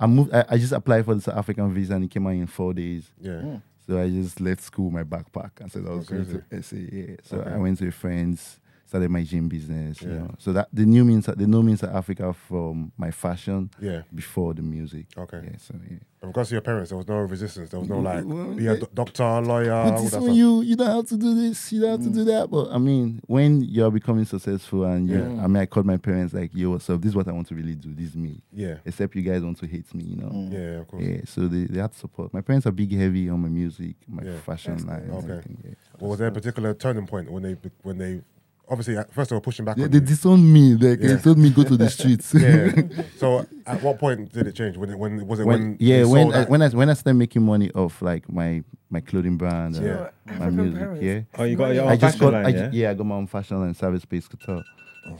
I moved. I, I just applied for the South African visa and it came out in four days. Yeah. So I just left school with my backpack and said I was Okay. going to SA. Yeah. So I went to a friend's, started my gym business. You Yeah. know. So that they knew me in, Sou- they know me in South Africa from my fashion Yeah. before the music. Okay. Yeah. So yeah. And regards to your parents, there was no resistance. There was no like, Well, be a do- doctor, lawyer, all Oh, But that this stuff. one, you you don't have to do this, you don't have Mm. Hmm. to do that. But I mean, when you're becoming successful and you, Yeah. I mean, I called my parents like, "Yo, what's up? This is what I want to really do. This is me." Yeah. Hmm. Except you guys want to hate me, you know. Yeah, of course. Yeah, so they, they had support. My parents are big heavy on my music, my Yeah. fashion line. and Okay. everything, yeah. Well, was there a particular turning point when they, when they, obviously, at first they were pushing back They, on they you. disowned me. Like, Yeah. They told me go to the streets. Yeah. so at what point did it change? When it, when was it when, when, yeah, you saw when I, that- when I when I started making money off like my my clothing brand, and Yeah. my African music, parents. yeah. Oh, you got your own I just fashion got, line, I yeah? ju- yeah, I got my own fashion line, Savage Space Guitar.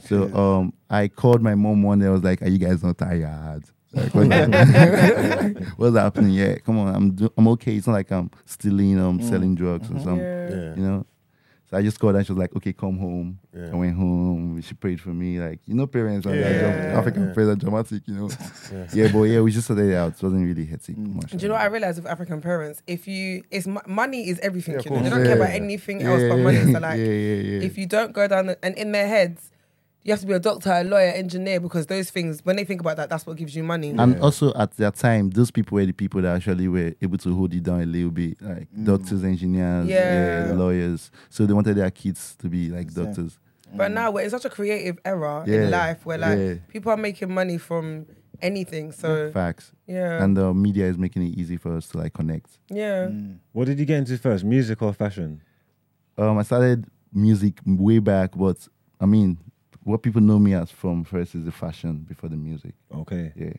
So um, I called my mom one day. I was like, "Are you guys not tired? Like, what's, happening? What's happening? Yeah, come on, I'm do- I'm okay. It's not like I'm stealing, um, selling drugs or something, Mm. Mm-hmm. Yeah. you know." So I just called her. She was like, "Okay, come home." Yeah. I went home. She prayed for me, like you know, parents like Yeah. yeah. African Yeah. parents are dramatic, you know. Yeah. yeah. but yeah, we just started out. It wasn't really hectic much. Do you know what I realized with African parents? If you, it's mo- money is everything. Yeah, of you know? They course. don't care about Yeah. anything Yeah, else but yeah, money. yeah. So like, Yeah, yeah, yeah. if you don't go down the, and in their heads, you have to be a doctor, a lawyer, engineer because those things. When they think about that, that's what gives you money. And also at that time, those people were the people that actually were able to hold it down a little bit, like doctors, engineers, Yeah. yeah, lawyers. So they wanted their kids to be like doctors. But now we're in such a creative era Yeah. in life where like Yeah. people are making money from anything. So Facts. yeah, And the media is making it easy for us to like connect. yeah. What did you get into first, music or fashion? Um, I started music way back, but I mean, what people know me as from first is the fashion before the music. Okay. Yeah.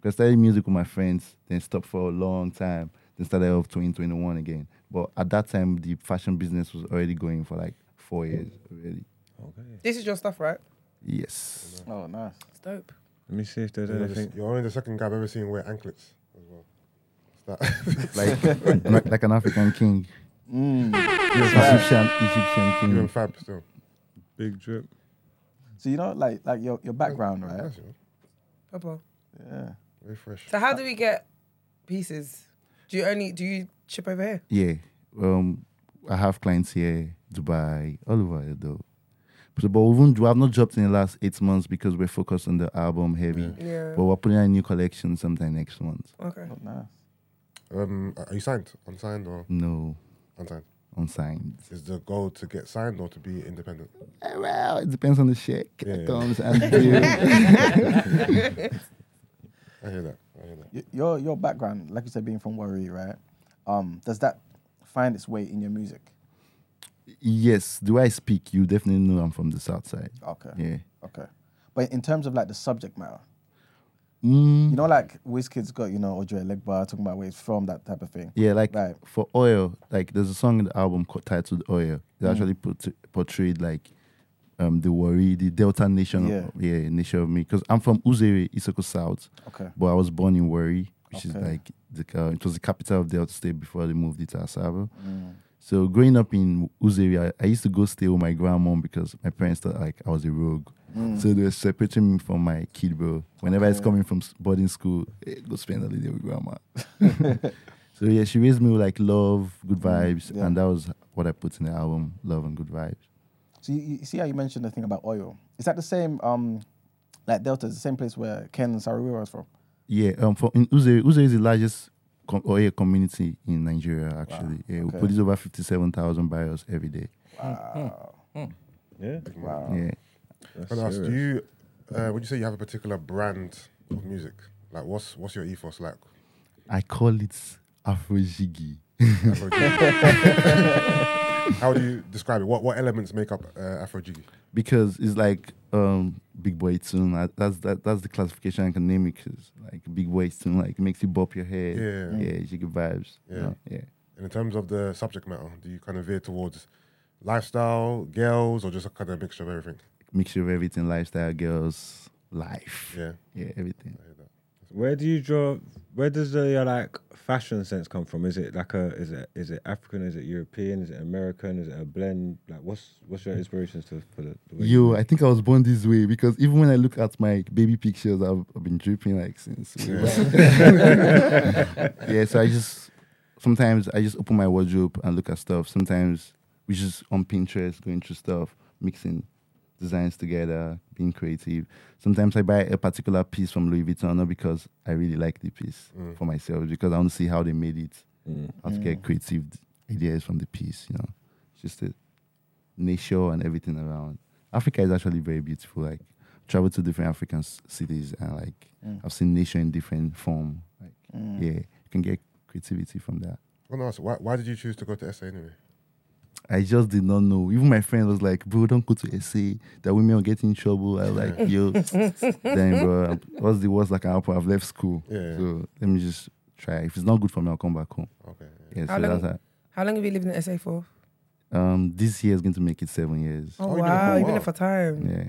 'Cause I started music with my friends, then stopped for a long time, then started off 2021 again. But at that time, the fashion business was already going for like four years already. This is your stuff, right? Yes. Oh nice. It's dope. Let me see if there's You're the- anything. You're only the second guy I've ever seen wear anklets as well. It's that- Like, like like an African king. Mm. Egyptian Egyptian you king. and Fab still. Big drip. So you know like like your, your background, right? Nice, you know? Proper. Yeah. Very fresh. So how do we get pieces? Do you only do you ship over here? Yeah. Um I have clients here, Dubai, all over though. But but we haven't, we have not dropped in the last eight months because we're focused on the album heavy. Yeah. But we're putting out a new collection sometime next month. Okay. Nice. Um, are you signed? Unsigned or No, unsigned? unsigned. Is the goal to get signed or to be independent? Eh, Well, it depends on the shake. Yeah, yeah. Comes and deal. I hear that. I hear that. Y- Your your background, like you said, being from Warri, right? Um, does that find its way in your music? yes, the way I speak, you definitely know I'm from the south side. Okay. Yeah. Okay. But in terms of like the subject matter, Mm, you know, like WizKid's got you know Audrey Legba talking about where he's from, that type of thing. Yeah, like Right. for oil, like there's a song in the album called, titled "Oil." Mm. It actually put, portrayed like um the worry, the Delta nation, Yeah. Of, yeah, nation of me. Because I'm from Uzere, Isoko South, Okay. but I was born in Worry, which is Okay. like the ca- it was the capital of Delta State before they moved it to Asaba. Mm. So growing up in Uzere, I, I used to go stay with my grandmom because my parents thought like I was a rogue. Mm. So they were separating me from my kid bro. Whenever it's coming from s- boarding school, eh, go spend a holiday with grandma. So yeah, she raised me with like love, good vibes, Mm, yeah. and that was what I put in the album, love and good vibes. So you, you see how you mentioned the thing about oil. Is that the same? Um, like Delta is the same place where Ken and Saruwira was from. Yeah, um, for in Uze, Uze is the largest com- oil community in Nigeria. Actually, yeah, we okay. produce over fifty-seven thousand barrels every day. Yeah. Yeah, That's Can I ask, do you, serious. uh, would you say you have a particular brand of music? Like, what's what's your ethos like? I call it Afro Jiggy. Afro-jiggy? How do you describe it? What what elements make up uh, Afro Jiggy? because it's like um big boy tune. I, that's that that's the classification I can name it 'cause, like big boy tune like makes you bop your head. Yeah. yeah, jiggy vibes. Yeah. you know, yeah. And in terms of the subject matter, do you kind of veer towards lifestyle, girls, or just a kind of mixture of everything? Mixture of everything, lifestyle, girls, life. Yeah, yeah, everything. I hear that. Where do you draw? Where does the your, like fashion sense come from? Is it like a is it is it African? Is it European? Is it American? Is it a blend? Like what's what's your inspirations to for the, the way you- Yo, I think I was born this way because even when I look at my baby pictures, I've, I've been dripping like since. way back. yeah, so I just sometimes I just open my wardrobe and look at stuff. Sometimes we just on Pinterest going through stuff, mixing designs together, being creative. Sometimes I buy a particular piece from Louis Vuitton not because I really like the piece for myself, because I want to see how they made it. How to get creative ideas from the piece, you know. It's just it nature and everything around. Africa is actually very beautiful. Like travel to different African s- cities and like I've seen nature in different form. Like yeah, you can get creativity from that. I want to ask, why, why did you choose to go to SA anyway? I just did not know. Even my friend was like, "Bro, don't go to SA. That women will get in trouble." I was like, "Yo, damn, bro. I'm- What's the worst that can happen? I've left school, Yeah. so let me just try. If it's not good for me, I'll come back home." Okay. yeah. Yeah, How so long- that's that. How long have you lived in SA for? Um, this year is going to make it seven years. Oh, Oh, you've been there for wow, a you've while. been there for time. Yeah,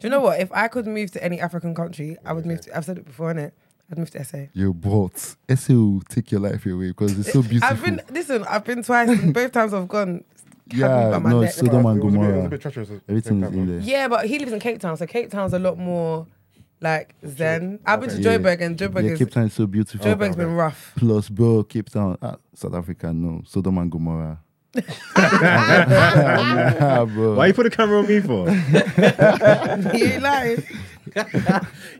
Do you know what? If I could move to any African country, I would move to. I've said it before, innit? I'd move to SA. yo, but SA will take your life away because it's so beautiful. I've been listen. I've been twice, and both times I've gone. Have me Yeah, by my no, neck. it's Sodom and It was a bit- It was a Gomorrah. bit treacherous. at the Everything same is time, in no? there. Yeah, but he lives in Cape Town, so Cape Town's a lot more like zen. I've been to Yeah. Joburg, and Joburg Yeah, is Cape Town is so beautiful. Joburg's been rough. Plus, bro, Cape Town, ah, South Africa, no, Sodom and Gomorrah. Ah, bro. Why you put a camera on me for? you ain't lying.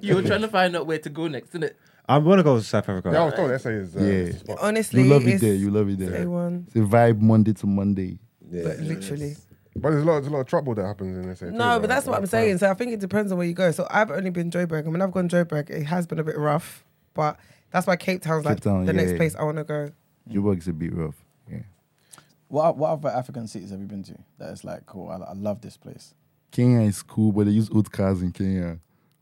You're trying to find out where to go next, isn't it? I want to go to South Africa. Yeah, I was told SA is. Uh, Yeah. is the spot. Honestly, You love it it's there. You love it there. day one, It's a vibe Monday to Monday. but literally. But there's a lot, there's a lot of trouble that happens in SA. too, No, right? but that's what I'm Like, saying. So I think it depends on where you go. So I've only been Joburg, and when I've gone Joburg, it has been a bit rough. But that's why Cape Town's like Cape Town, the yeah, next yeah. place I want to go. Joburg is a bit rough. Yeah. What what other African cities have you been to that is like cool? I, I love this place. Kenya is cool, but they use old cars in Kenya.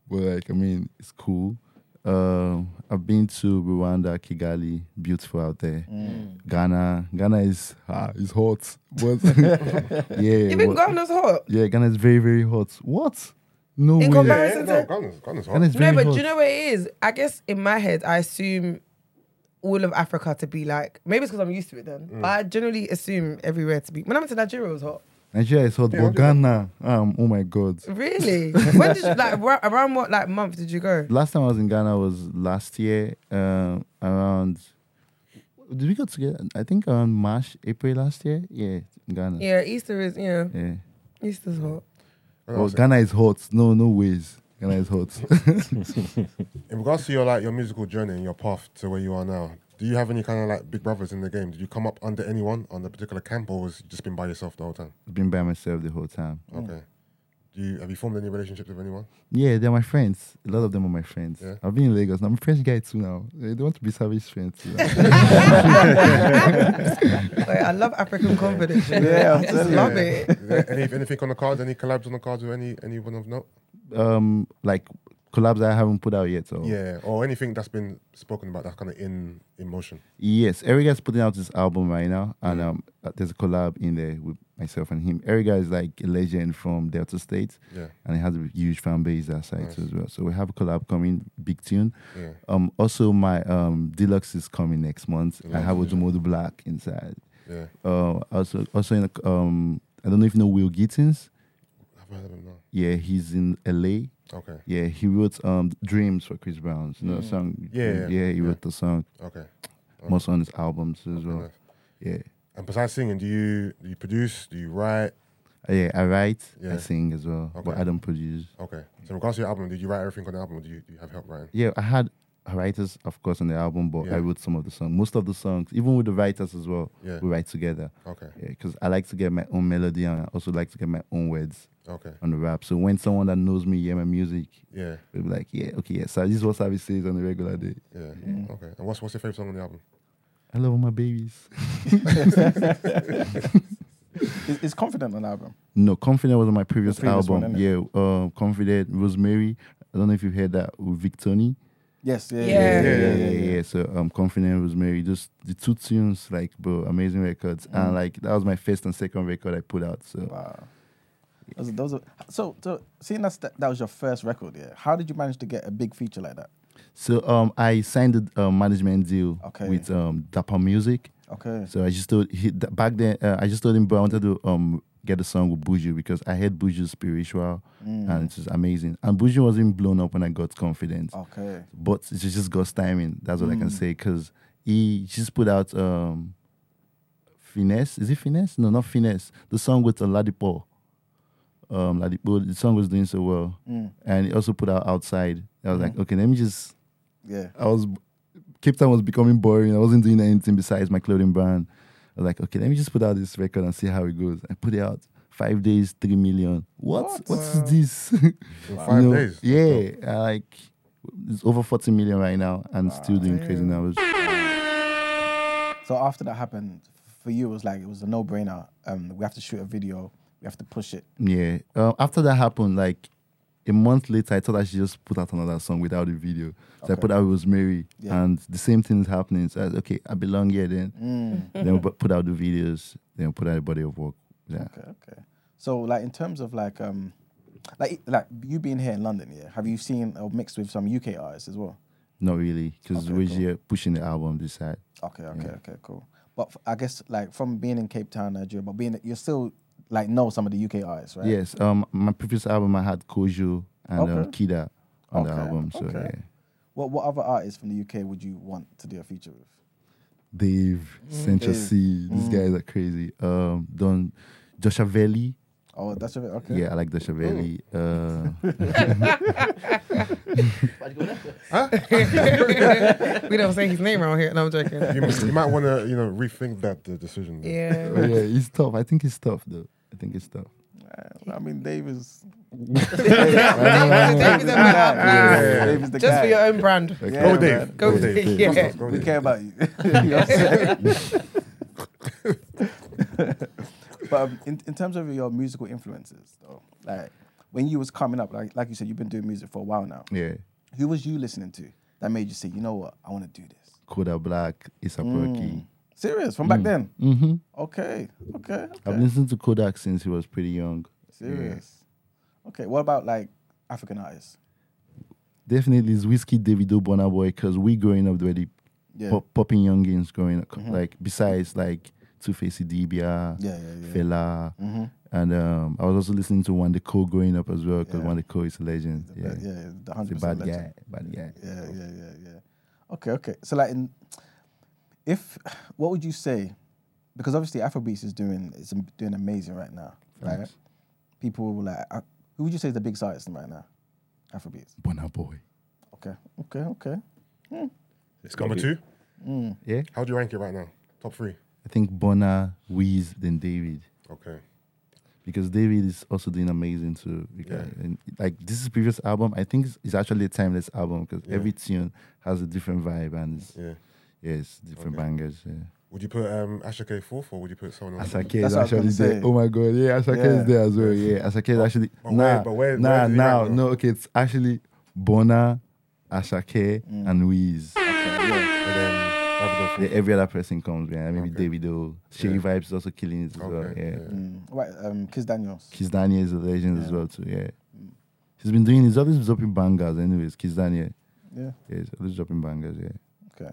But like, I mean, it's cool. Um, I've been to Rwanda, Kigali, beautiful out there. Mm. Ghana, Ghana is ah, it's hot, but yeah, Even but- Ghana's hot. Yeah, Ghana is very, very hot. What? No In way. Yeah, comparison- Isn't no, it? Ghana's, Ghana's hot. Ghana is very no, but hot. do you know what it is? I guess in my head, I assume all of Africa to be like maybe it's because I'm used to it then. But I generally assume everywhere to be. When I went to Nigeria, it was hot. Nigeria is hot, but Ghana, um, oh my God. Really? when did you like ra- around what like month did you go? Last time I was in Ghana was last year, um, around, did we go together? I think around March, April last year. Yeah, in Ghana. Yeah, Easter is yeah, Yeah. Easter's hot. Oh, Ghana is hot. No, no ways. Ghana is hot. In regards to your like your musical journey and your path to where you are now, do you have any kind of like big brothers in the game? Did you come up under anyone on the particular camp, or was you just been by yourself the whole time? Been by myself the whole time. Mm. Okay. Do you have you formed any relationships with anyone? Yeah, they're my friends. A lot of them are my friends. Yeah. I've been in Lagos. and I'm a French guy too now. They want to be savage friends too. Wait, I love African confidence. you know? Yeah, I'm I just telling love you. it. Is there any, anything on the cards? Any collabs on the cards with any anyone of note? um, like collabs I haven't put out yet. Or Yeah, or anything that's been spoken about that's kind of in in motion. Yes, Eric is putting out his album right now, and Mm-hmm. um, uh, there's a collab in there with myself and him. Eric is like a legend from Delta State, Yeah. and he has a huge fan base outside too as well. So we have a collab coming, big tune. Yeah. Um, also my um deluxe is coming next month. I have Odumodu Black inside. Yeah, Uh, also also in a, um, I don't know if you know Will Gittins. I've heard of him now. Yeah, he's in LA. Okay, Yeah, he wrote um Dreams for Chris Brown. You know the song. Mm. Yeah, yeah, he yeah. wrote the song. okay. Most on his albums as well. nice. Yeah. And besides singing, do you do you produce? Do you write? Uh, Yeah, I write, Yeah. I sing as well, but Okay. I don't produce. Okay. So in regards to your album, did you write everything on the album? Or do you, do you have help writing? Yeah, I had writers, of course, on the album, but Yeah. I wrote some of the songs. Most of the songs, even with the writers as well, Yeah. we write together. Okay. Because I like to get my own melody and I also like to get my own words Okay. on the rap. So when someone that knows me hear my music, Yeah. they'll be like, yeah, okay, yeah. So this is what Savage says on a regular day. Yeah. Okay. And what's what's your favorite song on the album? I love all my babies. Is, is confident on the album? No, Confident was on my previous, previous one, album. yeah, innit? uh, Confident, Rosemary. I don't know if you heard that with Vic Tony. Yes. Yeah. Yeah. yeah, yeah, yeah, yeah. So um, confident Rosemary, just the two tunes, like bro, amazing records, and like that was my first and second record I put out. So Mm. Wow. Those, are- those are, so, so seeing that that that was your first record, yeah. How did you manage to get a big feature like that? so um, I signed a uh, management deal Okay. with um Dapper Music. Okay. So I just told he, th- back then uh, I just told him, bro, I wanted to um get a song with Buju because I heard Buju's spiritual Mm. and it's just amazing. And Buju wasn't blown up when I got confident. Okay. Mm. but it's just God's timing. That's what I can say because he just put out um, finesse. Is it finesse? No, not finesse. The song with uh, Ladipo. Um, Ladipo. The song was doing so well, and he also put out outside. I was like, okay, let me just. Yeah. I was Cape Town was becoming boring. I wasn't doing anything besides my clothing brand. I was like, okay, let me just put out this record and see how it goes. I put it out. Five days, three million. What? What's this? In You five know, days. Yeah, I like it's over 40 million right now and still doing crazy numbers. So after that happened, for you it was like it was a no brainer. Um, we have to shoot a video. We have to push it. Yeah. Uh, after that happened, like a month later, I thought I should just put out another song without a video. So I put out Rosemary, and the same thing is happening. So I was, okay, I belong here then. Mm. then we bu- put out the videos, then we put out a body of work. Yeah. Okay. Okay. So like in terms of like um, like like you being here in London, yeah. Have you seen or mixed with some UK artists as well? Not really, because we're here pushing the album this side. Okay, okay, okay, cool. But f- I guess like from being in Cape Town, Nigeria, but being you're still like know some of the UK artists, right? Yes. Um, my previous album I had Kojo and um, Kida on the Okay, album. So okay. yeah. What what other artists from the UK would you want to do a feature with? Dave, Central C. Mm. These guys are crazy. Um, Don Joshavelli. Oh, that's of it. Okay. Yeah, I like Joshavelli. Uh, We don't say his name around here. No, I'm joking. You, must- you might want to you know rethink that the decision. then. Yeah. yeah, he's tough. I think he's tough though. I think he's tough. I mean, Dave is. David's a man up. Yeah. Dave is the Just guy. for your own brand. Like, Yeah, Go, Dave. man. Go Dave. Dave. Go, Yeah. Go, We Dave. care about you. You know what I'm saying? but um, in, in terms of your musical influences, though, like when you was coming up, like like you said, you've been doing music for a while now. yeah. Who was you listening to that made you say, you know what, I want to do this? Koda Black, Issa Rocky. Serious Mm. from back then. Mm-hmm. Okay, okay, I've okay. listened to Kodak since he was pretty young. serious. Okay, what about like African artists? Definitely is Whiskey Davido Bonner Boy because we growing up already Yeah. Mm-hmm. pop, popping youngins growing up. Like besides like Two Face Dibia, Yeah, yeah, Mm-hmm. yeah. Fela, and um, I was also listening to Wanda Co growing up as well because Yeah. Wanda Co is a legend. Yeah, yeah, the hundred He's a bad percent legend. guy. Bad guy. Yeah, yeah, yeah, yeah. Okay, okay. So like, in, if what would you say? Because obviously, Afrobeats is doing it's doing amazing right now, right? People like I, Who would you say is the biggest artist right now? Afrobeats. Bonner Boy. Okay, okay, okay. It's Number be- two. Mm. Yeah? How do you rank it right now? Top three. I think Bonner, Weez, then David. Okay. Because David is also doing amazing too. Because- And like this is previous album. I think it's, it's actually a timeless album because every tune has a different vibe and it's, Yeah. yeah, it's different bangers. Yeah. Would you put um, Asha K fourth or would you put someone else? Asake is That's what I was gonna actually there. say. Oh my god, yeah, Asake Yeah. is there as well. Yeah, Asake is actually but nah, where- but where- nah, where does he now rank, though? no. Okay, it's actually Bona, Asake, and Weez. Mm. And then Davido Yeah, fourth. every other person comes behind. Maybe David O. Shady Vibes is also killing it as well. Okay, Mm. Yeah. Right, um, Kiss Daniels. Kiss Daniel is a legend as well too. Yeah, Mm. he's been doing. He's always dropping bangers. Anyways, Kiss Daniel. Yeah. Yeah, he's always dropping bangers. Yeah. Okay.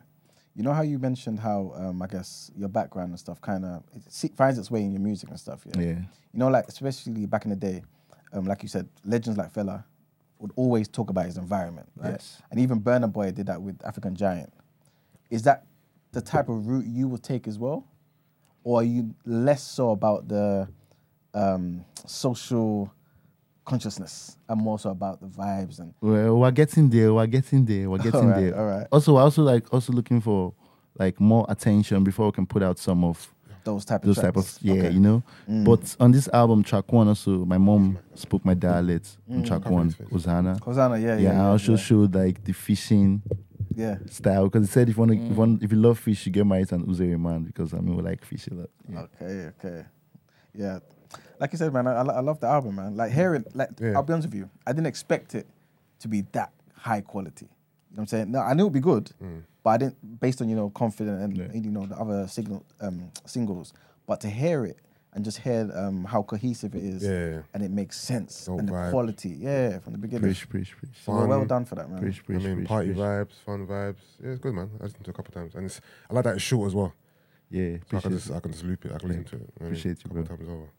You know how you mentioned how um, I guess your background and stuff kind of it se- finds its way in your music and stuff. Yeah. Yeah. You know, like especially back in the day, um, like you said, legends like Fella would always talk about his environment, right? Yes. And even Burner Boy did that with African Giant. Is that the type of route you would take as well, or are you less so about the um, social consciousness and more so about the vibes and Well, we're getting there. We're getting there. We're getting Alright, there. alright. Also, we're also like also looking for like more attention before we can put out some of those type of those type of tracks? yeah, Okay. Mm. you know. But on this album, track one also, my mom spoke my dialect on track one, Hosanna. Mm. Hosanna, yeah, yeah, Yeah, I yeah, also yeah. showed like the fishing yeah. Mm. style because it said if you want, if, you want if you love fish, you get married to an Uzeri man because I mean we like fish a lot. Yeah. Okay, okay. Yeah. Like you said, man, I, I lo- I love the album, man. Like hearing, like I'll be honest with you, I didn't expect it to be that high quality. You know what I'm saying? No, I knew it'd be good, Mm. but I didn't based on you know confident and you know the other signal um, singles. But to hear it and just hear um, how cohesive it is, Yeah. and it makes sense Dope and the vibe. quality, yeah, from the beginning. Preach, preach, preach. So well, well Fun. done for that, man. Preach, preach, I mean, preach, party preach. vibes, fun vibes. Yeah, it's good, man. I listened to it a couple times, and it's I like that it's short as well. Yeah, So I appreciate can it. just I can just loop it. I can listen to it. I mean, Appreciate you, a couple bro. times over.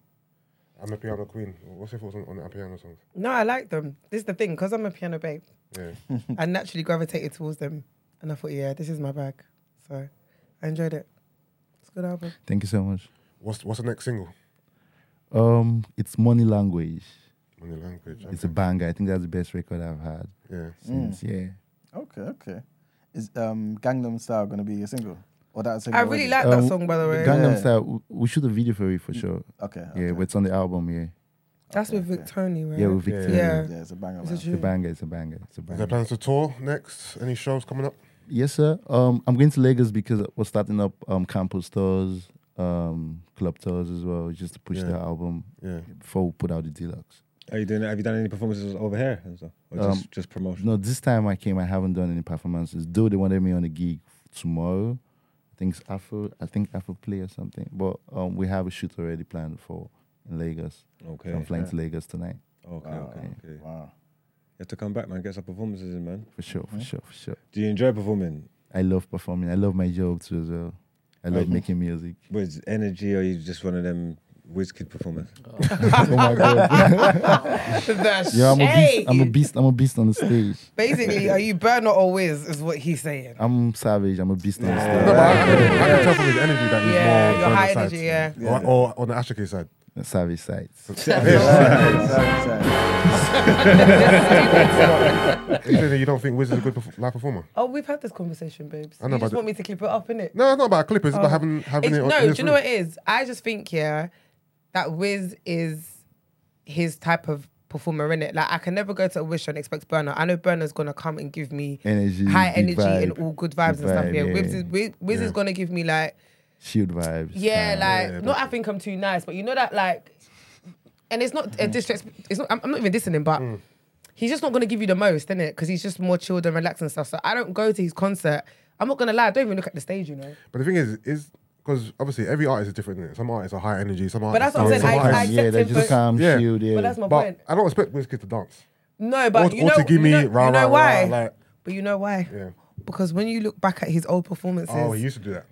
I'm a piano queen. What's your thoughts on, on the piano songs? No, I like them. This is the thing, because I'm a piano babe, Yeah, I naturally gravitated towards them. And I thought, yeah, this is my bag. So I enjoyed it. It's a good album. Thank you so much. what's what's the next single? Um, it's money language. On your language. It's a banger. I think that's the best record I've had Yeah, Mm. since. Yeah. Mm. Okay, okay. Is um, Gangnam Style gonna be a single? Or that a single I really already? like Um, that song, by the way. Mm. Gangnam Yeah. Style. w- We shoot a video for it for sure. Okay, Yeah, okay. but it's on the album. Yeah. That's with Vic Tony, right? Yeah, with Victoria. Yeah. Yeah, it's a banger. It's man. a It's a tune. banger. It's a banger. It's a Is there banger. plans to tour next? Any shows coming up? Yes, sir. Um, I'm going to Lagos because we're starting up um campus tours, um, club tours as well, just to push the album Yeah. before we put out the deluxe. Are you doing? Have you done any performances over here? and stuff? Or Um, just, just promotion? No, this time I came, I haven't done any performances. Though they wanted me on a gig tomorrow. I think it's Afro. I think Afro Play or something. But um, we have a shoot already planned for in Lagos. So Okay. I'm flying to Lagos tonight Okay, okay, okay. You Wow. have to come back, man. Get some performances in, man. for sure, for sure, for sure. Do you enjoy performing? I love performing. I love my job too as well. I love making music. With energy, or are you just one of them whiz kid performers? oh my god! The Yeah, I'm a beast. I'm a shade. beast. I'm a beast on the stage. Basically, are you burner or whiz? Is what he's saying. I'm savage. I'm a beast on the stage. No, but I, I can tell from his energy that he's Yeah, more your on high the side. energy, yeah. Or, or on the Ashake side. A Savage sides. Sorry, sorry. Are you saying that you don't think Wiz is a good perf- live performer? Oh, we've had this conversation, babes. I know, you just but- want me to keep it up, innit? Oh. No, it's not about Clippers. It's about having having It's- it. On, no, in do this you know what room. it is? I just think yeah, that Wiz is his type of performer in it. Like I can never go to a wish and expect Burner. I know Burner's gonna come and give me Energy, high big energy, and vibe, all good vibes big and stuff. vibe, Yeah, Wiz yeah. is Wiz, Wiz is gonna give me like Shield vibes. yeah, style. like not I think I'm too nice, but you know that like, and it's not a distress. It's not. I'm, I'm not even dissing him, but. Mm. He's just not gonna give you the most, innit? Because he's just more chilled and relaxed and stuff. So I don't go to his concert. I'm not gonna lie, I don't even look at the stage, you know. But the thing is, is because obviously every artist is different. Innit? Some artists are high energy. Some artists. that's what I'm saying, some I- artists- I- yeah, they accepting just for- calm, Yeah. shield. Yeah, But that's my but point. I don't expect Wizkid to dance. No, but or, you or know, to give you me know, rah, you know rah, rah, why. like, But you know why? Yeah. Because when you look back at his old performances, oh, he used to do that.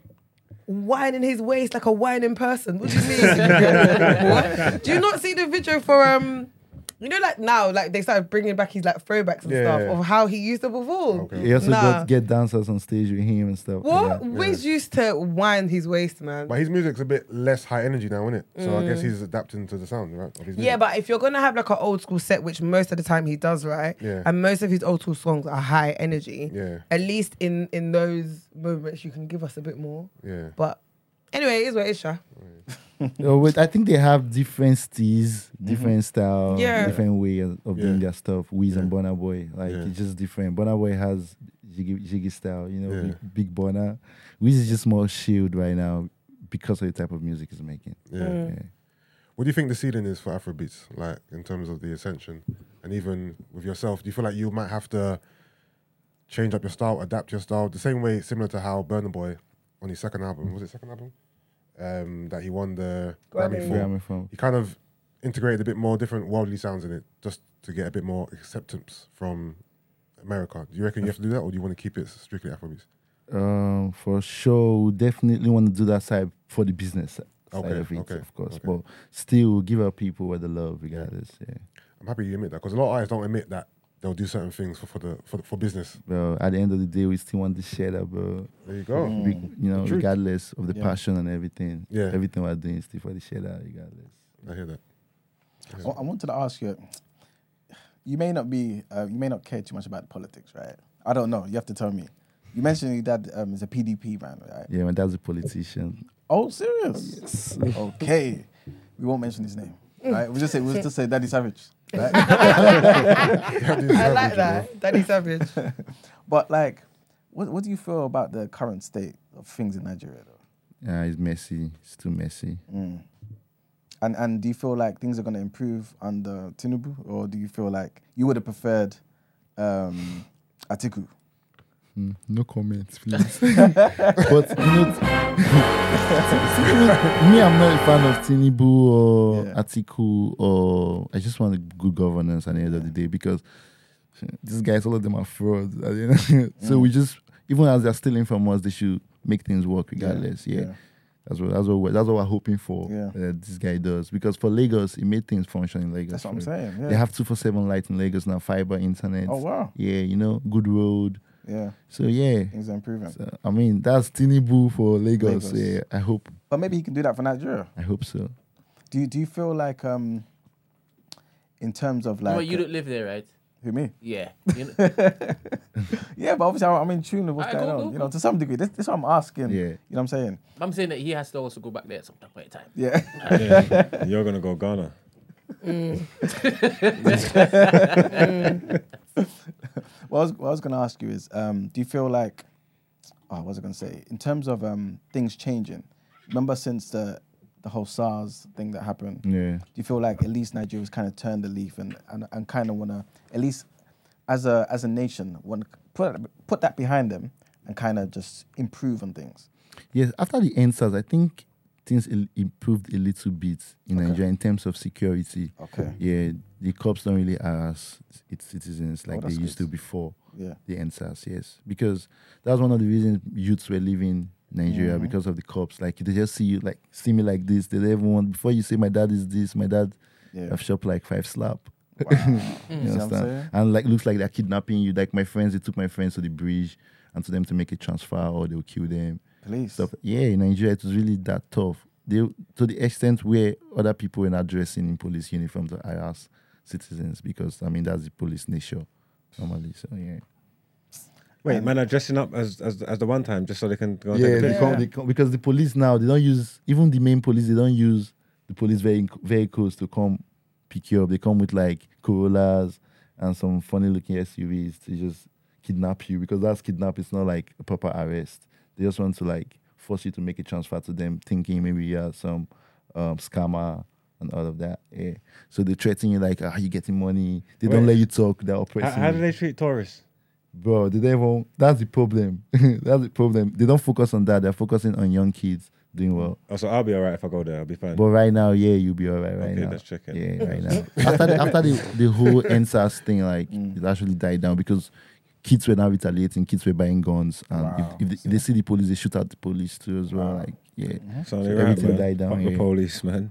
whining his waist like a whining person. What do you mean? What? Do you not see the video for um You know, like now, like they started bringing back his like throwbacks and Yeah, stuff yeah, yeah. of how he used the before. He also Nah. got get dancers on stage with him and stuff. What? Yeah. Wiz used to wind his waist, man. But his music's a bit less high energy now, isn't it? So I guess he's adapting to the sound, right? Of his Mm. Yeah, music. but if you're gonna have like an old school set, which most of the time he does, right? Yeah. And most of his old school songs are high energy. Yeah. At least in in those moments, you can give us a bit more. Yeah. But anyway, it is what it is, Sha. No, Oh, but I think they have different styles, different style, Yeah. different way of of doing Mm-hmm. Yeah. their stuff. Wiz and Bonner Boy, like Yeah. it's just different. Bonner Boy has jiggy, jiggy style, you know, Yeah. big, big Bonner. Wiz is just more chilled right now because of the type of music he's making. Yeah. Mm. What do you think the ceiling is for Afrobeats, like in terms of the ascension, and even with yourself? Do you feel like you might have to change up your style, adapt your style, the same way, similar to how Burner Boy on his second album was it second album um, that he won the Grammy for? Grammy. Where am I from? He kind of integrated a bit more different worldly sounds in it, just to get a bit more acceptance from America. Do you reckon you have to do that, or do you want to keep it strictly Afrobeats? Um, for sure, we definitely want to do that side for the business side Okay, of it, okay, of course. okay. But still, give our people what they love, regardless. Yeah. I'm happy you admit that because a lot of artists don't admit that they'll do certain things for, for the for, the- for business. Bro, at the end of the day, we still want to share that, bro. There you go. Re- you know, truth. regardless of the Yeah. passion and everything. Yeah. Everything we're doing is still for the shit out, regardless. I hear that. I I wanted to ask you. You may not be, uh, you may not care too much about politics, right? I don't know. You have to tell me. You mentioned your dad um, is a PDP man, right? Yeah, my dad's a politician. Oh, serious? Okay. We won't mention his name, right? We just say we'll just say Daddy Savage. Right? I like that, Daddy Savage. but like, what what do you feel about the current state of things in Nigeria, though? Uh, it's messy. It's too messy. And and do you feel like things are going to improve under Tinubu, or do you feel like you would have preferred um, Atiku? No comments, please. but you know, Tinubu- me, I'm not a fan of Tinibu or Yeah. Atiku or I just want good governance at the end of the day because these guys, all of them are frauds. at the end. so Mm. we just, even as they're stealing from us, they should make things work regardless. Yeah. yeah. That's what that's what we're, that's what we're hoping for. Yeah. Uh, this guy does because for Lagos, it made things function in Lagos. That's what I'm for- saying, yeah. They have two for seven light in Lagos now, fiber internet. Oh, wow. Yeah, you know, good road. Yeah, So yeah, things are improving. so, I mean, that's Tinubu for Lagos. Lagos. Yeah, I hope, But maybe he can do that for Nigeria. I hope so. Do you do you feel like um, in terms of like Well, you don't live there, right? who me? Yeah. You know, Yeah, but obviously I'm I'm in tune with what's Alright, going go, on. go, You know, to some degree, this this is what I'm asking. Yeah. you know what I'm saying. I'm saying that he has to also go back there at some point in time. Yeah, Yeah. You're gonna go Ghana. Mm. what I was, what I was going to ask you is, um, do you feel like, oh, what was I going to say? In terms of um, things changing, remember since the the whole SARS thing that happened, Yeah. do you feel like at least Nigeria's kind of turned the leaf and and, and kind of want to at least as a as a nation want put put that behind them and kind of just improve on things. Yes, after the answers, I think things il- improved a little bit in Nigeria in terms of security. Okay. Yeah, the cops don't really harass its citizens like they Oh, that's used good. to before. Yeah. the answers. Yes, because that's one of the reasons youths were leaving Nigeria Mm-hmm. because of the cops. Like they just see you, like see me like this. They don't even want before you say my dad is this. My dad, Yeah. I've shot like five slap. Mm. you I'm understand? saying? And like looks like they're kidnapping you. Like my friends, they took my friends to the bridge and to them to make a transfer or they'll kill them. Police. Stuff. Yeah, in Nigeria it was really that tough. They to the extent where other people were not dressing in police uniforms to harass citizens because I mean that's the police nature normally. So yeah. Wait, man, are dressing up as as as the one time just so they can go and Yeah, take a they picture. can't, they can't, because the police now they don't use even the main police. They don't use the police vehi- vehicles to come pick you up. They come with like Corollas and some funny looking SUVs to just kidnap you because that's kidnap. It's not like a proper arrest. They just want to like force you to make a transfer to them, thinking maybe you're some um, scammer and all of that. Yeah. So they threaten you like, "Are you getting money?" They don't Wait. let you talk. They're How, oppressing. how you do they treat tourists? bro they don't even that's the problem that's the problem they don't focus on that they're focusing on young kids doing well Oh, so I'll be all right if I go there. I'll be fine. but right now yeah you'll be all right right Okay, now let's check it. yeah right now after, the, after the, the whole NSAS thing like Mm. it actually died down because kids Um, were now retaliating kids were buying guns and if, if, they, if they see the police they shoot at the police too as well like Yeah. So So they right, everything man. died down Fuck the here. police, man.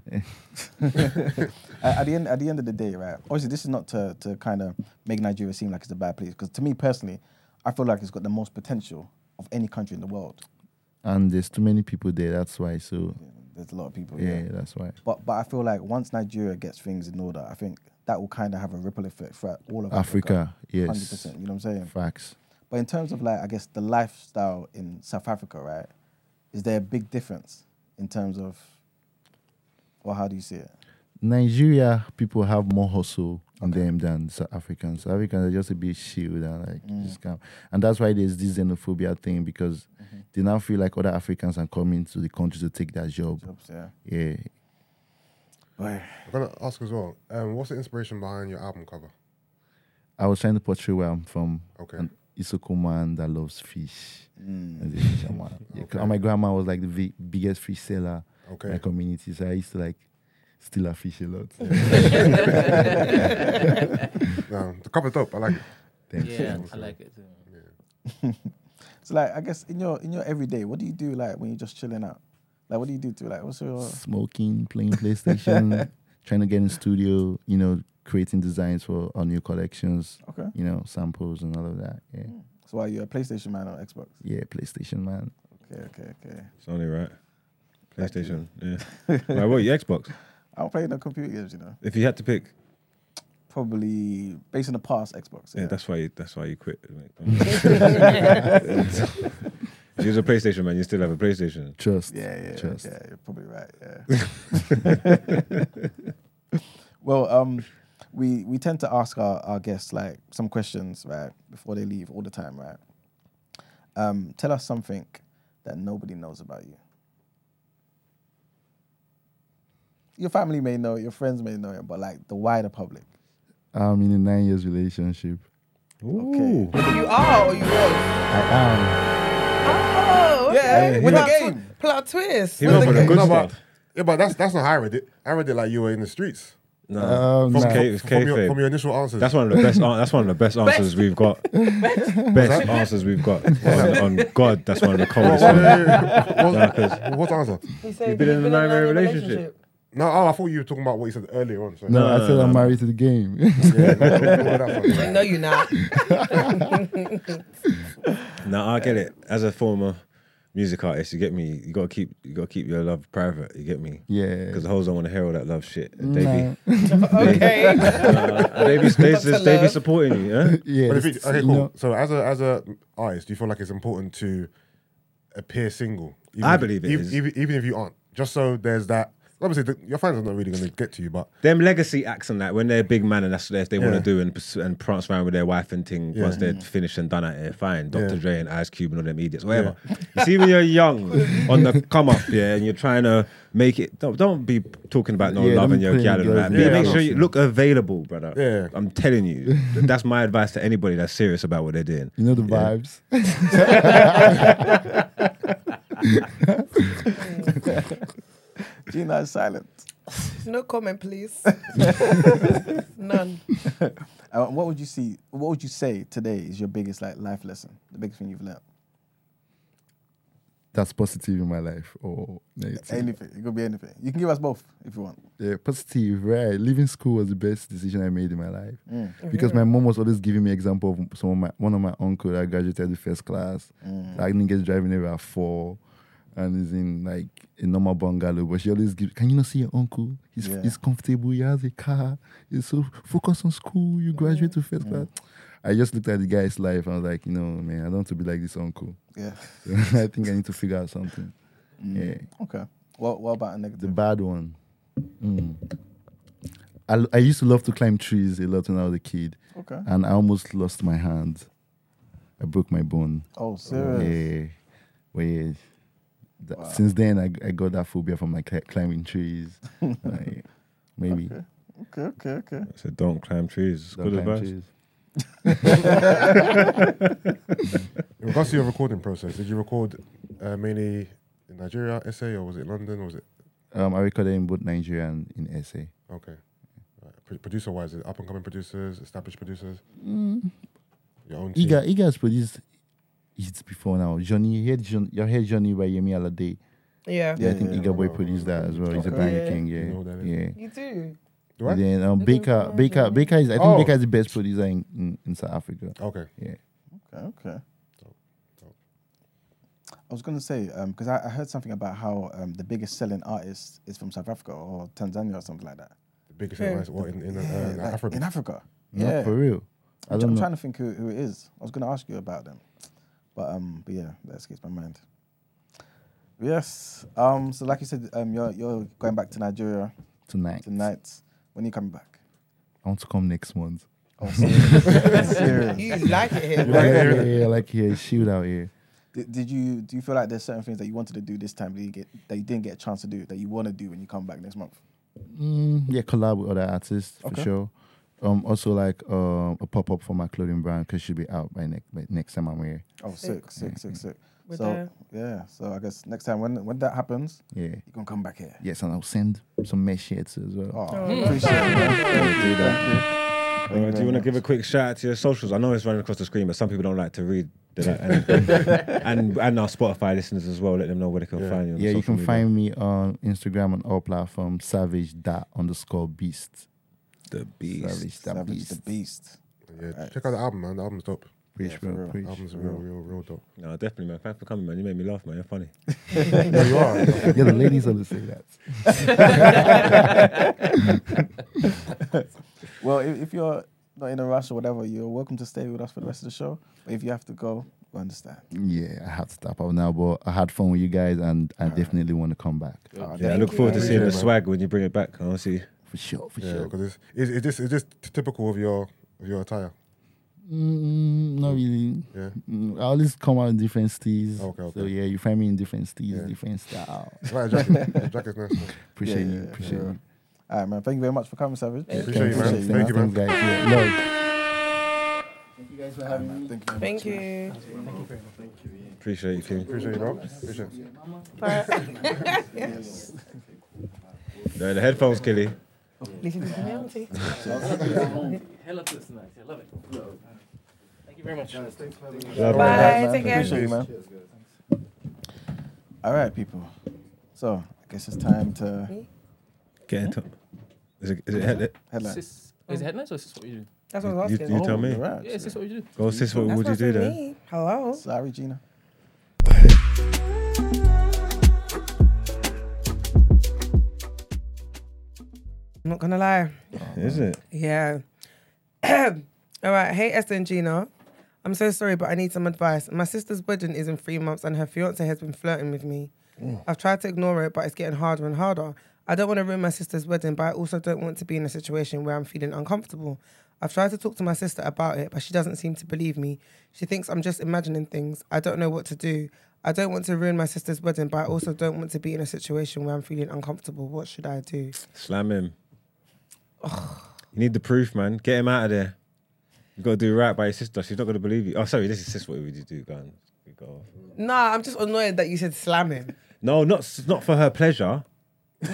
at, at the end at the end of the day, right? Obviously, this is not to to kind of make Nigeria seem like it's a bad place because to me personally, I feel like it's got the most potential of any country in the world. And there's too many people there. That's why. So There's a lot of people. yeah, Yeah. that's why. But but I feel like once Nigeria gets things in order, I think that will kind of have a ripple effect throughout all of Africa, Hundred yes. percent. You know what I'm saying? Facts. But in terms of like, I guess the lifestyle in South Africa, right? Is there a big difference in terms of, or how do you see it? Nigeria people have more hustle in them than South Africans. South Africans are just a bit shield and like Mm. just calm. And that's why there's this xenophobia thing because Mm-hmm. they now feel like other Africans are coming to the country to take their job. Oops, yeah. Yeah. I'm gonna ask as well. Um, what's the inspiration behind your album cover? I was trying to portray where I'm from. Okay. Mm. An Isoko man that loves fish. And the fish I'm a- yeah, 'cause My grandma was like the vi- biggest fish seller in Okay. my community. So I used to like steal her fish a lot. No, the cover's dope. I like it. Thanks. Yeah, I like it. Too. So like, I guess in your in your everyday, what do you do like when you're just chilling out? Like, what do you do to like? What's your Smoking, playing PlayStation, trying to get in studio, you know, creating designs for our new collections, okay? you know, samples and all of that. Yeah. So are you a PlayStation man or Xbox? Yeah, PlayStation man. Okay, okay, okay. It's only right. PlayStation. Yeah. like what? Your Xbox. I don't play no computer games, you know. If you had to pick, Probably based on the past Xbox. yeah, Yeah, that's why. You, that's why you quit. Like, if you're a PlayStation man, you still have a PlayStation. Trust. yeah, yeah, Trust. yeah. You're probably right. Yeah. well, um, we we tend to ask our, our guests like some questions right before they leave all the time, right? Um, tell us something that nobody knows about you. Your family may know, your friends may know it, but like the wider public. I'm in a nine years relationship. Okay. You Oh! are or you was? I am. Oh, Yeah, yeah. he With was- a game. Plot twist. He With went a for the game. good no, but, stuff. yeah, but that's that's not how I read it. I read it like you were in the streets. No, Um, It's nah. okay. It's from, your, kayfabe. from your initial answers. That's one of the best. an- that's one of the best answers we've got. Best answers we've got on, on God. That's one of the coldest. Wait, wait, ones. wait, wait. What's- What's the answer? He said You've been he's in a nine-way relationship. No, oh, I thought you were talking about what you said earlier on. So. No, I said I'm married to the game. Yeah, no, no, no, that's I fine. know you now. No, I get it. As a former music artist, you get me. You gotta keep. You gotta keep your love private. You get me. yeah. Because the hoes don't want to hear all that love shit. They be, okay. uh, they be, they, they, they be supporting you. Yeah? Yeah. But if it's- it, okay, you cool. know- so as a as a artist, do you feel like it's important to appear single? Even I if- believe it even, is. Even, even if you aren't, just so there's that. Obviously, the, your fans are not really going to get to you, but Them legacy acts and that when they're big man and that's what they want Yeah. to do and pers- and prance around with their wife and thing once they're finished and done at it, fine. Yeah. Dr. Dre and Ice Cube and all them idiots, whatever. You see, when you're young on the come up, yeah, and you're trying to make it, don't, don't be talking about no Yeah, love don't and be your putting gal and girls that. in Be- your make mouth. sure you look available, brother. Yeah. I'm telling you, Th- that's my advice to anybody that's serious about what they're doing. You know the vibes. Gina is silent. No comment, please. None. Uh, what would you see? What would you say today is your biggest like life lesson? The biggest thing you've learned? That's positive in my life or negative. Anything? It could be anything. You can give us both if you want. yeah, positive, right? Leaving school was the best decision I made in my life because my mom was always giving me example of some of my one of my uncle that graduated the first class, like niggas driving everywhere at four, and is in like a normal bungalow. But she always gives, can you not see your uncle? He's Yeah. he's comfortable. He has a car. He's so focused on school. You graduate to Mm. first class. I just looked at the guy's life. I was like, you know, man, I don't want to be like this uncle. Yeah. So I think I need to figure out something. Yeah Okay. Well, what about a the negative? bad one. Mm. I, l- I used to love to climb trees a lot when I was a kid, Okay. and I almost lost my hand. I broke my bone. Oh, serious. Yeah, well, yeah. That- Since then, I, g- I got that phobia from like cli- climbing trees. Like, maybe Okay, okay, okay. So don't climb trees. It's Don't Good climb advice. trees. in regards to your recording process, did you record uh, mainly in Nigeria, SA, or was it London? Or was it Um, I recorded in both Nigeria and in SA. okay? Right. Pro- producer wise, up and coming producers, established producers, your own team. Iga Iga's produced hits before now. Johnny, you heard John, you heard Johnny by Yemi Alade. Yeah. Yeah, I think Igor Boy produced that as well. He's a banger Yeah. king, You know yeah, that, yeah. You do. Do I? And then um, Baker, Baker, Baker is I think Oh. Baker is the best producer in, in, in South Africa. Okay. Yeah, Okay, okay. I was gonna say because I, I heard something about how um, the biggest selling artist is from South Africa or Tanzania or something like that. The biggest thing was what in, in, uh, in Like, Africa. In Africa. No, yeah. for real. I I'm, don't know. trying to think who, who it is. I was gonna ask you about them, but um, but yeah, that escapes my mind. Yes. Um. So like you said, um, you're you're going back to Nigeria Tonight. tonight. When are you coming back? I want to come next month. Oh, serious. serious. You like it here. Like, yeah, yeah, like here, shoot out here. Did, did you do you feel like there's certain things that you wanted to do this time that you get that you didn't get a chance to do that you want to do when you come back next month? Mm, yeah, collab with other artists for Okay. sure. Um, also like um, a pop up for my clothing brand because she'll be out by next by next time I'm here. Oh, sick, sick, sick, sick. We're so there. yeah, so I guess next time when when that happens, Yeah. you can come back here. Yes, and I'll send some mesh shirts as well. Oh, appreciate it. man. Do that. you Uh, do very you want to much. give a quick shout out to your socials? I know it's running across the screen, but some people don't like to read. They like- and, and and our Spotify listeners as well. Let them know where they can find you. on Yeah, you can social media. find me on Instagram and all platforms savage dot underscore beast. the beast. Savage dot Savage beast. the beast. Yeah, check out the album, man. The album's dope. Preach, bro, real. preach. The album's real, real, real dope. No, definitely, man. Thanks for coming, man. You made me laugh, man. You're funny. Yeah, you are. yeah, the ladies always say that. Well, if, if you're not in a rush or whatever, you're welcome to stay with us for the rest of the show. But if you have to go, we understand. Yeah, I had to tap out now, but I had fun with you guys, and I definitely want to come back Yeah, I look forward to seeing the swag when you bring it back. I'll see. for sure, for Yeah, sure. because it's it's it's just it's just t- typical of your of your attire. Mm, not really. Oh. Yeah. Mm, I always come out in different styles. Okay, okay. So yeah, you find me in different styles, Yeah. different style. I like the jacket. the jacket's nice. man. Appreciate Yeah, you, yeah, appreciate yeah. you. All right, man. Thank you very much for coming, Savage. Appreciate you, man. Thank you, man. Thanks, guys. Yeah, love. you guys for having me. Thank you. Thank you. Appreciate you, King. Appreciate you, bro. Appreciate you. No, the headphones, Killy. Listen to me, auntie. Hella to tonight. I love it. Thank you very much. Love, Bye. man. Bye, take care. Appreciate you, man. All right, people. So I guess it's time to Hmm? Get in touch. Is it, is it head, headline. Sis, is it headlines or is this what you do? That's what I was You- asking. you tell me. All right. Yeah, is this what you do? Go, sis. What That's would you not do for then? me. Hello. Sorry, Gina. I'm not gonna lie. Is it? Yeah. All right. Hey, Esther and Gina. I'm so sorry, but I need some advice. My sister's wedding is in three months, and her fiance has been flirting with me. Mm. I've tried to ignore it, but it's getting harder and harder. I don't want to ruin my sister's wedding, but I also don't want to be in a situation where I'm feeling uncomfortable. I've tried to talk to my sister about it, but she doesn't seem to believe me. She thinks I'm just imagining things. I don't know what to do. I don't want to ruin my sister's wedding, but I also don't want to be in a situation where I'm feeling uncomfortable. What should I do? Slam him. You need the proof, man. Get him out of there. You gotta do right by your sister. She's not gonna believe you. Oh, sorry. This is sis. What would you do, go on. Go off. Nah, I'm just annoyed that you said slamming. No, not s- not for her pleasure.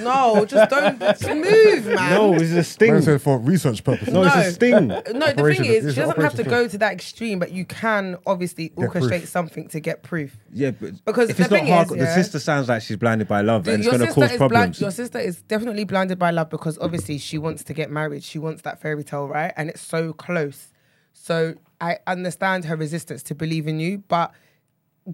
No, just don't move, man. No, it's a sting. Man said for research purposes. No, it's No. a sting. No, the Operation thing is, is- she doesn't have to operation go to that extreme, but you can obviously orchestrate proof. something to get proof. Yeah, but Because if the it's not thing hard, the is, yeah. sister sounds like she's blinded by love, and it's gonna sister cause is problems. blind, your sister is definitely blinded by love because obviously she wants to get married. She wants that fairy tale, right? And it's so close. So I understand her resistance to believe in you, but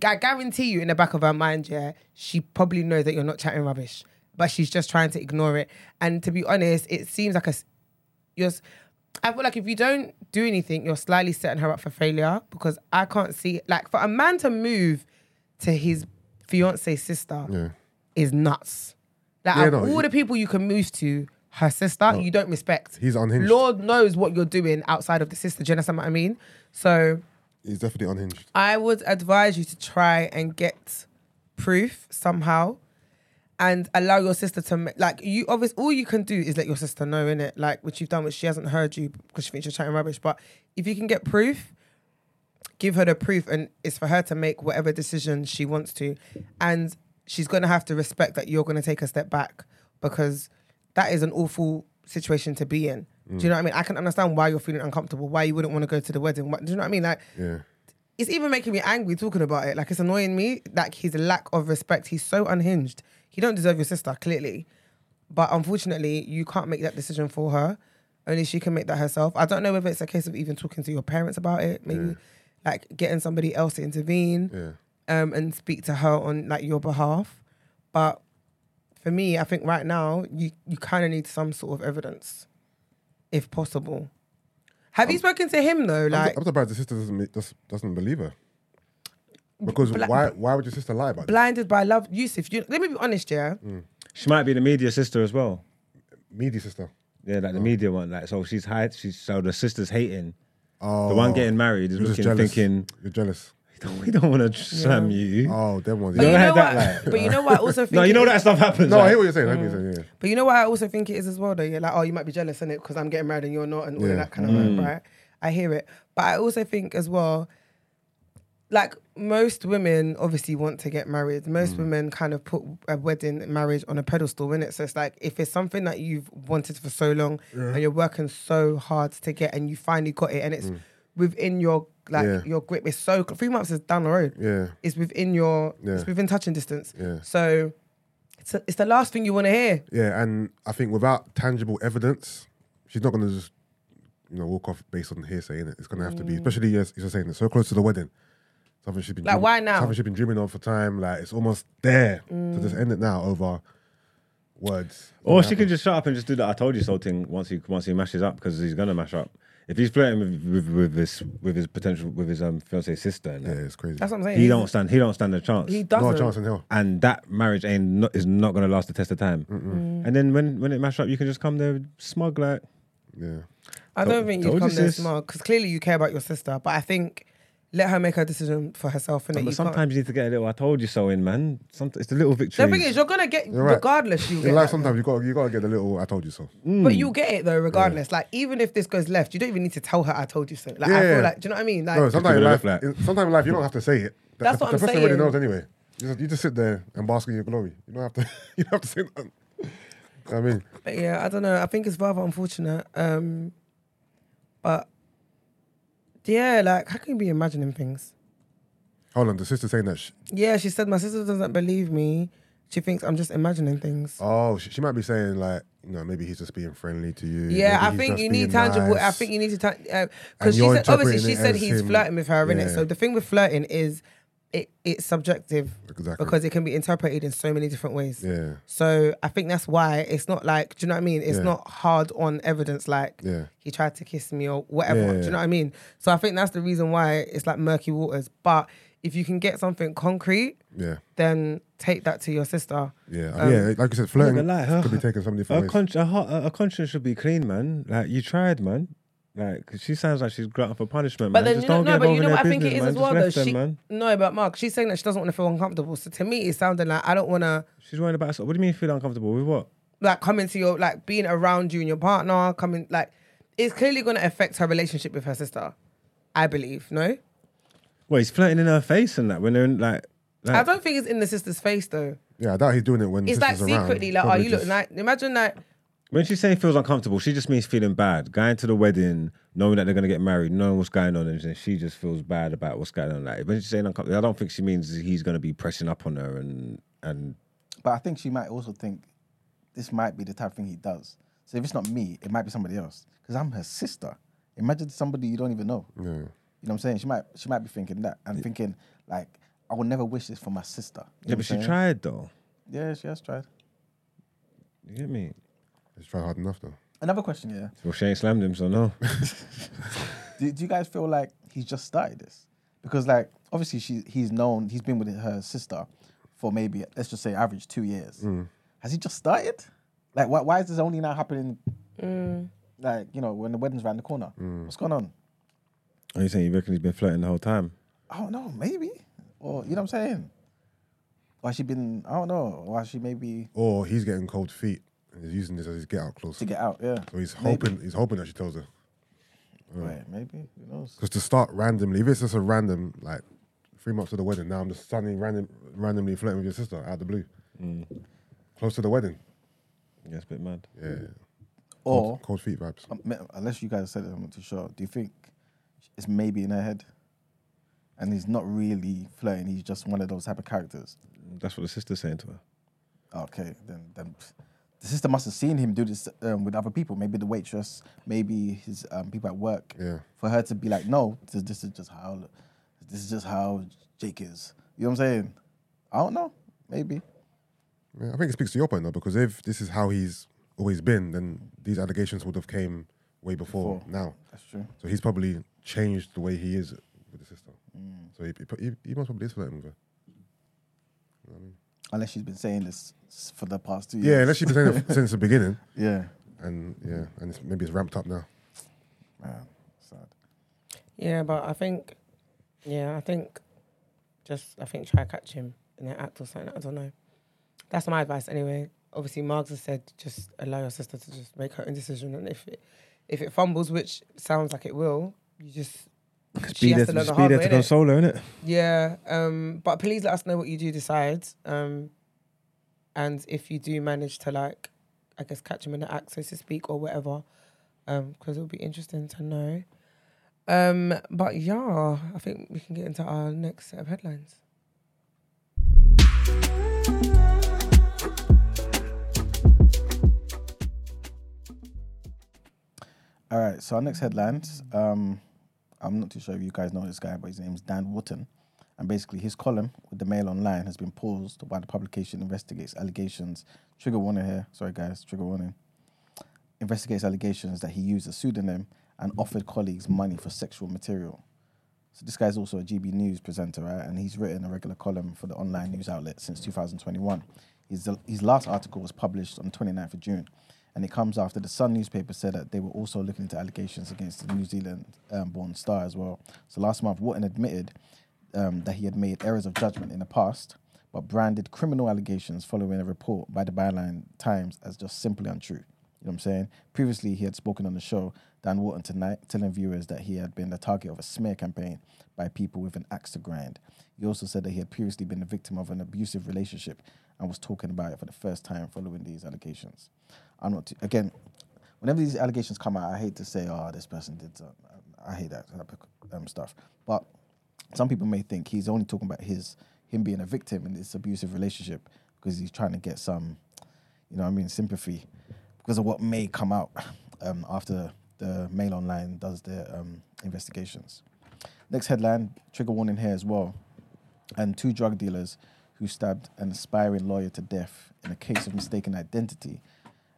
I guarantee you, in the back of her mind, yeah, she probably knows that you're not chatting rubbish, but she's just trying to ignore it. And to be honest, it seems like a s- you're. s- I feel like if you don't do anything, you're slyly setting her up for failure because I can't see like for a man to move to his fiance's sister Yeah. is nuts. Like Yeah, of no, all he- the people you can move to, her sister, you don't respect. He's unhinged. Lord knows what you're doing outside of the sister. Do you understand what I mean? So He's definitely unhinged. I would advise you to try and get proof somehow and allow your sister to ma- like you obviously all you can do is let your sister know in it like what you've done which she hasn't heard you because she thinks you're chatting rubbish but if you can get proof give her the proof and it's for her to make whatever decision she wants to and she's going to have to respect that you're going to take a step back because that is an awful situation to be in do you know what i mean i can understand why you're feeling uncomfortable why you wouldn't want to go to the wedding what, do you know what i mean like Yeah. it's even making me angry talking about it. Like it's annoying me. Like his lack of respect. He's so unhinged. He don't deserve your sister clearly, but unfortunately, you can't make that decision for her. Only she can make that herself. I don't know whether it's a case of even talking to your parents about it. Maybe like getting somebody else to intervene um, and speak to her on like your behalf. But for me, I think right now you you kind of need some sort of evidence, if possible. Have you spoken to him though? I'm, Like su- I'm surprised the sister doesn't make- just doesn't believe her. Because Bla- why why would your sister lie about blinded by love, Yusuf. You, let me be honest, yeah. She might be the media sister as well. this? Media sister. Yeah, like the media one. Like so, she's hide. She's so the sister's hating. Oh, The one getting married is you're just looking, jealous. thinking, You're jealous. we don't want to slam you. Oh, them ones. But yeah. you know had what? that, but you know what? I also think no, you it know is- Mm. that stuff happens. No, I like- hear what you're saying. I hear what you're saying. But you know what I also think it is as well though. You're like, oh, you might be jealous in it because I'm getting married and you're not, and all of Yeah. that kind of Mm. vibe, right? I hear it, but I also think as well, like most women obviously want to get married. Mm. Most women kind of put a wedding and marriage on a pedestal in it. So it's like if it's something that you've wanted for so long and you're working so hard to get, and you finally got it, and it's within your like Mm. Yeah. your grip. It's so three months is down the road. Yeah. yeah. It's within your. It's Yeah. within touching distance. Yeah. So. It's, it's the last thing you want to hear. Yeah, and I think without tangible evidence, she's not gonna just you know walk off based on hearsay. Innit? It's gonna have to be, especially as you're saying, it's so close to the wedding. Something she's been Mm. Like, dreaming, why now? Something she's been dreaming of for time. Like it's almost there to Mm. just end it now over words. Or she can just shut up and just do that "I told you so" thing once he once he mashes up because he's gonna mash up. If he's flirting with, with, with his with his potential with his um fiancee sister, and Yeah, that, it's crazy. That's what I'm saying. he don't stand he don't stand a chance. He no doesn't. chance in hell. and that marriage ain't not, is not gonna last the test of time. Mm. And then when when it mash up, you can just come there smug like Yeah, I don't think you'd Told you, come there sis. smart because clearly you care about your sister. But I think let her make her decision for herself. And But sometimes you need to get a little "I told you so" in man. Somet it's the little the victories. thing is, you're gonna get right. regardless. You in get life that, sometimes you got you gotta get a little. I told you so. but you get it though, regardless. Like even if this goes left, you don't even need to tell her I told you so. Like I Yeah. feel like, do you know what I mean? Like No, Give sometimes it in a life, reflect. in- sometimes in life you don't have to say it. The- That's the, what the I'm person already saying. knows anyway. You just, you just sit there and bask in your glory. You don't have to. You don't have to say nothing. You know what I mean, But yeah, I don't know. I think it's rather unfortunate. Um, but yeah, like how can you be imagining things? hold on. The sister saying that. She, Yeah, she said my sister doesn't believe me. She thinks I'm just imagining things. Oh, she, she might be saying like, you know, maybe he's just being friendly to you. Yeah, maybe I he's think just you being need tangible. I nice. think you need to because And she you're said obviously interpreting she it said as he's him- flirting with her, innit? Yeah. So the thing with flirting is it it's subjective Exactly. because it can be interpreted in so many different ways. Yeah, So I think that's why it's not like do you know what I mean? It's Yeah. not hard on evidence like Yeah. he tried to kiss me or whatever. Yeah, Do yeah. you know what I mean? So I think that's the reason why it's like murky waters. But if you can get something concrete, yeah, then take that to your sister. yeah, Um, yeah. Like you said, Not flirting gonna lie, her- could be taken some her, different ways. con- her, heart- her conscience should be clean, man. Like you tried, man. Like 'cause she sounds like she's granted for punishment, man. But then Just you know, don't no, get but involved you know in what I their think it business, is man. as well Just though. left them, She, man. no, but Mark, she's saying that she doesn't want to feel uncomfortable. So to me, it's sounding like I don't want to She's worrying about herself. What do you mean feel uncomfortable with what? like come into your like being around you and your partner coming like it's clearly going to affect her relationship with her sister. I believe no. Well, he's flirting in her face and that when they're in, like, like I don't think it's in the sister's face though. Yeah, I doubt he's doing it when It's the like sister's around. secretly like, Probably oh, you just- look like. Imagine that. when she's saying feels uncomfortable, she just means feeling bad. Going to the wedding, knowing that they're gonna get married, knowing what's going on, and then she just feels bad about what's going on. Like when she's saying uncomfortable, I don't think she means he's gonna be pressing up on her and and But I think she might also think this might be the type of thing he does. So if it's not me, it might be somebody else. Because I'm her sister. Imagine somebody you don't even know. You know what I'm saying? She might she might be thinking that and thinking like I would never wish this for my sister. You yeah, but know what I'm she saying? tried though. Yeah, she has tried. You get me? He's tried hard enough though. Another question, yeah. Well, she ain't slammed him, so no. Do, do you guys feel like he's just started this? Because like obviously she he's known he's been with her sister for maybe let's just say average two years. Has he just started? Like why why is this only now happening? Like you know when the wedding's around the corner. Mm. What's going on? Are you saying you reckon he's been flirting the whole time? I don't know maybe or you know what I'm saying. Or has she been I don't know. Or has she maybe Or he's getting cold feet and he's using this as his get out clause. to get out? Yeah. So he's Maybe. hoping he's hoping that she tells her. Right, maybe who knows? Because to start randomly, if it's just a random like three months to the wedding, now I'm just suddenly random, randomly flirting with your sister out of the blue, Mm. close to the wedding. Yeah, it's a bit mad. Yeah, Or cold feet vibes. Um, me- unless you guys said it, I'm not too sure. Do you think it's maybe in her head? and he's not really flirting. He's just one of those type of characters. That's what the sister's saying to her. Okay, then, then pff, the sister must have seen him do this um, with other people. Maybe the waitress, maybe his um, people at work. Yeah. For her to be like, no, this, this is just how, this is just how Jake is. You know what I'm saying? I don't know. Maybe. Yeah, I think it speaks to your point though, because if this is how he's always been, then these allegations would have came way before, Before. now. That's true. So he's probably changed the way he is with the sister. Mm. So he, he, he, he must probably is flirting with her. Unless she's been saying this s- for the past two Yeah, years. unless she's been saying it since the beginning, Yeah. and yeah, and it's, maybe it's ramped up now. Man, sad. Yeah, but I think, yeah, I think, just I think try catch him in an act or something. I don't know. That's my advice anyway. Obviously, Margs has said just allow your sister to just make her own decision, and if it if it fumbles, which sounds like it will, you just she be has there to, to learn the just be hard there way. to innit? console her, innit? Yeah, um, but please let us know what you do decide. Um, and if you do manage to, like, I guess, catch him in the act, so to speak, or whatever, because it'll be interesting to know. Um, but yeah, I think we can get into our next set of headlines. All right, so our next headlines. Um, I'm not too sure if you guys know this guy, but his name's Dan Wotton. And basically, his column with the Mail Online has been paused while the publication investigates allegations. Trigger warning here. Sorry, guys, trigger warning. Investigates allegations that he used a pseudonym and offered colleagues money for sexual material. So, this guy's also a GB News presenter, right? And he's written a regular column for the online news outlet since 2021. His, his last article was published on 29th of June and it comes after the Sun newspaper said that they were also looking into allegations against the New Zealand-born star as well. So last month, Wharton admitted um, that he had made errors of judgment in the past, but branded criminal allegations following a report by the Byline Times as just simply untrue. You know what I'm saying? Previously, he had spoken on the show Dan Wharton tonight, telling viewers that he had been the target of a smear campaign by people with an axe to grind. He also said that he had previously been the victim of an abusive relationship and was talking about it for the first time following these allegations. I'm not too, again. Whenever these allegations come out, I hate to say, "Oh, this person did." Something. I hate that type of um, stuff. But some people may think he's only talking about his him being a victim in this abusive relationship because he's trying to get some, you know, what I mean, sympathy because of what may come out um, after the Mail Online does their um, investigations. Next headline, trigger warning here as well, and two drug dealers who stabbed an aspiring lawyer to death in a case of mistaken identity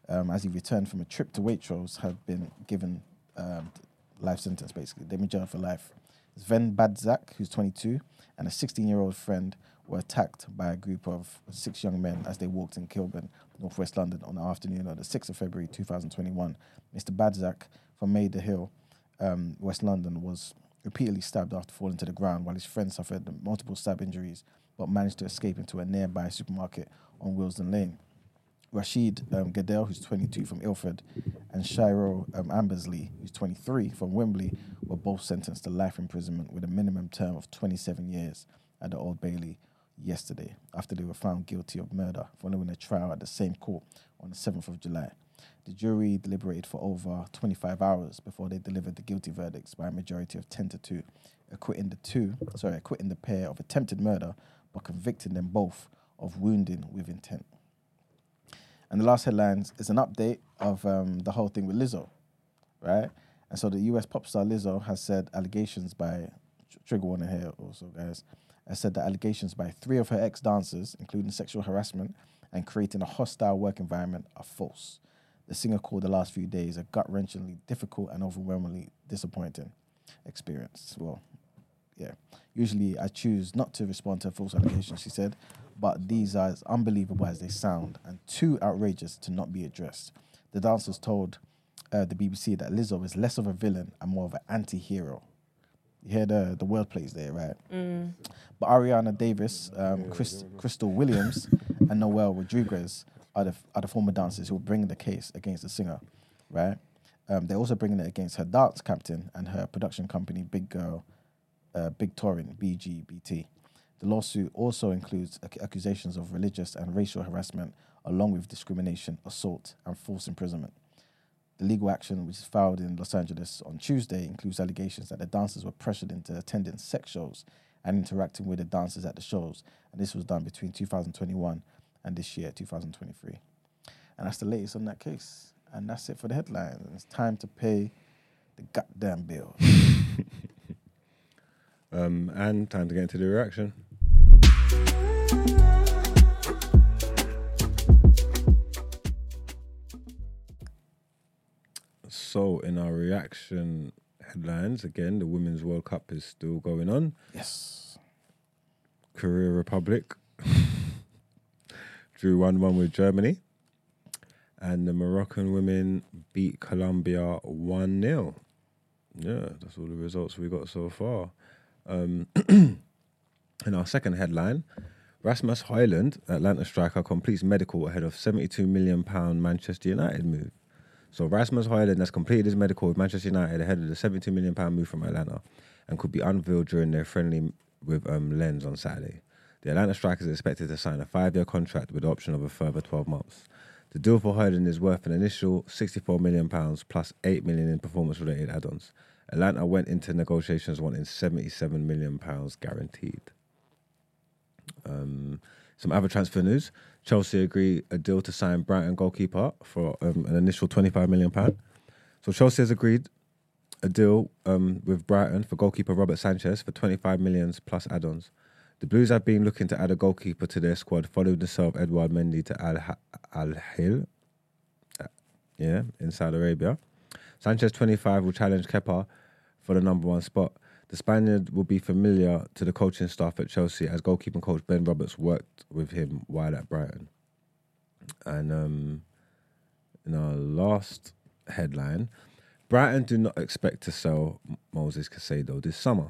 um, as he returned from a trip to Waitrose, had been given um, life sentence. Basically, they've been jailed for life. Sven Badzak, who's 22, and a 16-year-old friend were attacked by a group of six young men as they walked in Kilburn, northwest London, on the afternoon of the 6th of February 2021. Mr. Badzak from Maida Hill, um, West London, was repeatedly stabbed after falling to the ground, while his friend suffered multiple stab injuries but managed to escape into a nearby supermarket on Wilsden Lane. Rashid um, Goodell, who's 22 from Ilford, and Shiro um, Ambersley, who's 23 from Wembley, were both sentenced to life imprisonment with a minimum term of 27 years at the Old Bailey yesterday after they were found guilty of murder following a trial at the same court on the 7th of July. The jury deliberated for over 25 hours before they delivered the guilty verdicts by a majority of 10 to 2, acquitting the two, sorry, acquitting the pair of attempted murder but convicting them both of wounding with intent. And the last headlines is an update of um, the whole thing with Lizzo, right? And so the US pop star Lizzo has said allegations by tr- trigger warning here also, guys. Has said that allegations by three of her ex dancers, including sexual harassment and creating a hostile work environment, are false. The singer called the last few days a gut wrenchingly difficult and overwhelmingly disappointing experience. Well, yeah. Usually I choose not to respond to false allegations, she said, but these are as unbelievable as they sound and too outrageous to not be addressed. The dancers told uh, the BBC that Lizzo is less of a villain and more of an anti hero. You hear the, the word plays there, right? Mm. But Ariana Davis, um, Chris, Crystal Williams, and Noel Rodriguez are the, are the former dancers who will bring the case against the singer, right? Um, they're also bringing it against her dance captain and her production company, Big Girl uh, Big Torin, BGBT. The lawsuit also includes ac- accusations of religious and racial harassment, along with discrimination, assault, and false imprisonment. The legal action, which is filed in Los Angeles on Tuesday, includes allegations that the dancers were pressured into attending sex shows and interacting with the dancers at the shows. And this was done between 2021 and this year, 2023. And that's the latest on that case. And that's it for the headlines. And it's time to pay the goddamn bill. Um, and time to get into the reaction. So, in our reaction headlines, again, the Women's World Cup is still going on. yes. Korea Republic drew 1 1 with Germany. And the Moroccan women beat Colombia 1 0. Yeah, that's all the results we got so far. Um, in our second headline, Rasmus Hoyland, Atlanta striker, completes medical ahead of £72 million Manchester United move. So Rasmus Hoyland has completed his medical with Manchester United ahead of the £72 million move from Atlanta and could be unveiled during their friendly with um, Lens on Saturday. The Atlanta striker is expected to sign a five-year contract with the option of a further 12 months. The deal for Hoyland is worth an initial £64 million plus £8 million in performance-related add-ons. Atlanta went into negotiations wanting £77 million guaranteed. Um, some other transfer news. Chelsea agree a deal to sign Brighton goalkeeper for um, an initial £25 million. So Chelsea has agreed a deal um, with Brighton for goalkeeper Robert Sanchez for 25 millions plus add-ons. The Blues have been looking to add a goalkeeper to their squad following the sale of Edouard Mendy to Al Ha- Al Hil, uh, yeah, in Saudi Arabia. Sanchez 25 will challenge Kepa for the number one spot. The Spaniard will be familiar to the coaching staff at Chelsea as goalkeeping coach Ben Roberts worked with him while at Brighton. And um, in our last headline, Brighton do not expect to sell M- Moses Casado this summer.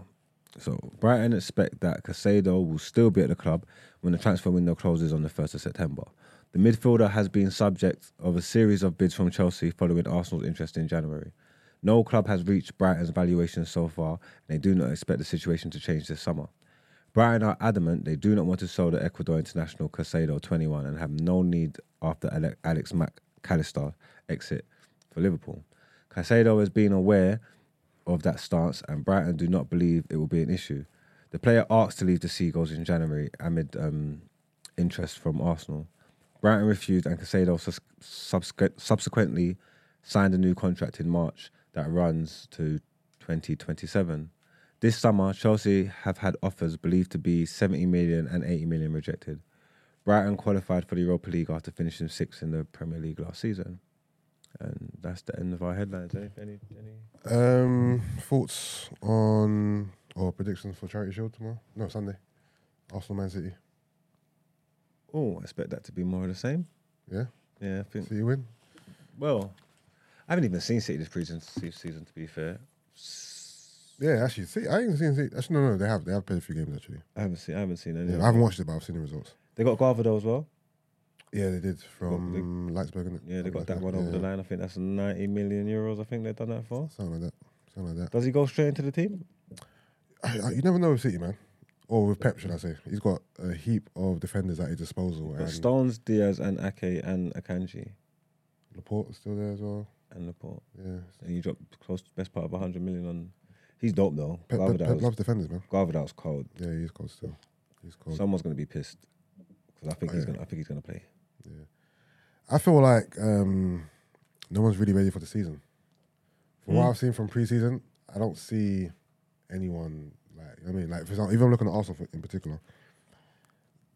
So Brighton expect that Casado will still be at the club when the transfer window closes on the 1st of September. The midfielder has been subject of a series of bids from Chelsea following Arsenal's interest in January. No club has reached Brighton's valuation so far, and they do not expect the situation to change this summer. Brighton are adamant they do not want to sell the Ecuador international Casado 21 and have no need after Ale- Alex McAllister exit for Liverpool. Casado has been aware of that stance, and Brighton do not believe it will be an issue. The player asked to leave the Seagulls in January amid um, interest from Arsenal. Brighton refused, and Casado sus- subsequent- subsequently signed a new contract in March that runs to 2027. This summer, Chelsea have had offers believed to be 70 million and 80 million rejected. Brighton qualified for the Europa League after finishing sixth in the Premier League last season. And that's the end of our headlines. Any, any, any Um, thoughts on or predictions for Charity Shield tomorrow? No, Sunday. Arsenal, Man City. Oh, I expect that to be more of the same. Yeah, Yeah, I think. City win. Well, I haven't even seen City this season. se- Season, to be fair, S- Yeah, actually, see, I ain't seen. See, actually, no, no, they have. They have played a few games actually. I haven't seen. I haven't seen any. Yeah, I haven't watched it, but I've seen the results. They got Garvado as well. Yeah, they did from Leipzig. Innit? Yeah, they got that Leipzig, one over the yeah. line. I think that's 90 million euros. I think they've done that for. Something like that. Something like that. Does he go straight into the team? I, I, you never know with City, man. Or with Pep, should I say? He's got a heap of defenders at his disposal. Got And Stones, Diaz, and Ake, and Akanji, Laporte's still there as well. and Laporte. Yeah, And you dropped close to best part of 100 million on. He's dope though. Pep, Pep, Pep Garvado was- loves defenders, man. Garvado's cold. Yeah, he's cold still. He's cold. Someone's gonna be pissed because I think Oh, he's yeah. gonna. I think he's gonna play. I feel like um, no one's really ready for the season. From what Mm. I've seen from preseason, I don't see anyone like you know what I mean, like for example, even looking at Arsenal for- in particular,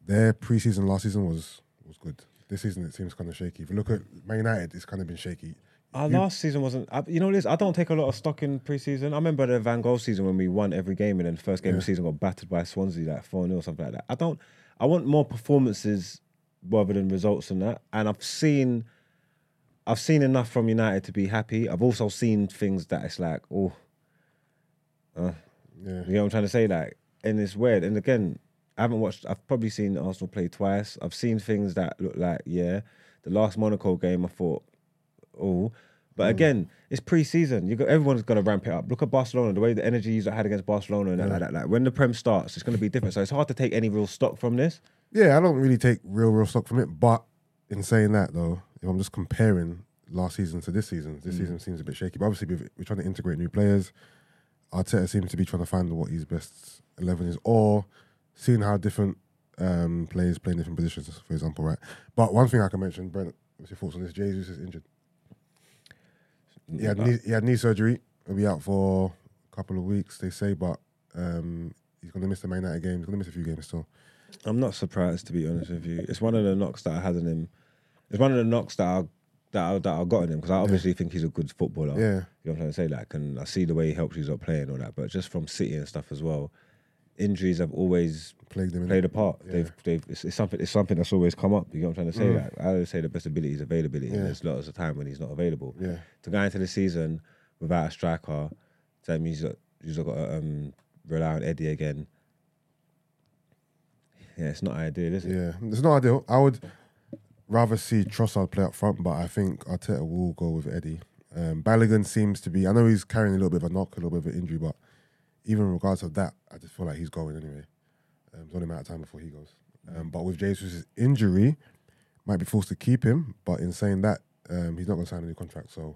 their preseason last season was was good. This season it seems kind of shaky. If you look at Man United, it's kind of been shaky. Our You- last season wasn't. I, you know this. I don't take a lot of stock in preseason. I remember the Van Gogh season when we won every game, and then the first game of the season got battered by Swansea like four 0 or something like that. I don't. I want more performances rather than results than that. And I've seen, I've seen enough from United to be happy. I've also seen things that it's like, oh, Yeah, uh, you know what I'm trying to say? Like, and it's weird. And again, I haven't watched, I've probably seen Arsenal play twice. I've seen things that look like, yeah. The last Monaco game, I thought, oh. But again, it's pre-season. You got everyone's gonna ramp it up. Look at Barcelona, the way the energy that had against Barcelona and that like that. Like when the Prem starts, it's gonna be different. So it's hard to take any real stock from this. yeah. I don't really take real real stock from it, but in saying that though, if I'm just comparing last season to this season, this season seems a bit shaky. But obviously we've, we're trying to integrate new players. Arteta seems to be trying to find what his best eleven is, or seeing how different um, players play in different positions. For example, right. But one thing I can mention, Brent, what's your thoughts on this? Jesus is injured. He had knee, he had knee surgery. He'll be out for a couple of weeks, they say, but um, he's going to miss the Man United game. He's going to miss a few games still. I'm not surprised to be honest with you. It's one of the knocks that I had on him. It's one of the knocks that I that I, that I got on him because I obviously think he's a good footballer. Yeah. you know what I'm trying to say. Like, and I see the way he helps. He's not playing and all that, but just from City and stuff as well. Injuries have always Plagued him, innit? played a part. Yeah. Mm. They've they've it's, it's something it's something that's always come up. You know what I'm trying to say. Like, I always say the best ability is availability. Yeah. And there's lots of time when he's not available. Yeah. To go into the season without a striker, that means that you've got to um, rely on Eddie again. Yeah, it's not ideal, is it? Yeah, it's not ideal. I would rather see Trossard play up front, but I think Arteta will go with Eddie. Um, Balogun seems to be. I know he's carrying a little bit of a knock, a little bit of an injury, but even regardless of that, I just feel like he's going anyway. Um, it's only a matter of time before he goes. Um, but with Jesus' injury, might be forced to keep him. But in saying that, um, he's not going to sign a new contract. So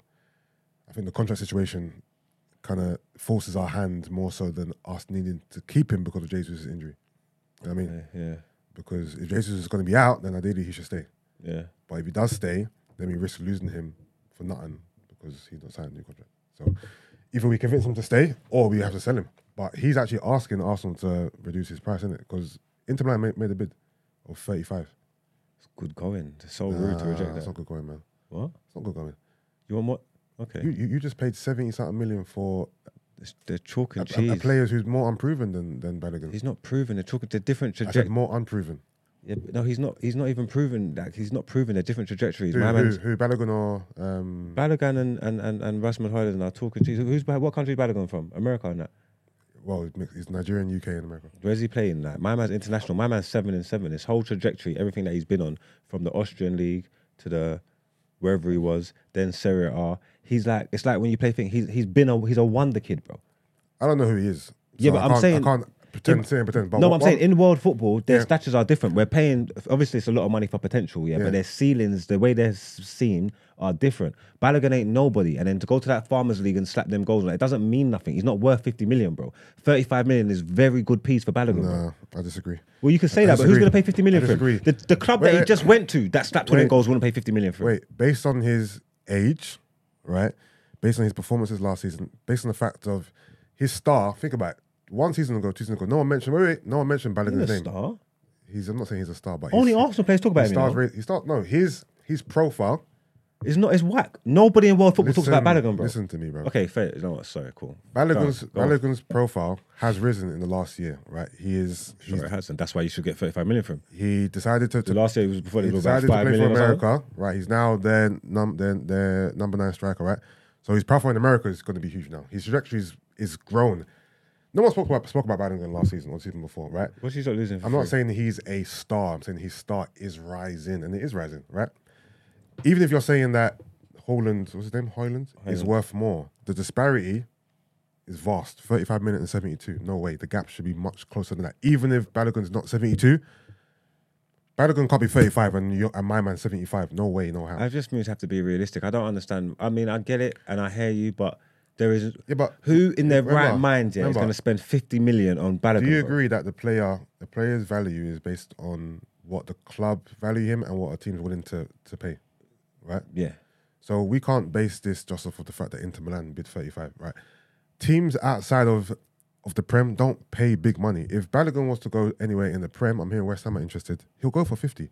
I think the contract situation kind of forces our hand more so than us needing to keep him because of Jesus' injury. You know what I mean, Yeah, because if Jesus is going to be out, then ideally he should stay. yeah. But if he does stay, then we risk losing him for nothing because he's not signed a new contract. So either we convince him to stay or we have to sell him. But he's actually asking Arsenal to reduce his price, isn't it? Because Inter Milan made, made a bid of 35. It's good going. It's so rude to Nah, reject That's that. not good going, man. What? It's not good going. You want what? Okay. You, you, you just paid 70 something million for It's- they're chalk a, and a, a cheese. player who's more unproven than, than Bellingham. He's not proven. They're chalk. They're different I said trajectory. more unproven. no, he's not. He's not even proven. Like he's not proven. They're different trajectories. Who, My who, man's who Balogun or um, Balogun and and and, and Rasmus Højlund are talking cheese. Who's Ba- what country is Balogun from? America or not? well, it's mixed- it's Nigerian, UK, and America. Where's he playing? Like my man's international. My man's seven and seven. His whole trajectory, everything that he's been on, from the Austrian league to the wherever he was, then Serie A. He's like it's like when you play thing. He's he's been a he's a wonder kid, bro. I don't know who he is. So Yeah, but I I'm can't- saying- I can't pretend, say and pretend. But no, what- I'm saying what- in world football, their Yeah. statures are different. We're paying, obviously, it's a lot of money for potential, yeah, Yeah. but their ceilings, the way they're s- seen, are different. Balogun ain't nobody, and then to go to that Farmers League and slap them goals, on it, it doesn't mean nothing. He's not worth 50 million, bro. 35 million is very good piece for Balogun. bro. No, I disagree. Well, you can say I that, but who's disagree. going to pay 50 million I for him? The, disagree. the club Wait, that he wait. just went to that slapped 20 Wait. goals wouldn't pay 50 million for him. Wait, based on his age, right? Based on his performances last season, based on the fact of his star, think about it. One season ago, two seasons ago, no one mentioned. Wait, wait, no one mentioned He's Balogun's a name. star. He's. I'm not saying he's a star, but Only he's, Arsenal players talk about his him. you Stars. know? rate- His star. No, his his profile. It's not. It's whack. Nobody in world football Listen- talks about Balogun, bro. listen to me, bro. Okay, fair. You know what? Sorry, cool. Balogun's Go on, go on. Balogun's profile has risen in the last year, right? He is. Sure, he's- it has, and that's why you should get 35 million for him. He decided to, to The last year he was before he they were about decided to five play for million. or something. America, right? He's now their, num- their, their number nine striker, right? So his profile in America is going to be huge now. His trajectory is, is grown. No one spoke about spoke about Biden last season or the season before, right? What's he not losing? For I'm not free? saying he's a star. I'm saying his star is rising, and it is rising, right? Even if you're saying that Holland, what's his name, Hoyland, is worth more, the disparity is vast. 35 minutes and 72. No way. The gap should be much closer than that. Even if Balogun's not 72, Balogun can't be 35 and you and my man 75. No way, no how. I just means have to be realistic. I don't understand. I mean, I get it and I hear you, but there is Yeah, but who in their remember- right mind yeah, is remember- going to spend 50 million on Balogun? Do you bro? agree that the player, the player's value is based on what the club value him and what a team's willing to to pay, right? Yeah. So we can't base this just off of the fact that Inter Milan bid 35, right? Teams outside of of the Prem don't pay big money. If Balogun wants to go anywhere in the Prem, I'm hearing West Ham are interested. He'll go for 50.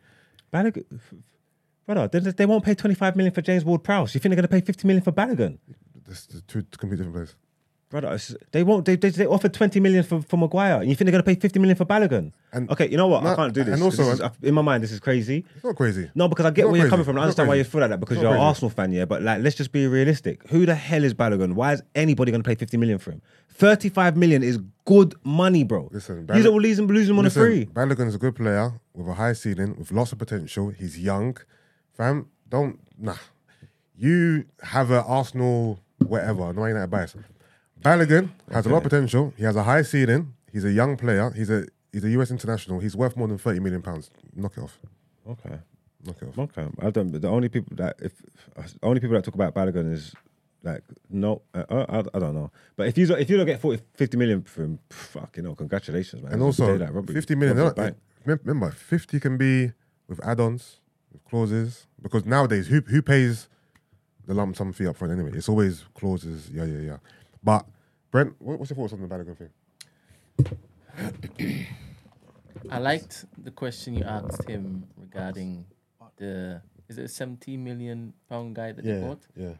Balogun. Brother, they, they won't pay 25 million for James Ward Prowse. You think they're going to pay 50 million for Balogun? That's the two completely different players. Brother, it's- they won't. They, they, they offered 20 million for, for Maguire. And you think they're going to pay 50 million for Balogun? And- okay, you know what? I No, can't do this. and 'cause also- this is- in my mind, this is crazy. It's not crazy. No, because I get Not where you're crazy. coming from. and I Not understand why you crazy. feel like that because Not you're an crazy. Arsenal fan, yeah. But like, let's just be realistic. Who the hell is Balogun? Why is anybody going to pay 50 million for him? 35 million is good money, bro. Listen, you Balogun- don't lose him, lose him on Listen, a free. Balogun is a good player with a high ceiling, with lots of potential. He's young. Fam, don't nah. You have an Arsenal whatever, no United bias. Balogun has a lot of potential. He has a high ceiling. He's a young player. He's a he's a US international. He's worth more than thirty million pounds. Knock it off. Okay. Knock it off. uh, Okay, I don't. The only people that if only people that talk about Balogun is Like no, uh, uh, I, I don't know. But if you don't- if you don't get 40, 50 million from pff, fucking hell, congratulations, man. And It's also, daylight robbery. 50 million. Rob the they're bank. not- mem- Remember, 50 can be with add ons, with clauses. Because nowadays, who who pays the lump sum fee up front anyway? It's always clauses, yeah, yeah, yeah. But, Brent, what, what's your thoughts on the Balogun thing? I liked the question you asked him regarding the is it a 17 million pound guy that they bought? yeah.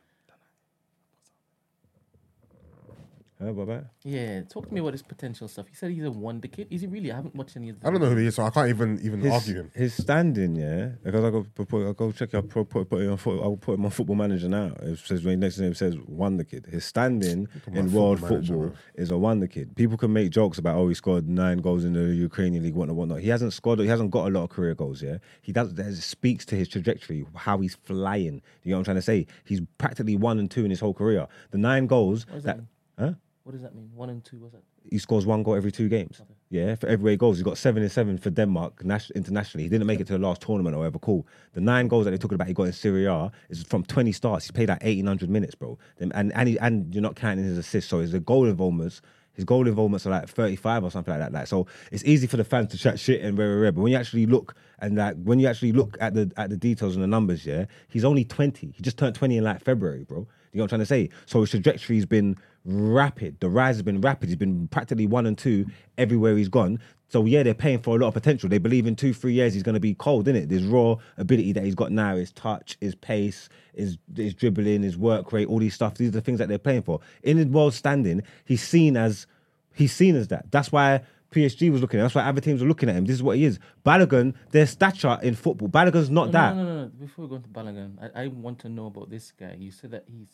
Huh, about that? Yeah, talk to me about his potential stuff. He said he's a wonder kid. Is he really? I haven't watched any of the I don't know who he is, so I can't even even his, argue him. his standing, yeah, because I go put, I go check. I put, put, put it on. foot- I'll put him on Football Manager now. It says when next name says Wonder Kid. His standing about in world Football football, Manager, is a Wonder Kid. People can make jokes about oh he scored nine goals in the Ukrainian league, whatnot, whatnot. He hasn't scored. He hasn't got a lot of career goals. Yeah, he does. That speaks to his trajectory, how he's flying. You know what I'm trying to say? He's practically one and two in his whole career. The nine goals What does that, that mean? huh? What does that mean? One and two, was it? he scores one goal every two games. Yeah, for every eight goals, he's got seven and seven for Denmark nas- internationally. He didn't make it to the last tournament or whatever. Cool. The nine goals that they're talking about he got in Serie A is from 20 starts. He's played like 1,800 minutes, bro. Then- And and, he, and you're not counting his assists. So his goal involvements, his goal involvements are like 35 or something like that. Like so, it's easy for the fans to chat shit and rare, rare, rare. But when you actually look and like when you actually look at the at the details and the numbers, yeah, he's only 20. He just turned 20 in like February, bro. You know what I'm trying to say? So his trajectory's been rapid. The rise has been rapid. He's been practically one and two everywhere he's gone. So yeah, they're paying for a lot of potential. They believe in two, three years he's going to be cold, isn't it? This raw ability that he's got now, his touch, his pace, his his dribbling, his work rate, all these stuff. These are the things that they're playing for. In his world standing, he's seen as he's seen as that. That's why PSG was looking at him. That's why other teams were looking at him. This is what he is. Balogun, their stature in football. Balogun's not No, that. No, no, no, no. Before we go into Balogun, I, I want to know about this guy. You said that he's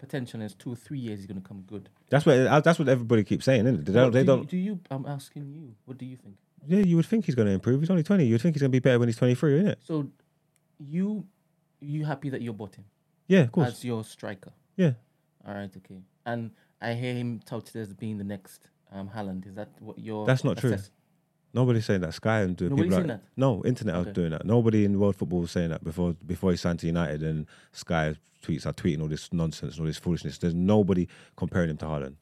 potential is two or three years he's going to come good. That's what that's what everybody keeps saying, isn't it? They What don't, do they you- don't do you? I'm asking you. What do you think? Yeah, you would think he's going to improve. He's only 20. You'd think he's going to be better when he's 23, isn't it? So, you, you happy that you bought him Yeah, of course. as your striker? yeah. All right, okay. And I hear him touted as being the next um, Haaland. Is that what your? That's not true. assess- Nobody's saying that. Sky and doing Nobody's people saying like- that? No, internet are Okay. doing that. Nobody in world football was saying that before before he signed to United and Sky tweets are tweeting all this nonsense and all this foolishness. There's nobody comparing him to Haaland.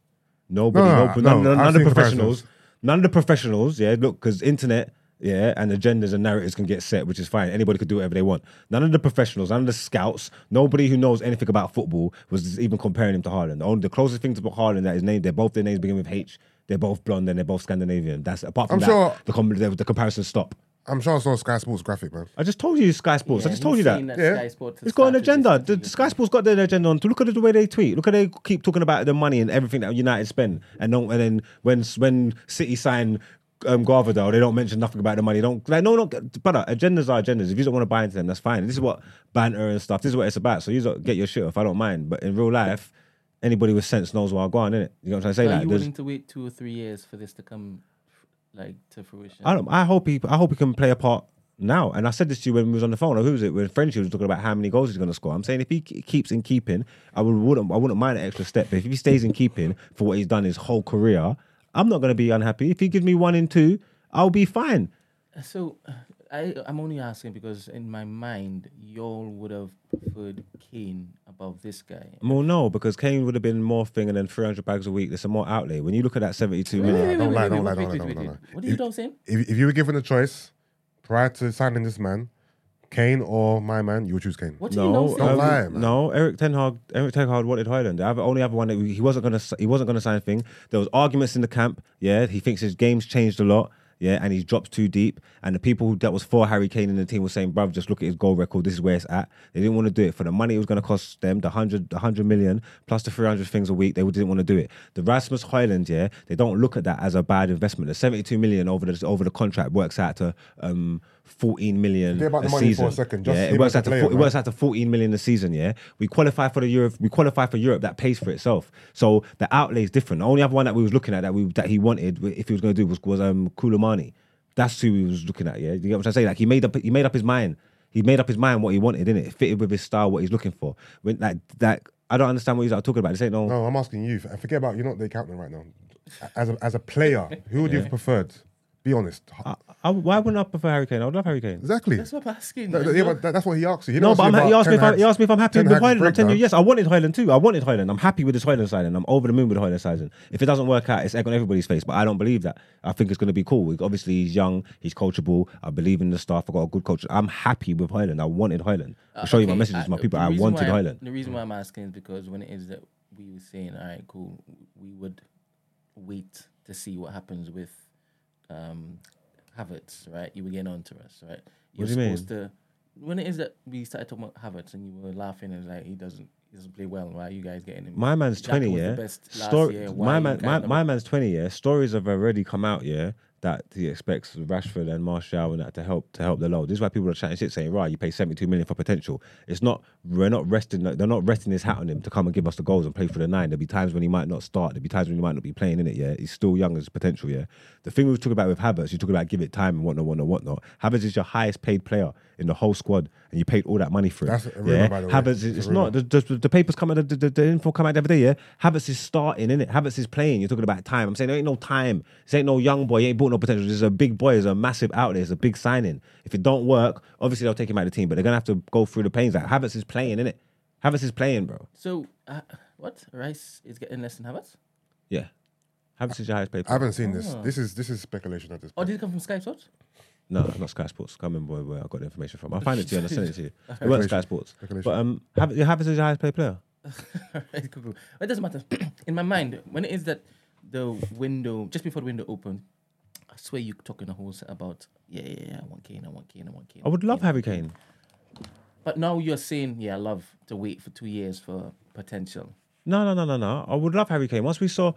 Nobody, No, no, no, none, no, none, I've none of the seen professionals, comparisons. none of the professionals, yeah, look, because internet, yeah, and agendas and narratives can get set, which is fine. Anybody could do whatever they want. None of the professionals, none of the scouts, nobody who knows anything about football was even comparing him to Haaland. The, only, the closest thing to Haaland that his name, they're both, their names begin with H. They're both blonde and they're both Scandinavian. That's apart from I'm that, sure- the, com- the, the comparison stop. I'm sure I saw Sky Sports graphic, man. I just told you Sky Sports. I Yeah, just told he's you that. saying Yeah. Sky Sports has It's got an started this agenda. The, particular- the Sky Sports got their agenda on. To look at the way they tweet. Look at they keep talking about the money and everything that United spend. And don't, and then when when City sign um, Garvidal, they don't mention nothing about the money. They don't like no, no, brother. Agendas are agendas. If you don't want to buy into them, that's fine. This is what banter and stuff. This is what it's about. So you lot get your shit off. I don't mind. But in real life, anybody with sense knows where I'm going. Innit? You know what I'm trying to So say? are Like, you there's- willing to wait two or three years for this to come, like to fruition? I don't. I hope he. I hope he can play a part now. And I said this to you when we was on the phone. Or who was it? When Frenchy was talking about how many goals he's going to score. I'm saying if he ke- keeps in keeping, I would, wouldn't. I wouldn't mind an extra step. But if he stays in keeping for what he's done his whole career, I'm not going to be unhappy. If he gives me one in two, I'll be fine. So, I I'm only asking because in my mind, y'all would have preferred Kane above this guy. Well, no, because Kane would have been more thing, and then 300 bags a week. There's some more outlay. When you look at that 72 Wait, wait, minutes. wait, don't wait, lie, wait, don't wait, lie, wait, don't wait, lie, wait, don't wait. lie. What do you know what I'm saying? If, if you were given a choice prior to signing this man, Kane or my man, you would choose Kane. What do you know? No, I'm Don't saying? um, lie, man. no. Eric Ten Hag, Eric Ten Hag wanted Hoyland. The other, only other one that he wasn't gonna, he wasn't gonna sign thing. There was arguments in the camp. Yeah, he thinks his game's changed a lot. Yeah, and he's dropped too deep. And the people that was for Harry Kane in the team were saying, "Bruv, just look at his goal record. This is where it's at." They didn't want to do it for the money it was going to cost them, the hundred, the hundred million plus the three hundred things a week. They didn't want to do it. The Rasmus Hoyland, yeah, they don't look at that as a bad investment. The seventy-two million over the over the contract works out to um fourteen million Forget about the a money for season. a second, just yeah, him it as works a out to player, four- it man. works out to 14 million a season. Yeah, we qualify for the Europe. We qualify for Europe. That pays for itself. So the outlay is different. The only other one that we was looking at that we that he wanted if he was going to do was was um Koulibaly. That's who we was looking at. Yeah, you get what I'm saying? Like he made up he made up his mind. He made up his mind what he wanted, innit? It fitted with his style, what he's looking for. When like that, I don't understand what he's like, talking about. This ain't no. No, I'm asking you. And forget about you're not the accountant right now. As a, as a player, who would you have preferred? Be honest. I, I, why wouldn't I prefer Hurricane? I would love Hurricane. Exactly. That's what I'm asking. That- that- yeah, but that- that's what he asked you. He No, didn't but ask I'm, you he about asked me if I, Ten he asked me if I'm happy Ten with Hag's Hoyland. I'm telling you, breakdown. yes, I wanted Hoyland too. I wanted Hoyland. I'm happy with this Hoyland signing. I'm over the moon with Hoyland signing. If it doesn't work out, it's egg on everybody's face. But I don't believe that. I think it's going to be cool. Obviously, he's young. He's coachable. I believe in the staff. I got a good coach. I'm happy with Hoyland. I wanted Hoyland. I'll show you my Uh, Okay, messages, my I- people. the I reason wanted why- Hoyland. The reason why I'm asking is because when it is that we were saying, all right, cool, we would wait to see what happens with um, Havertz, right? You were getting on to us, right? You're do you mean? supposed to. When it is that we started talking about Havertz and you were laughing and like he doesn't he doesn't play well, why are you guys getting him? My man's Xhaka twenty, was yeah. The best last Stor- year. Why my are you man, kind my, of- my man's twenty, yeah. Stories have already come out, yeah, that he expects Rashford and Martial and that to help to help the load. This is why people are chatting shit, saying, "Right, you pay seventy-two million for potential." It's not we're not resting. They're not resting his hat on him to come and give us the goals and play for the nine. There'll be times when he might not start. There'll be times when he might not be playing in it. Yeah, he's still young as potential. Yeah, the thing we were talking about with Havertz, you talk about give it time and whatnot, whatnot, whatnot. Havertz is your highest-paid player in the whole squad, and you paid all that money for it. That's a rumour, yeah, by the way. Havertz, is- It's a it's rumour. not. The, the, the papers come out, the, the, the info come out the other day, yeah? Havertz is starting, innit? Havertz is playing. You're talking about time. I'm saying there ain't no time. This ain't no young boy. He ain't bought no potential. This is a big boy. It's a massive out there. It's a big signing. If it don't work, obviously they'll take him out of the team, but they're going to have to go through the pains. Like, Havertz is playing, innit? Havertz is playing, bro. So uh, what? Rice is getting less than Havertz? Yeah. Havertz is your highest paid I player. haven't seen this. This is this is speculation at this Oh, point. did it come from Sky Sports? No, not Sky Sports. Come in, boy, where I got the information from. I'll find it to you and I'll send it to you. It wasn't Sky Sports. But um, Havertz Havertz is your highest paid player. Alright, cool, cool. It doesn't matter. In my mind, when it is that the window, just before the window opened, I swear you talking a whole set about, yeah, yeah, yeah, I want Kane, I want Kane, I want Kane. I would love Kane. Harry Kane. But now you're saying, yeah, I love to wait for two years for potential. No, no, no, no, no. I would love Harry Kane. Once we saw,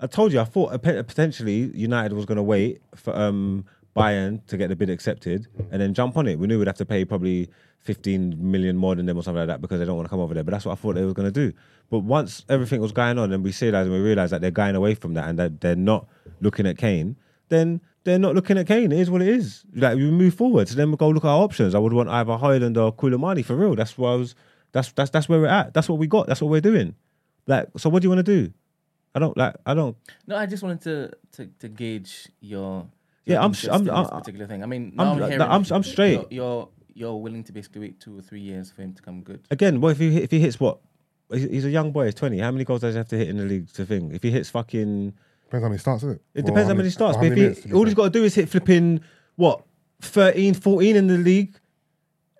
I told you, I thought a pe- potentially United was going to wait for um, Bayern to get the bid accepted and then jump on it. We knew we'd have to pay probably 15 million more than them or something like that because they don't want to come over there. But that's what I thought they were going to do. But once everything was going on and we realized and we realized that they're going away from that and that they're not looking at Kane, then they're not looking at Kane. It is what it is. Like we move forward. So then we go look at our options. I would want either Hoyland or Koulibaly for real. That's what I was. That's that's that's where we're at. That's what we got. That's what we're doing. Like, so what do you want to do? I don't like. I don't. No, I just wanted to to, to gauge your, Yeah, your I'm interest sh- I'm- in this I- I- particular thing. I mean, now I'm I'm, like- hearing no, I'm- I'm you're- straight. You're you're willing to basically wait two or three years for him to come good. Again, what if he hit- if he hits what? He's he's a young boy. He's twenty. How many goals does he have to hit in the league to thing? If he hits fucking, Depends how many starts, isn't it? it Or depends how many starts. But many if minutes, he, all he's got to do is hit flipping what 13, 14 in the league,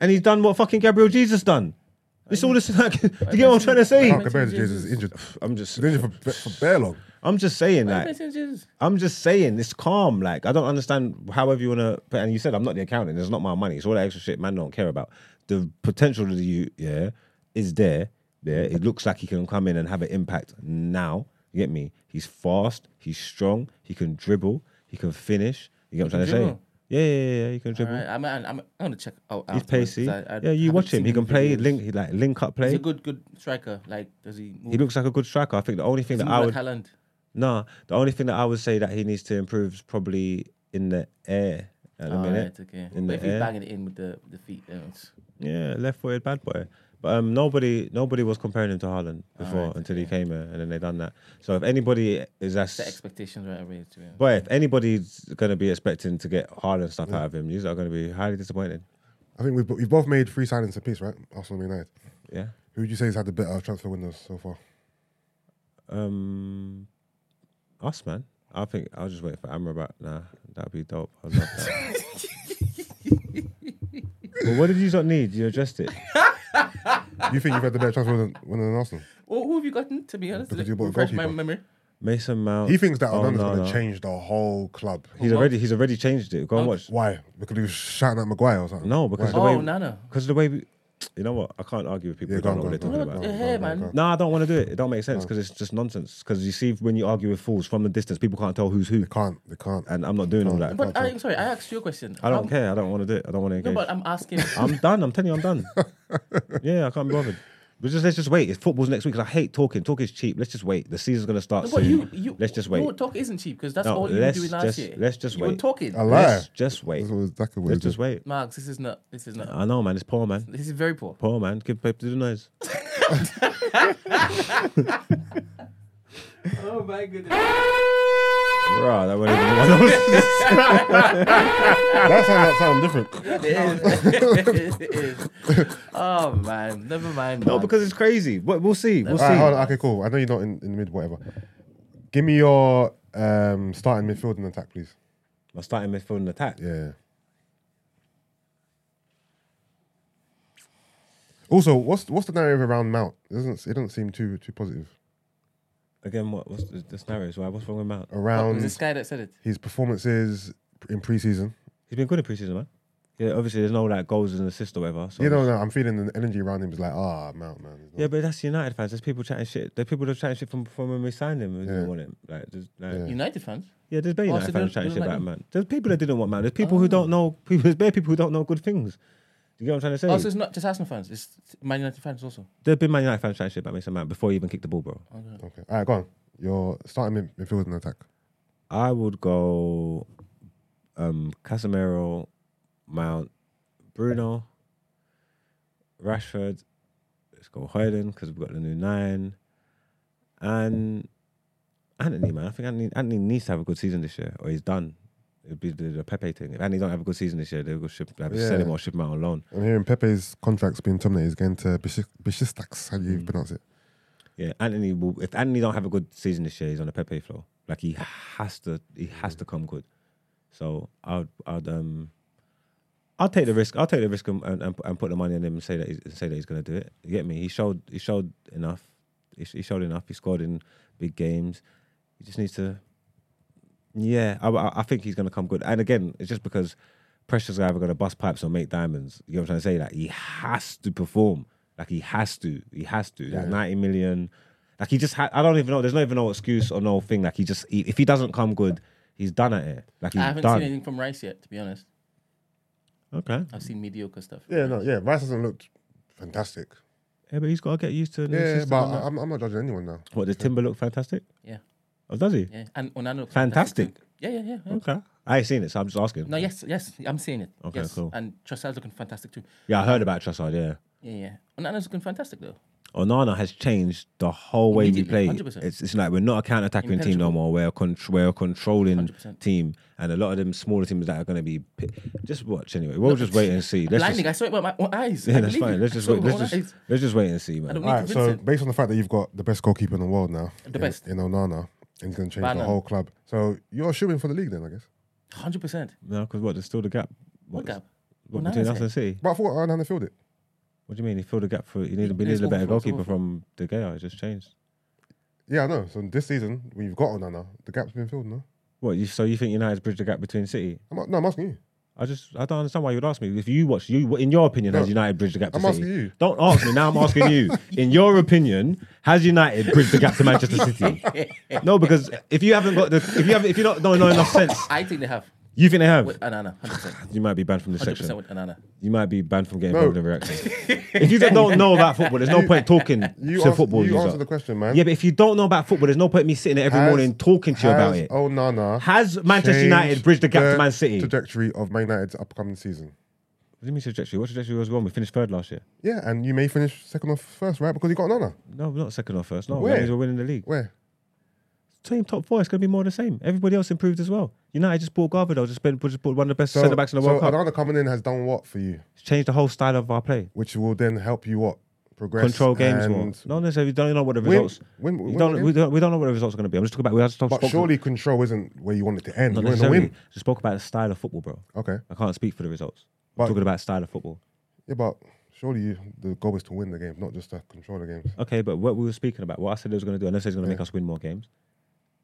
and he's done what fucking Gabriel Jesus done. It's all this. Like, do you get what I'm trying to Can't say? compare to Jesus. He's injured. I'm just, He's injured for, for bare long. I'm just saying Why that. you guys saying Jesus? I'm just saying it's calm. Like I don't understand however you wanna. But and you said I'm not the accountant. It's not my money. It's all that extra shit. Man, don't care about the potential of the you. Yeah, is there? There. It looks like he can come in and have an impact now. You get me? He's fast. He's strong. He can dribble. He can finish. You get what I'm He trying can to say? Yeah, yeah, yeah, yeah. He can All dribble. right, I'm, I'm, I'm gonna check out. He's afterwards, pacey. 'cause I- I yeah, you haven't watch him. seen He can any play videos. link, like link up He's play. a good good striker. Like, does he move? he looks like a good striker. I think the only thing does he that move I like would Haaland? Nah, the only thing that I would say that he needs to improve is probably in the air at the All minute. right, Ah, Oh, okay. eh? In but the if he's air. banging it in with the, the feet, then it's- Yeah, left footed bad boy. But um, nobody nobody was comparing him to Haaland before Alright, until he Ah, okay. came here and then they done that. So if anybody is that's set expectations right away. To be honest. boy, if anybody's gonna be expecting to get Haaland stuff out of him, you are gonna be highly disappointed. I think we've, bo- we've both made three signings apiece, right? Arsenal and United. Yeah. Who would you say has had the better transfer windows so far? Um us man. I think I'll just wait for Amrabat. Nah, that'd be dope. I'd love that. well, what did you not need? You addressed it. You think you've had the better transfer window window than Arsenal? Well, who have you gotten? To be honest, Because Like, you bought a refresh my goalkeeper. memory. Mason Mount. He thinks that Oh, Onana's no, going to no. change the whole club. He's What? already he's already changed it. Go and watch. Why? Because he was shouting at Maguire or something. No, because Why? the way Oh, Nana. because the way we, you know what I can't argue with people Yeah, who go don't on, know go on, what they're go talking on, go on, about. What the go hell, on, go on, man? go on. No, I don't want to do it. It don't make sense because it's just nonsense. Because you see, when you argue with fools from the distance, people can't tell who's who, They can't. They can't. and I'm not doing all that. But I, am sorry, I asked you a question. I don't Um, care. I don't want to do it. I don't want to No, engage. but I'm asking. I'm done. I'm telling you, I'm done. yeah, I can't be bothered. But just let's just wait. It's football's next week. 'cause I hate talking. Talk is cheap. Let's just wait. The season's gonna start No, but soon. you, you, let's just wait. No, talk isn't cheap because that's No, all you were let's doing last just- year. let's just you were wait. talking. I lie. let's just wait. That's what exactly what Let's he did. just wait. Marks, this is not. This is not. I know, man. It's poor, man. this is very poor. Poor man. Give paper to the nose. Oh my goodness. Right, that wasn't even one of us. That sounds like something different. It is. It is. Oh man, never mind. No, man. because it's crazy. But we'll see. We'll All right, hold on. see. Okay, cool. I know you're not in, in the mid, whatever. Give me your um, starting midfield and attack, please. My starting midfield and attack. Yeah. Also, what's what's the narrative around Mount? It doesn't it doesn't seem too too positive Again, what, what's the, the scenario? Right? What's wrong with Mount? it around was this guy that said it. his performances in preseason. He's been good in preseason, man. Yeah, obviously there's no like goals and assists or whatever. So You know, no, I'm feeling the energy around him is like, ah, Mount man. he's not- Yeah, but that's United fans. There's people chatting shit. There's people that are chatting shit from, from when we signed him. We didn't want him. Like, there's, like, yeah. United fans. there's bare Oh, United so they fans don't- chatting they shit don't like about him? man. There's people that didn't want man. There's people Oh. who don't know. People, there's bare people who don't know good things. Do you get what I'm trying to Also, say? Oh, it's not just Arsenal fans. It's Man United fans also. There's been Man United fans chatting shit about Mason Mount before he even kicked the ball, bro. Oh, Okay. All right, go on. Your starting mid- midfield and attack. I would go um Casemiro, Mount, Bruno, Rashford. Let's go Hoyland because we've got the new nine, and Anthony. Man, I think Anthony, Anthony needs to have a good season this year, or he's done. It'd be the, the Pepe thing. If Anthony don't have a good season this year, they'll go ship, like, sell him Yeah. or ship him out on loan. I'm hearing Pepe's contract's being terminated. He's going to Besiktas. Besiktas, How do Mm. you pronounce it? Yeah, Anthony will. If Anthony don't have a good season this year, he's on a Pepe flow. Like he has to, he has to come good. So I'd, I'd, um, I'll take the risk. I'll take the risk and, and, and put- and put the money on him and say that he's, and say that he's gonna do it. You get me? He showed, he showed enough. He, sh- he showed enough. He scored in big games. He just needs to. Yeah, I, I I think he's gonna come good. And again, it's just because Pressure's either gonna bust pipes or make diamonds. You know what I'm trying to say? Like he has to perform. Like he has to. He has to. Like 90 million. Like he just. Ha- I don't even know. There's not even no excuse or no thing. Like he just. He, if he doesn't come good, he's done at it. Like he's I haven't done. seen anything from Rice yet, to be honest. Okay. I've seen mediocre stuff. from Yeah, Rice. no, yeah. Rice hasn't looked fantastic. Yeah, but he's got to get used to a new Yeah, system. but and that. I'm, I'm not judging anyone now. what does Timber look fantastic? Yeah, Oh, does he? yeah. And Onana. looks Fantastic. too. Yeah, yeah, yeah. yeah. Okay, I ain't seen it, so I'm just asking. No, yes, yes. I'm seeing it. Okay, yes. cool. And Trossard's looking fantastic too. Yeah, I heard about Trossard. Yeah, Yeah, yeah. Onana's looking fantastic though. Onana has changed the whole way we Immediately, play. 100%. It's, it's like we're not a counter-attacking team no Impenetrable. more. We're a, con- we're a controlling 100%. team, and a lot of them smaller teams that are going to be pi- just watch anyway. We'll just wait and see. Let's Blinding. just, I saw it with my own eyes. I yeah, that's believe fine. you. Let's I just saw it wait. with Let's my own just eyes. let's just wait and see, I man. don't All need right, so convincing. based on the fact that you've got the best goalkeeper in the world now, The in, best. in Onana, and he's going to change the Bannon. whole club. So you're shooting for the league then, I guess. Hundred percent. No, because what? There's still the gap. What What's- gap? What, Onana's between us here. and City? But I thought Onana filled it. What do you mean? He filled the gap for. You need, a- we It's needed a better awful, it's goalkeeper awful. from De Gea. It just changed. Yeah, I know. So this season, when you've got Onana, the gap's been filled, no? What you so you think United's bridged the gap between City? I'm, no, I'm asking you. I just I don't understand why you'd ask me. If you watch you in your opinion, has United bridged the gap to I'm City? asking you. Don't ask me now. I'm asking you. In your opinion, has United bridged the gap to Manchester City? No, because if you haven't got the if you haven't if you don't know know enough sense, I think they have you think they have. with Onana. Hundred percent. You might be banned from the Hundred percent section. with Onana. You might be banned from getting involved in reactions. if you don't know about football, there's no point talking You, to ans- football. you user. answer the question, man. Yeah, but if you don't know about football, there's no point me sitting there every Has- morning talking to you about has it. Onana. Has Manchester changed United bridged the gap to Man City? Trajectory of Man United's upcoming season. What do you mean trajectory? What trajectory was wrong? We finished third last year. Yeah, and you may finish second or first, right? Because you got Onana. No, not second or first. No, Where? that means we're winning the league. Where? Same top four. It's going to be more the same. Everybody else improved as well. United just bought Garvey though. Just, been, just bought one of the best centre backs in the so World Cup. Onana coming in has done what for you? It's changed the whole style of our play. Which will then help you what? Progress. Control games and- more. Not necessarily. We don't know what the Win- results. win- you win don't, more we, games? don't, we don't know what the results are going to be. I'm just talking about. We have to talk. But spoke- surely control isn't where you want it to end. not You want it to necessarily. win. Just spoke about the style of football, bro. Okay. I can't speak for the results. I'm But- talking about style of football. Yeah, but surely you, the goal is to win the game, not just to control the games. Okay, but what we were speaking about, what I said he was going to do, I never said he's going to make us win more games.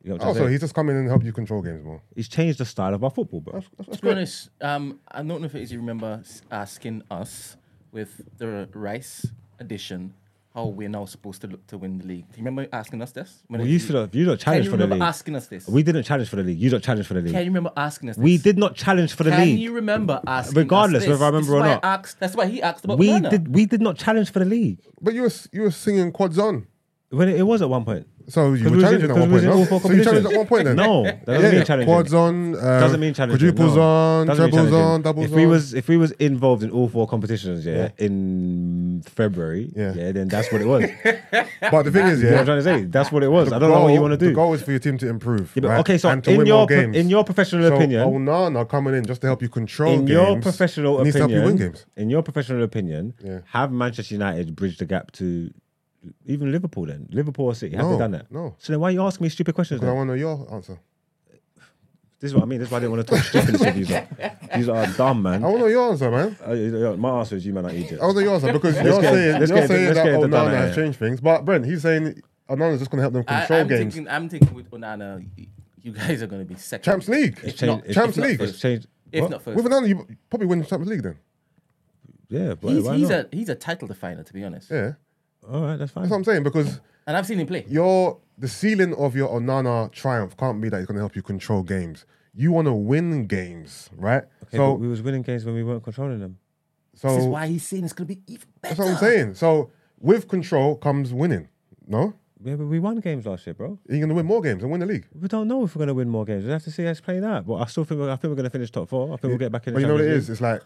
You know what I'm Oh, trying to so say? he's just coming in and help you control games more. he's changed the style of our football, bro. To be honest, um, I don't know if it is you remember s- asking us with the Rice edition how we're now supposed to look to win the league. Do you remember asking us this? When Well, it- you still you don't Can challenge you for the remember league. asking us this? We didn't challenge for the league. You don't challenge for the league. Can you remember asking us? we this? did not challenge for the Can league. you remember asking? Regardless us this? whether I remember This is or why not. asked- that's why he asked about. we Onana. did we did not challenge for the league. But you were s- you were singing quads on. When it, it was at one point. So you were Because we was in- challenging at because one we was point. in all No? four So you challenged competitions. at one point then? No, that doesn't mean challenging. Quads on, uh, doesn't mean challenging. quadruples no. on, Doesn't mean trebles challenging. on, doubles If we on. was if we was involved in all four competitions, yeah, in February, Yeah. yeah. then that's what it was. You But the thing is, know what yeah, I'm trying to say? That's what it was. the I don't know what goal- you want to The do. goal is for your team to improve. Yeah, but right? okay, so And to in win your more pro- games. in your professional so opinion- Onana coming in just to help you control in games. your professional needs opinion, to help you win games. in your professional opinion, Yeah. have Manchester United bridge the gap to even Liverpool? Then Liverpool or City have No, they done that? no. So then why are you asking me stupid questions? Because I want Then? to know your answer. This is what I mean. This is why I didn't want to talk stupidness with you. lot. These are dumb, man. I want to know your answer, man. Uh, yeah, my answer is you, man, are Egypt. I want to know your answer because you're get- saying you're let's get- saying let's that get the Onana data has here. changed things, but Brent, he's saying Onana's just going to help them I, control I'm games. thinking. I'm thinking with Onana, y- you guys are going to be second. Champs League, It's not- changed- it's- Champions it's not League. first. It's changed. if What? not first. with Onana, you probably win the Champions League then. Yeah, but he's why he's not? a he's a title definer, to be honest. Yeah, All right, that's fine. that's what I'm saying because And I've seen him play. your the ceiling of your Onana triumph can't be that it's going to help you control games. You want to win games, right? Okay, so but we was winning games when we weren't controlling them. so This is why he's saying it's going to be even better. that's what I'm saying. So with control comes winning. No, Yeah, but we won games last year, bro. you're going to win more games and win the league. We don't know if we're gonna win more games. We have to see us play that. But I still think we're, I think we're gonna finish top four. I think we'll get back in. The But you know what it Champions is? It's like,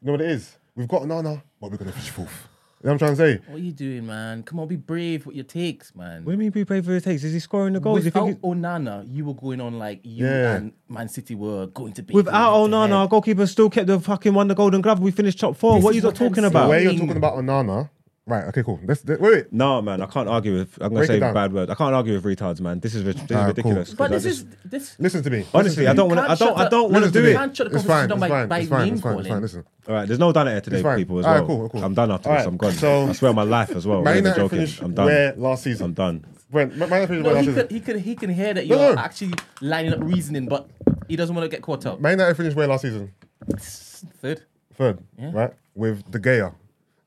you know what it is? We've got Nana, but we're going to finish fourth. You know what I'm trying to say? What are you doing, man? Come on, be brave with your takes, man. League. What do you mean? Be brave for the takes. Is he scoring the goals? You Without think he's- Onana, you were going on like you Yeah. and Man City were going to be Without Onana, our goalkeeper still kept the fucking won the Golden Glove. We finished top four. This what is you not what I'm talking saying. about? The way you're Wing. talking about Onana, right? Okay, cool. Let's, let- wait, wait. No, man, I can't argue with. I'm gonna Break it say down. bad words. I can't argue with retards, man. This is, ri- this Ah, is cool. ridiculous. 'cause But I this just- is this. Listen to me. honestly, I Listen to don't me. want. Can't I don't. shut I the- don't want to Listen do to it. me. Can't shut the It's conversation fine. down It's by- fine. by It's fine. name It's fine. It's calling. fine. Listen. All right, there's no done at It's today, fine. people. As All right, well, cool, cool. I'm done after this. All I'm right, gone. so- I swear on my life as well. Man I'm United joking. finished I'm done. where last season? I'm done. Brent, Man United finished where No, last he season? could, he could he can hear that No, you're no. actually lining up reasoning, but he doesn't want to get caught up. Man United finished where last season? Third. Third, right? With De Gea,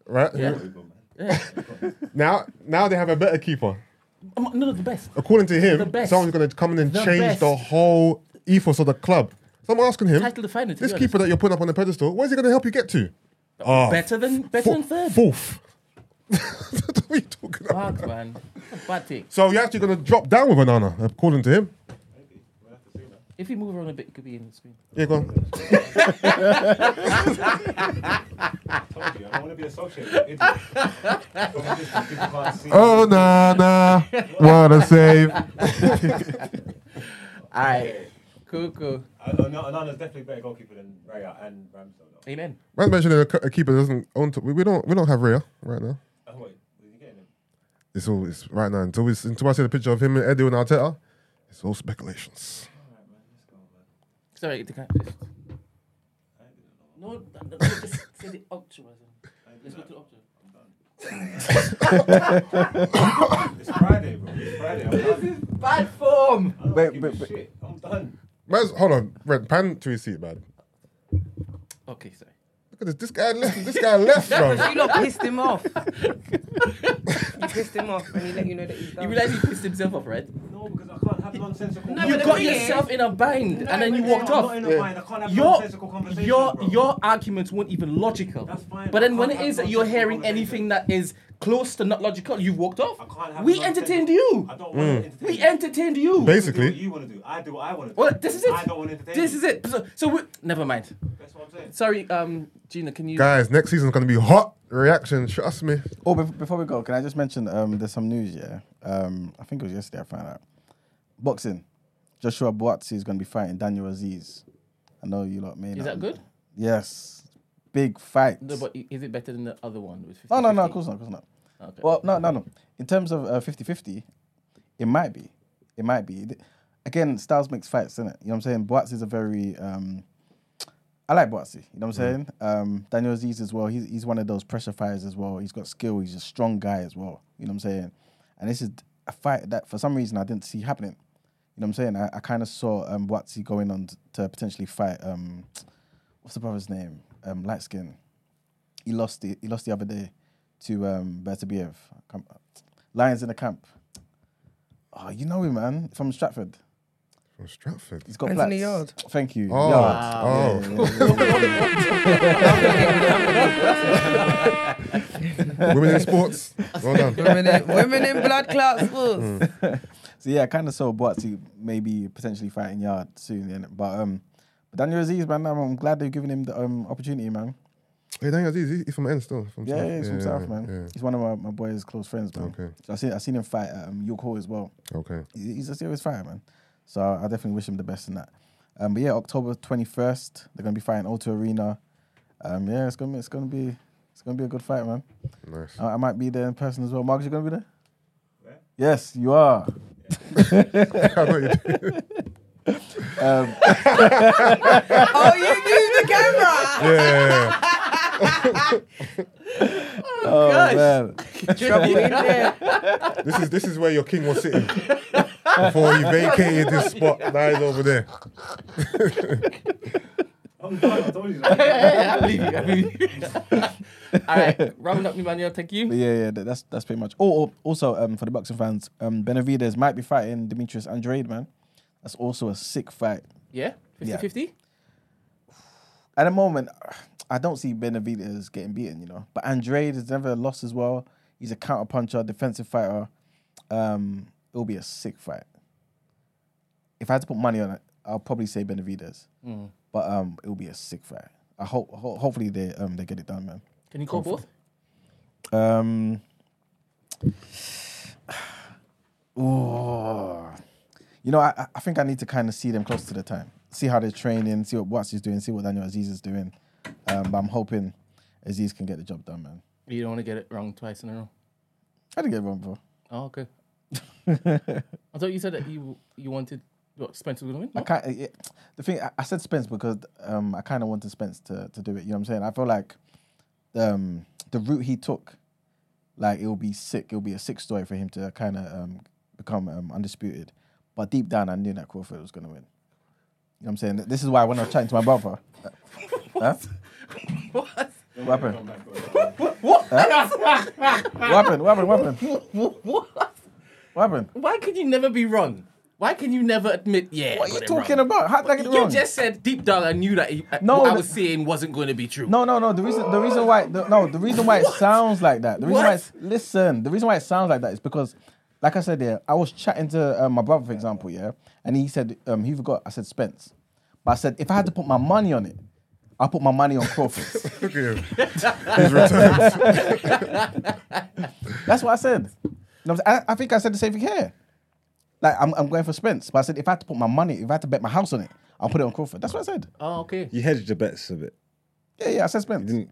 right? now, now they have a better keeper. Um, No, no, the best. According to The him, best. someone's going to come in and The change best. the whole ethos of the club. So I'm asking him, Title defender, to this be Oh, keeper that you're putting up on the pedestal, where's he going to help you get to? Ah, Better than better fo- than third. Fourth. what are you talking about? Fuck, man. That's a Bad take. So you're actually going to drop down with Onana, according to him. If you move around a bit, it could be in the screen. Yeah, go on. Oh, Nana, what a save. All right. Cool, cool. Uh, Onana's definitely better goalkeeper than Raya and Ramsdale. Amen. Man mentioned a, a keeper doesn't own. To, we, we don't. We don't have Raya right now. It's all. It's right now until we until I see the picture of him and Eddie and Arteta. It's all speculations. Sorry, the guy. Just... No, no, no, just say the ultra. Let's look at ultra. It's Friday, bro. It's Friday. I'm done. Bad form. Wait, wait, wait. I'm done. Man's, hold on, Brent, pan to his seat, man. Okay, sorry. Look at this. This guy left. This guy left, bro. You lot pissed him off. you pissed him off and he let you know that he's done. You realize he pissed himself off, right? No, because I can't have nonsensical. No, You but the got thing is- yourself in a bind, and then you walked off. I can't have Your your your arguments weren't even logical. That's fine, But I then when it can't is have that you're nonsensical hearing anything that is close to not logical, you walked off. can't have we nonsense. entertained you. don't want Mm. to We entertained you. Basically, you want to do. I do what I want to Well, this is it. I don't want to entertain This you. is it. So, so we, never mind. That's what I'm saying. Sorry, um, Gina. Can you? guys, next season's gonna be hot. Reaction, trust me. Oh, bef- before we go, can I just mention um, there's some news, yeah? Um, I think it was yesterday I found out. Boxing. Joshua Boatsi is going to be fighting Daniel Aziz. I know you lot may Is that good? Yes. Big fight. No, but i- is it better than the other one? With 50, no, no, no, of course not, of course not. Okay. Well, no, no, no. In terms of uh, 50-50, it might be. It might be. Th- Again, styles makes fights, isn't it? You know what I'm saying? Boats is a very... Um, I like Boatsy, you know what I'm saying? Um, Daniel Aziz as well, he's, he's one of those pressure fighters as well. He's got skill, he's a strong guy as well, you know what I'm saying? And this is a fight that for some reason I didn't see happening. You know what I'm saying? I, I kind of saw um, Boatsy going on t- to potentially fight, um, what's the brother's name? Um, Light Skin he lost the he lost the other day to um Bertabiev. Ah, Lions in the camp. Oh, you know him, man, from Stratford. From Stratford. He's got Anthony Yard. plaques. Thank you. Oh, Yard. oh. Women in sports. Well done. women, in, women in blood clot schools. So yeah, I kind of saw Boatsy maybe potentially fighting Yard soon, innit? but um, but Daniel Aziz, man, I'm glad they've given him the um opportunity, man. Hey, Daniel Aziz, he- he's from N still. From Yeah, South. yeah, he's from South, yeah, man. He's one of my, my boy's close friends, man. Okay. So I seen I seen him fight at um, York Hall as well. yeah. Okay. He- He's a serious fighter, man. So I definitely wish him the best in that. Um, but yeah, October 21st, they're gonna be fighting Auto Arena. Um, yeah, it's gonna be, it's gonna be it's gonna be a good fight, man. Nice. I, I might be there in person as well. Mark, you gonna be there? Yes, you are. I know you do. Oh, you use the camera. Yeah. Oh, man. Trouble in there. This is this is where your king was sitting before he vacated this spot. Now he's over there. I believe you. I believe you. All right, round up, Emmanuel. Thank you. But yeah, yeah, that- that's that's pretty much. Oh, oh, also um, for the boxing fans, um, Benavides might be fighting Demetrius Andrade, man. That's also a sick fight. Yeah, 50 50. At the moment, I don't see Benavides getting beaten, you know. But Andrade has never lost as well. He's a counter puncher, defensive fighter. Um, it'll be a sick fight. If I had to put money on it, I'll probably say Benavides. But um, it'll be a sick fight. I hope. Ho- hopefully they um they get it done, man. Can you call both? Um. Oh, you know, I, I- I think I need to kind of see them close to the time. See how they're training, see what Watts is doing, see what Daniel Aziz is doing. Um, but I'm hoping Aziz can get the job done, man. You don't want to get it wrong twice in a row. I didn't get it wrong, bro. Oh, okay. I thought you said that you you wanted what Spencer was gonna win. I can't. It, it- the thing I, I said Spence because um, I kind of wanted Spence to, to do it. You know what I'm saying? I feel like um, the route he took, like it'll be sick. It'll be a sick story for him to kind of um, become um, undisputed. But deep down, I knew that Crawford was gonna win. You know what I'm saying? This is why when I was chatting to my brother, huh? What? what happened? What happened? What happened? What happened? what? What happened? Why could you never be wrong? Why can you never admit? Yeah. What are got you it talking wrong? about? How did I get it You wrong? just said deep down I knew that he, uh, No, what I the- was saying wasn't going to be true. No, no, no. The reason, the reason why, the, no, the reason why it sounds like that. The reason why, What? it's, listen, the reason why it sounds like that is because, like I said, there, I was chatting to uh, my brother, for example, yeah, and he said, um, who forgot? I said Spence, but I said if I had to put my money on it, I put my money on Crawford. Look at him. That's what I said. You know what I'm saying? I, I think I said the same thing here. Like I'm, I'm going for Spence, but I said if I had to put my money, if I had to bet my house on it, I'll put it on Crawford. That's what I said. Oh, okay. You hedged the bets a bit. Yeah, yeah, I said Spence. didn't-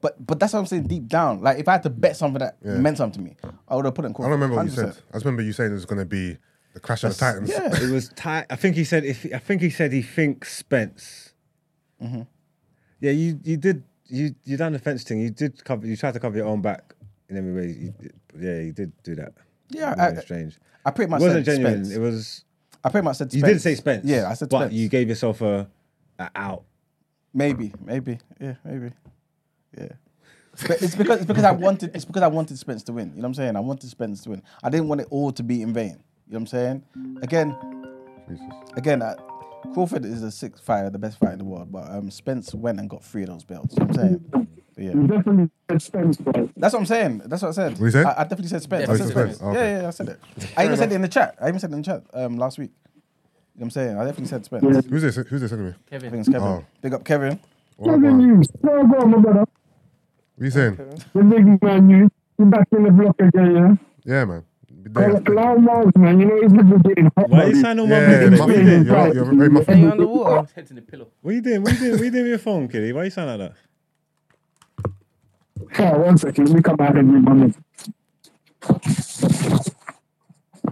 But but that's what I'm saying deep down. Like if I had to bet something that Yeah. meant something to me, I would have put it in I court. don't remember what you said. I just remember you saying it was going to be the Clash of the Titans. Yeah. It was tight. I think he said. If I think he said he thinks Spence. Mm-hmm. Yeah, you you did you you done the fence thing. You did cover. You tried to cover your own back in every way. You did- yeah, you did do that. Yeah, It was I- strange. I pretty It much wasn't said genuine. Spence. It was. I pretty much said You Spence. did say Spence. Yeah, I said but Spence. you gave yourself a, a out. Maybe, maybe, yeah, maybe, yeah. But it's because it's because I wanted it's because I wanted Spence to win. You know what I'm saying? I wanted Spence to win. I didn't want it all to be in vain. You know what I'm saying? Again, again, I, Crawford is a sixth fighter, the best fighter in the world. But um, Spence went and got three of those belts. You know what I'm saying? But yeah. Definitely Spence, bro. That's what I'm saying. That's what I said. What you said? I, I definitely said Spence. Yeah, I you said said Spence. Spence. Yeah, yeah, yeah, I said it. I even said it in the chat. I even said it in the chat um, last week. You know what I'm saying? I definitely said Spence. I Who's this? Who's this anyway? Kevin. think it's Kevin. Oh. Big up Kevin. What are news. No, go on, my brother. you saying? The big man news. You're back in the block again, yeah? Yeah, man. Be there. Call, call Miles, man. You know, he's been getting hot. Why you man. sign on one Yeah, minute? What you muffin. doing? You're, you're very Are muffin. you on the water? Head in the pillow. What you doing? What you doing? What you doing with your phone, Kitty? Why you sound like that? Yeah, one second. Let me come back and rebound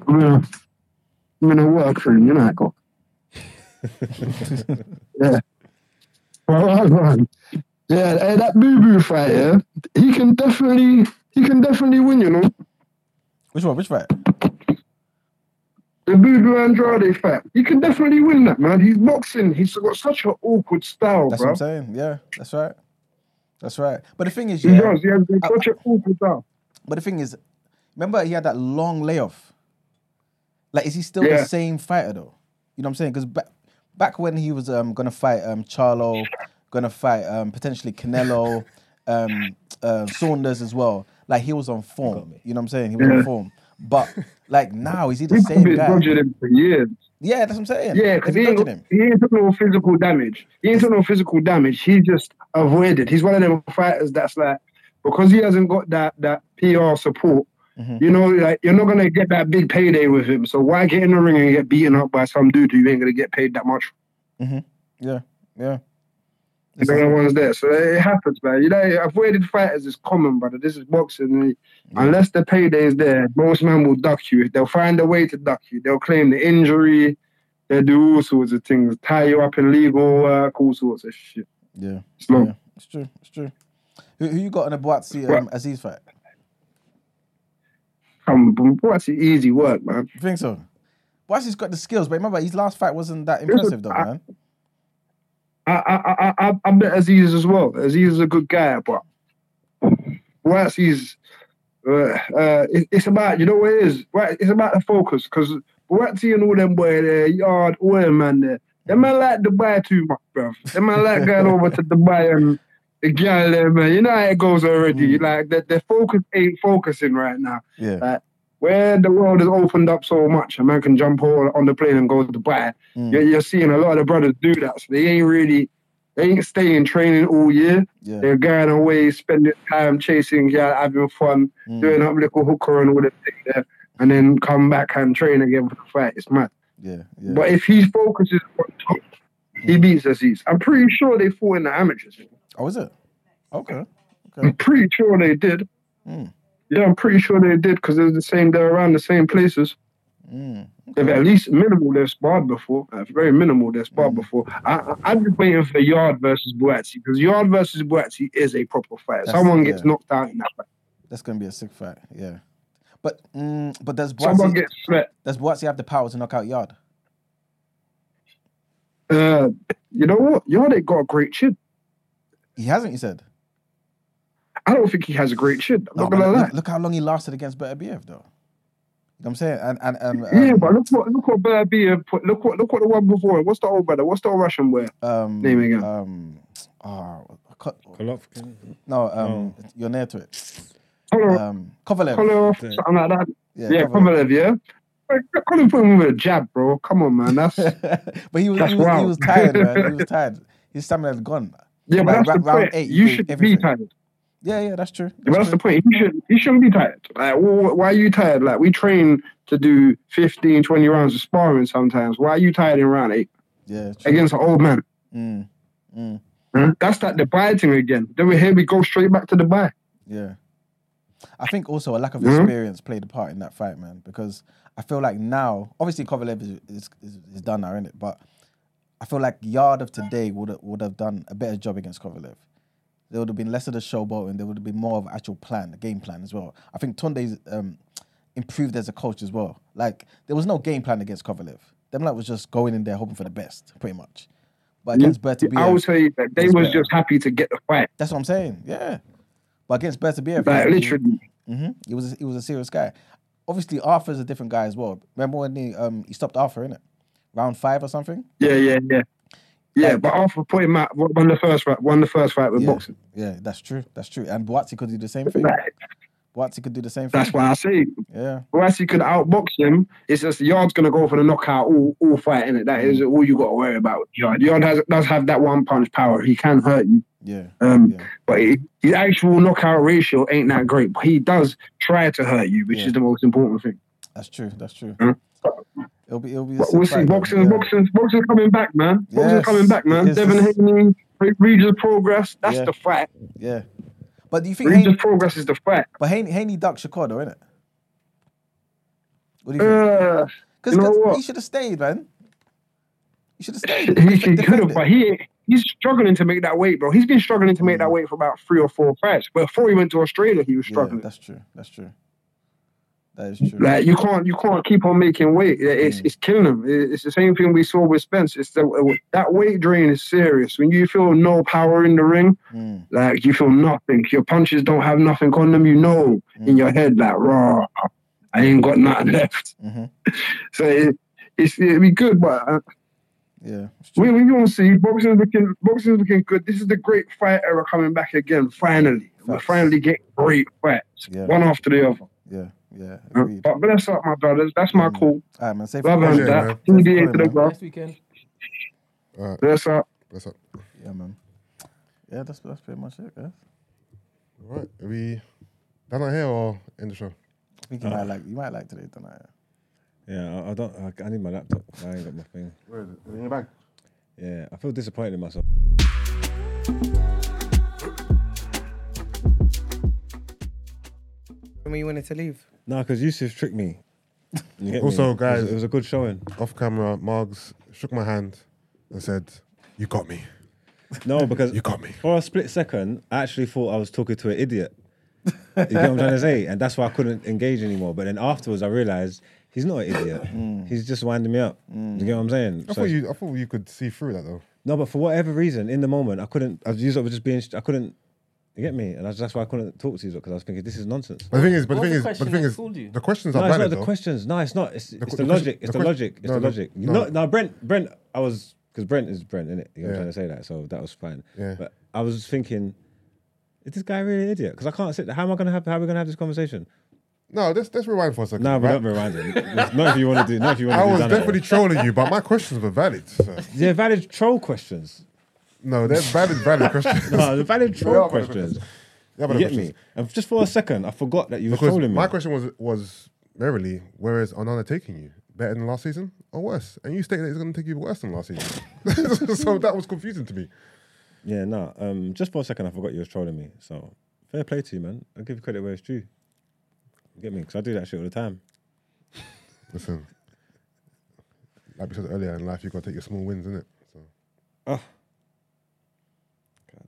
I'm gonna, I'm gonna work for him. You know, I go. yeah. Well, hold on. Yeah, hey, that boo boo fight. Yeah, he can definitely, he can definitely win. You know, Which one? Which fight? the boo boo Andrade fight. He can definitely win that, man. He's boxing. He's got such an awkward style, That's bro. what I'm saying. Yeah, that's right. That's right. But the thing is, He yeah, does. He has such an awkward style. but the thing is, remember he had that long layoff. Like, is he still Yeah. the same fighter though? You know what I'm saying? Because back back when he was um gonna fight um Charlo, gonna fight um potentially Canelo, um uh, Saunders as well. Like he was on form. You know what I'm saying? He was on form. But like now, is he the He's same been guy? dodging him for years. Yeah, that's what I'm saying. Yeah, because he, They've ain't dodged got- he ain't took no physical damage. He ain't took no physical damage. He just avoided. He's one of them fighters that's like because he hasn't got that that PR support. Mm-hmm. You know, like you're not gonna get that big payday with him. So why get in the ring and get beaten up by some dude who you ain't gonna get paid that much? Mm-hmm. Yeah, yeah. You know, no one's there. So it happens, man. You know, avoided fighters is common, brother. This is boxing. Unless the payday is there, most men will duck you. They'll find a way to duck you. They'll claim the injury. They'll do all sorts of things. Tie you up in legal work, all sorts of shit. Yeah, It's long. yeah. It's true. It's true. Who, who you got in a Boatsy um, Aziz fight? Come, on, what's the easy work, man? You think so? Boatsy's got the skills, but remember his last fight wasn't that impressive though, I- man. I, I, I, I, I met Aziz as well. Aziz is a good guy, but once he's, uh, uh, it, it's about you know what it is. Right, it's about the focus because Watsy and all them boy there, yard, all them man there. Them man like Dubai too much, bruv. Them man like going over to Dubai and the girl there, man. You know how it goes Hmm. already. Like that, their focus ain't focusing right now. Yeah. Like, where the world has opened up so much, a man can jump all on the plane and go to Dubai. Mm. You're, you're seeing a lot of the brothers do that. So they ain't really, they ain't staying training all year. Yeah. They're going away, spending time chasing, yeah, having fun, Mm. doing up little hooker and all that thing there, and then come back and train again for the fight. It's mad. Yeah, yeah. Hmm. But if he focuses on top, he beats Aziz. I'm pretty sure they fought in the amateurs. Oh, is it? Okay. Hmm. I'm pretty sure they did. Yeah, I'm pretty sure they did because they're the same. They're around the same places. Mm. They've at least minimal they've sparred before. At very minimal they've Hmm. sparred before. I, I, I'm just waiting for Yard versus Boatsy because Yard versus Boatsy is a proper fight. That's- Someone gets yeah. knocked out in that fight. That's gonna be a sick fight. Yeah. But mm, but does Someone Boatsy gets swept. does Boatsy have the power to knock out Yard? Uh, you know what? Yard ain't got a great chin. He hasn't. He said. I don't think he has a great chin. I'm not No, gonna but lie. look, look how long he lasted against Better BF though. You know what I'm saying? And and um, Yeah, um, but look what look what Bear put. Look what look what the one before. What's the old brother? What's the old Russian boy? um, Name again. Um, oh, co- Golovkin. no, um, you're near to it. Hold on. Um, Kovalev. Colour, something like that. Yeah, Yeah, yeah Kovalev. Kovalev, yeah. Like, I couldn't put him with a jab, bro. Come on, man. That's yeah, but he was, That's he was, he wild. was tired, man. He was tired. His stamina had gone. but Like, that's ra- the round point. eight, you gave should everything. be tired. Yeah, yeah, that's true. Yeah, but that's the point. You should you shouldn't be tired. Like, wh- why are you tired? Like, we train to do 15, 20 rounds of sparring sometimes. Why are you tired in round eight Yeah, true. against an old man? Mm, Huh? That's that Dubai thing again. Then we here we go straight back to Dubai. yeah. I think also a lack of Mhm. experience played a part in that fight, man, because I feel like now, obviously Kovalev is, is, is, is done now, isn't it? But I feel like Yard of today would have, would have done a better job against Kovalev. There would have been less of the showboat and there would have been more of actual plan, the game plan as well. I think Tunde's um, improved as a coach as well. Like there was no game plan against Kovalev. Them like was just going in there hoping for the best, pretty much. But against Berta I would say that they That's was better. just happy to get the fight. that's what I'm saying. Yeah. But against Berta Beer, Like literally, hmm He was a, he was a serious guy. Obviously, Arthur's a different guy as well. Remember when he um he stopped Arthur in it, round five or something? yeah, yeah, yeah, yeah. Like- but Arthur put him out. Won the first fight. Won the first fight with Yeah. boxing. Yeah, that's true. That's true. And Boatsy could do the same thing. Like, Boatsy could do the same thing. That's why I say Yeah, Unless you could outbox him, it's just Yard's gonna go for the knockout all, all fight, innit? That is all you gotta worry about. with Yard Yard has, does have that one punch power. He can hurt you, yeah, um, yeah, but he, his actual knockout ratio ain't that great. But he does try to hurt you, which Yeah. is the most important thing. that's true. That's true. Mhm. It'll be it'll be. a But sick we'll see. fight, though. Boxing, Yeah. boxing, boxing's coming back, man. Yes, boxing's coming back, it man. is. Devin Haney, Re- Regis Progress. That's Yeah. the fight. Yeah, but do you think? Regis Haney, Progress is the fight. but Haney, Haney ducked Shakur though, innit? What do you think? Uh, Because you know what? he should have stayed, man. You should have stayed. he, Def- he could defend have, it. but he he's struggling to make that weight, bro. He's been struggling to make that weight for about three or four fights. But before he went to Australia, he was Mm-hmm. yeah, struggling. that's true. That's true. That is true. Mm. like you can't you can't keep on making weight. It's it's killing him. It- It's the same thing we saw with Spence. It's the, that weight drain is serious. When you feel no power in the ring, Mm. like you feel nothing. Your punches don't have nothing on them. You know Mm. in your head, like raw, I ain't got nothing left. Mhm. So it, it's it'd be good, but uh, yeah. we we gonna see boxing's looking boxing's looking good. This is the great fight era coming back again. Finally, we're Facts. finally getting great fights, Yeah. one after the other. Yeah, yeah. Uh, Agreed. But bless up, my brothers. That's my call. All right, man. Safe Love and calling, man. that. Safe TDA calling, to the man. bro. Next weekend. All right, Bless up. bless up. Yeah, man. Yeah, that's that's pretty much it, guys. All right, are we done out here or in the show? I think you might like you might like today tonight. Yeah, I, I don't. I, I need my laptop. I ain't got my thing. Where is it? In your bag. Yeah, I feel disappointed in myself. And when you wanted to leave. Nah, because Yusuf tricked me. You get me? Also, It was- it guys- was, a good showing. Off camera, Margs shook my hand and said, "You got me. No, because You got me." for a split second, I actually thought I was talking to an idiot. You get what I'm trying to say? And that's why I couldn't engage anymore. But then afterwards, I realized he's not an idiot. he's just winding me up. You get what I'm saying? Mm. I So- thought you. I thought you could see through that though. No, but for whatever reason, in the moment, I couldn't. I was usually I was just being. I couldn't. You get me? And that's that's why I couldn't talk to you because I was thinking this is nonsense. But the thing is, but the What thing was is, the but the question thing that is, fooled you? the questions No, are it's not valid the though. questions. No, it's not. It's, it's que- the, the logic. question- It's the the, que- logic. It's no, the no, logic. no, No, no. no, Brent. Brent. I was because Brent is Brent, innit? You know what I'm Yeah. trying to say that. So that was fine. Yeah. But I was thinking, is this guy really an idiot? Because I can't sit. How am I gonna have? How are we gonna have this conversation? No, let's let's rewind for a second. No, we right? don't rewind it. Not if you want to do. Not if you want I to do. was Dana. definitely trolling you, but my questions were valid. so- They're valid troll questions. No, they're valid, valid questions. No, they're valid They troll are valid questions. Yeah, You valid get questions. me? And just for a second, I forgot that you were Because trolling me. my question was was merely, where is Onana taking you? Better than last season or worse? And you stated that it's going to take you worse than last season. so that was confusing to me. Yeah, no. Um, just for a second, I forgot you was trolling me. So fair play to you, man. I give you credit where it's due. You get me? Because I do that shit all the time. Listen, like we said earlier in life, you got to take your small wins, innit? So God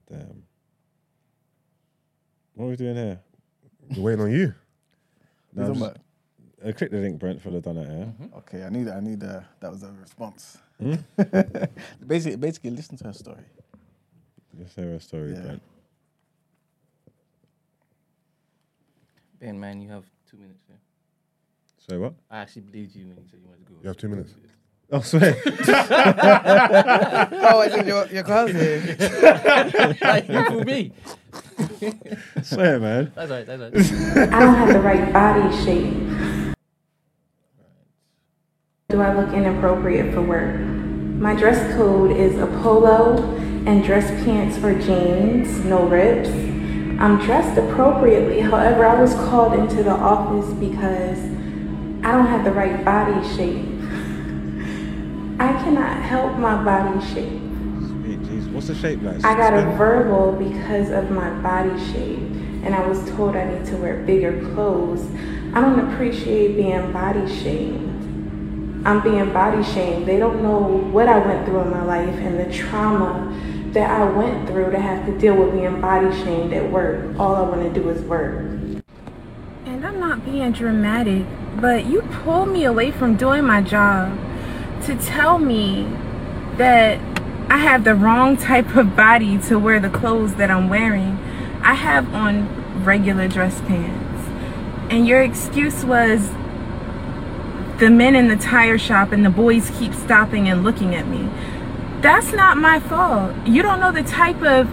damn. What are we doing here? we're waiting on you. No, I'm He's on just- uh, click the link, Brent, for the done it here. Mm-hmm. my- Okay, I need I need uh, that was a response. Mm. Hmm? basically, basically, listen to her story. Let's hear her story, Yeah. Brent. Ben, man, you have two minutes. Yeah? Say what? I actually believed you when you said you wanted to go. You have two minutes. Oh, swear. Oh, it's in your, your closet. like, you fooled me. swear, man. That's right. That's right. I don't have the right body shape. Do I look inappropriate for work? My dress code is a polo and dress pants or jeans, no rips. I'm dressed appropriately. However, I was called into the office because I don't have the right body shape. I cannot help my body shape. Sweet jeez. What's the shape like? I got a Spin- verbal because of my body shape, and I was told I need to wear bigger clothes. I don't appreciate being body shamed. I'm being body shamed. They don't know what I went through in my life and the trauma that I went through to have to deal with being body shamed at work. All I want to do is work. And I'm not being dramatic, but you pulled me away from doing my job to tell me that I have the wrong type of body to wear the clothes that I'm wearing. I have on regular dress pants. And your excuse was the men in the tire shop and the boys keep stopping and looking at me. That's not my fault. You don't know the type of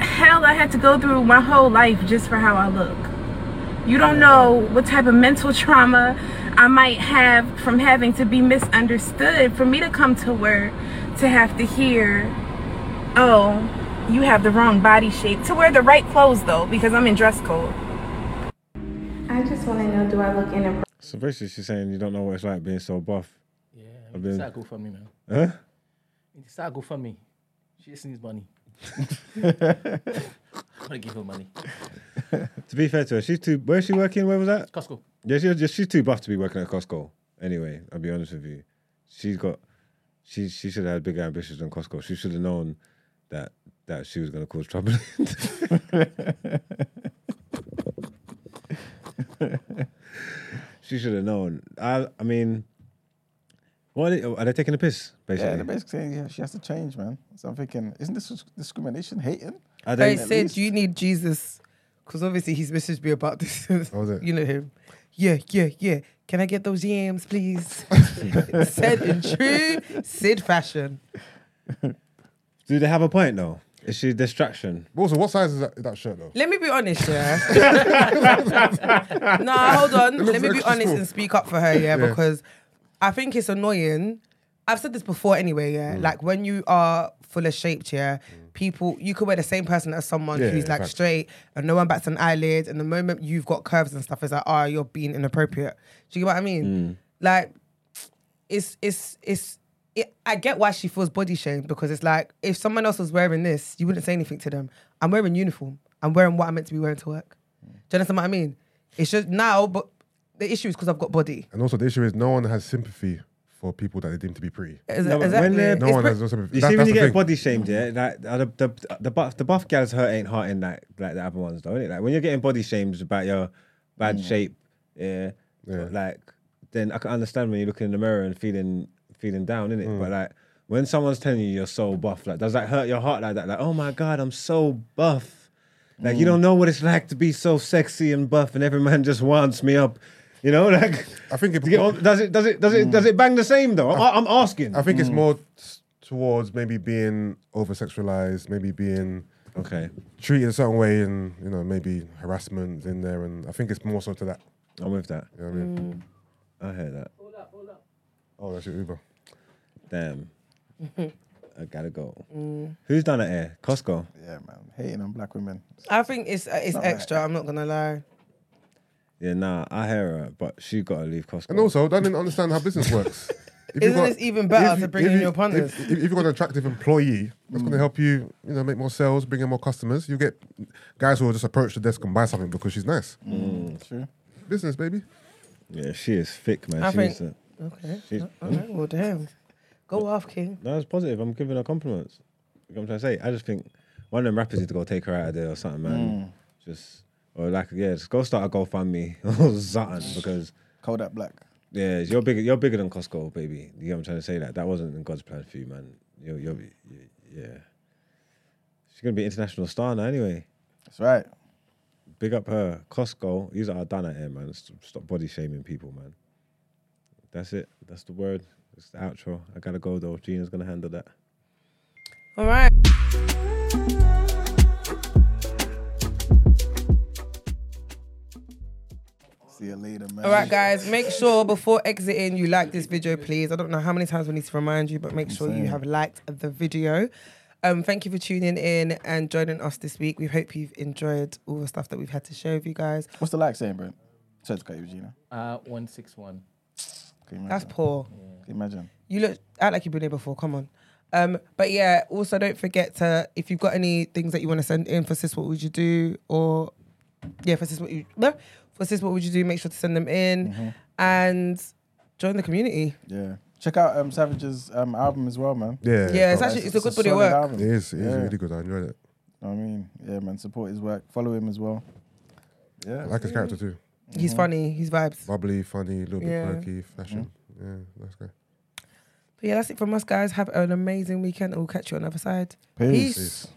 hell I had to go through my whole life just for how I look. You don't know what type of mental trauma I might have from having to be misunderstood. For me to come to work, to have to hear, oh, you have the wrong body shape. To wear the right clothes though, because I'm in dress code. I just want to know do I look inappropriate? So basically, she's saying you don't know what it's like being so buff. Yeah, I've been- I've been. Start go for me, man. Huh? Start go for me. She just needs money. I'm gonna give her money. To be fair to her, she's too. Where's she working? Where was that? Costco. Yeah, she, yeah, she's too buff to be working at Costco. Anyway, I'll be honest with you. She's got, she she should have had bigger ambitions than Costco. She should have known that that she was going to cause trouble. she should have known. I I mean, what are they, are they taking a piss? Basically, Yeah, they're basically saying yeah, she has to change, man. So I'm thinking, isn't this dis- discrimination, hating? are I they? said you need Jesus because obviously his message be about this. Oh, is it? you know him. yeah, yeah, yeah. Can I get those yams, please? Said in true Sid fashion. Do they have a point though? Is she a distraction? Also, what size is that, is that shirt though? Let me be honest, yeah. nah, hold on. It looks Let me be extra honest small. and speak up for her, yeah, Yeah. because I think it's annoying. I've said this before anyway, yeah. Like when you are fuller shaped, yeah, people you could wear the same person as someone Yeah, who's like facts. straight and no one bats an eyelid, and the moment you've got curves and stuff, it's like, oh, you're being inappropriate. Do you get what I Mm. mean? Like it's it's it's it, I get why she feels body shamed because it's like if someone else was wearing this, you wouldn't say anything to them. I'm wearing uniform. I'm wearing what I'm meant to be wearing to work. Do you understand what I mean? It's just now, but the issue is because I've got body. And also, the issue is no one has sympathy for people that they deem to be pretty. Is, No, but exactly. when they're- It's No one pre- has no sympathy. You That- see, when that's you the get thing. body shamed, yeah, like uh, the the the buff the buff gals hurt ain't hurt in like like the other ones though, innit? Like when you're getting body shamed about your Mm. bad shape, yeah, Yeah. like then I can understand when you're looking in the mirror and feeling feeling down, innit? Mm. But like when someone's telling you you're so buff, like does that hurt your heart like that? Like oh my god, I'm so buff. Like you Mm. don't know what it's like to be so sexy and buff, and every man just wants me up. You know, like I think Mm. it- Do you get what- does it does it does it does it bang the same though? I'm, I'm asking. I Mm. think it's more s- towards maybe being over sexualized, maybe being okay. treated a certain way, and you know maybe harassment in there. And I think it's more so to that. I'm with that. You know what I mean? Mm. I hear that. Oh, that's your Uber. Damn. I gotta go. Who's down at air? Costco. Mm. Yeah, man. Hating on black women. I think it's uh, it's extra. I'm not gonna lie. Yeah, nah, I hear her, but she gotta leave Costco. And also, I didn't understand how business works. If you've Isn't this even better to bring in you- your partners? Mm. If, if, if you've got an attractive employee that's going to help you, you know, make more sales, bring in more customers, you get guys who will just approach the desk and buy something because she's nice. Mm. True. Business, baby. Mm. yeah, she is uh, thick, man. I she think- needs to- Okay. She- All right. Well, damn. Go off, King. No, it's positive. I'm giving her compliments. You know what I'm trying to say? I just think one of them rappers need to go take her out of there or something, man. Hmm. Just or like yeah, just go start a GoFundMe or something because Kodak Black. yeah, you're bigger you're bigger than Costco, baby. You know what I'm trying to say? That that wasn't in God's plan for you, man. You're, you're yeah. She's gonna be an international star now anyway. That's right. Big up her. Costco. These are done at here, man. S- Stop body shaming people, man. That's it. That's the word. It's the outro. I gotta go though. Gina's gonna handle that. All right. See you later, man. All right, guys, make sure before exiting you like this video, please. I don't know how many times we need to remind you, but make sure you have liked the video. Um, thank you for tuning in and joining us this week. We hope you've enjoyed all the stuff that we've had to share with you guys. What's the like saying, Brent? Sorry to cut you, Regina. Uh, Can 161. you imagine? That's poor. Can you imagine? You look act like you've been here before. Come on. Um, but yeah, also don't forget to if you've got any things that you want to send in for sis, what would you do? Or yeah, for sis, what you no, for sis, what would you do? Make sure to send them in Mm-hmm. and join the community. Yeah. Check out um, Savage's um, album as well, man. Yeah. Yeah, it's but actually it's a good body solid of work. album. It is. It is Yeah. really good. I enjoyed it. I mean, yeah, man. Support his work. Follow him as well. I Yeah. like his character too. He's Mm. funny. He's vibes. Bubbly, funny, a little bit Yeah. Mm. quirky, fashion. Yeah, nice guy. But yeah, that's it from us, guys. Have an amazing weekend, and we'll catch you on the other side. Peace. Peace.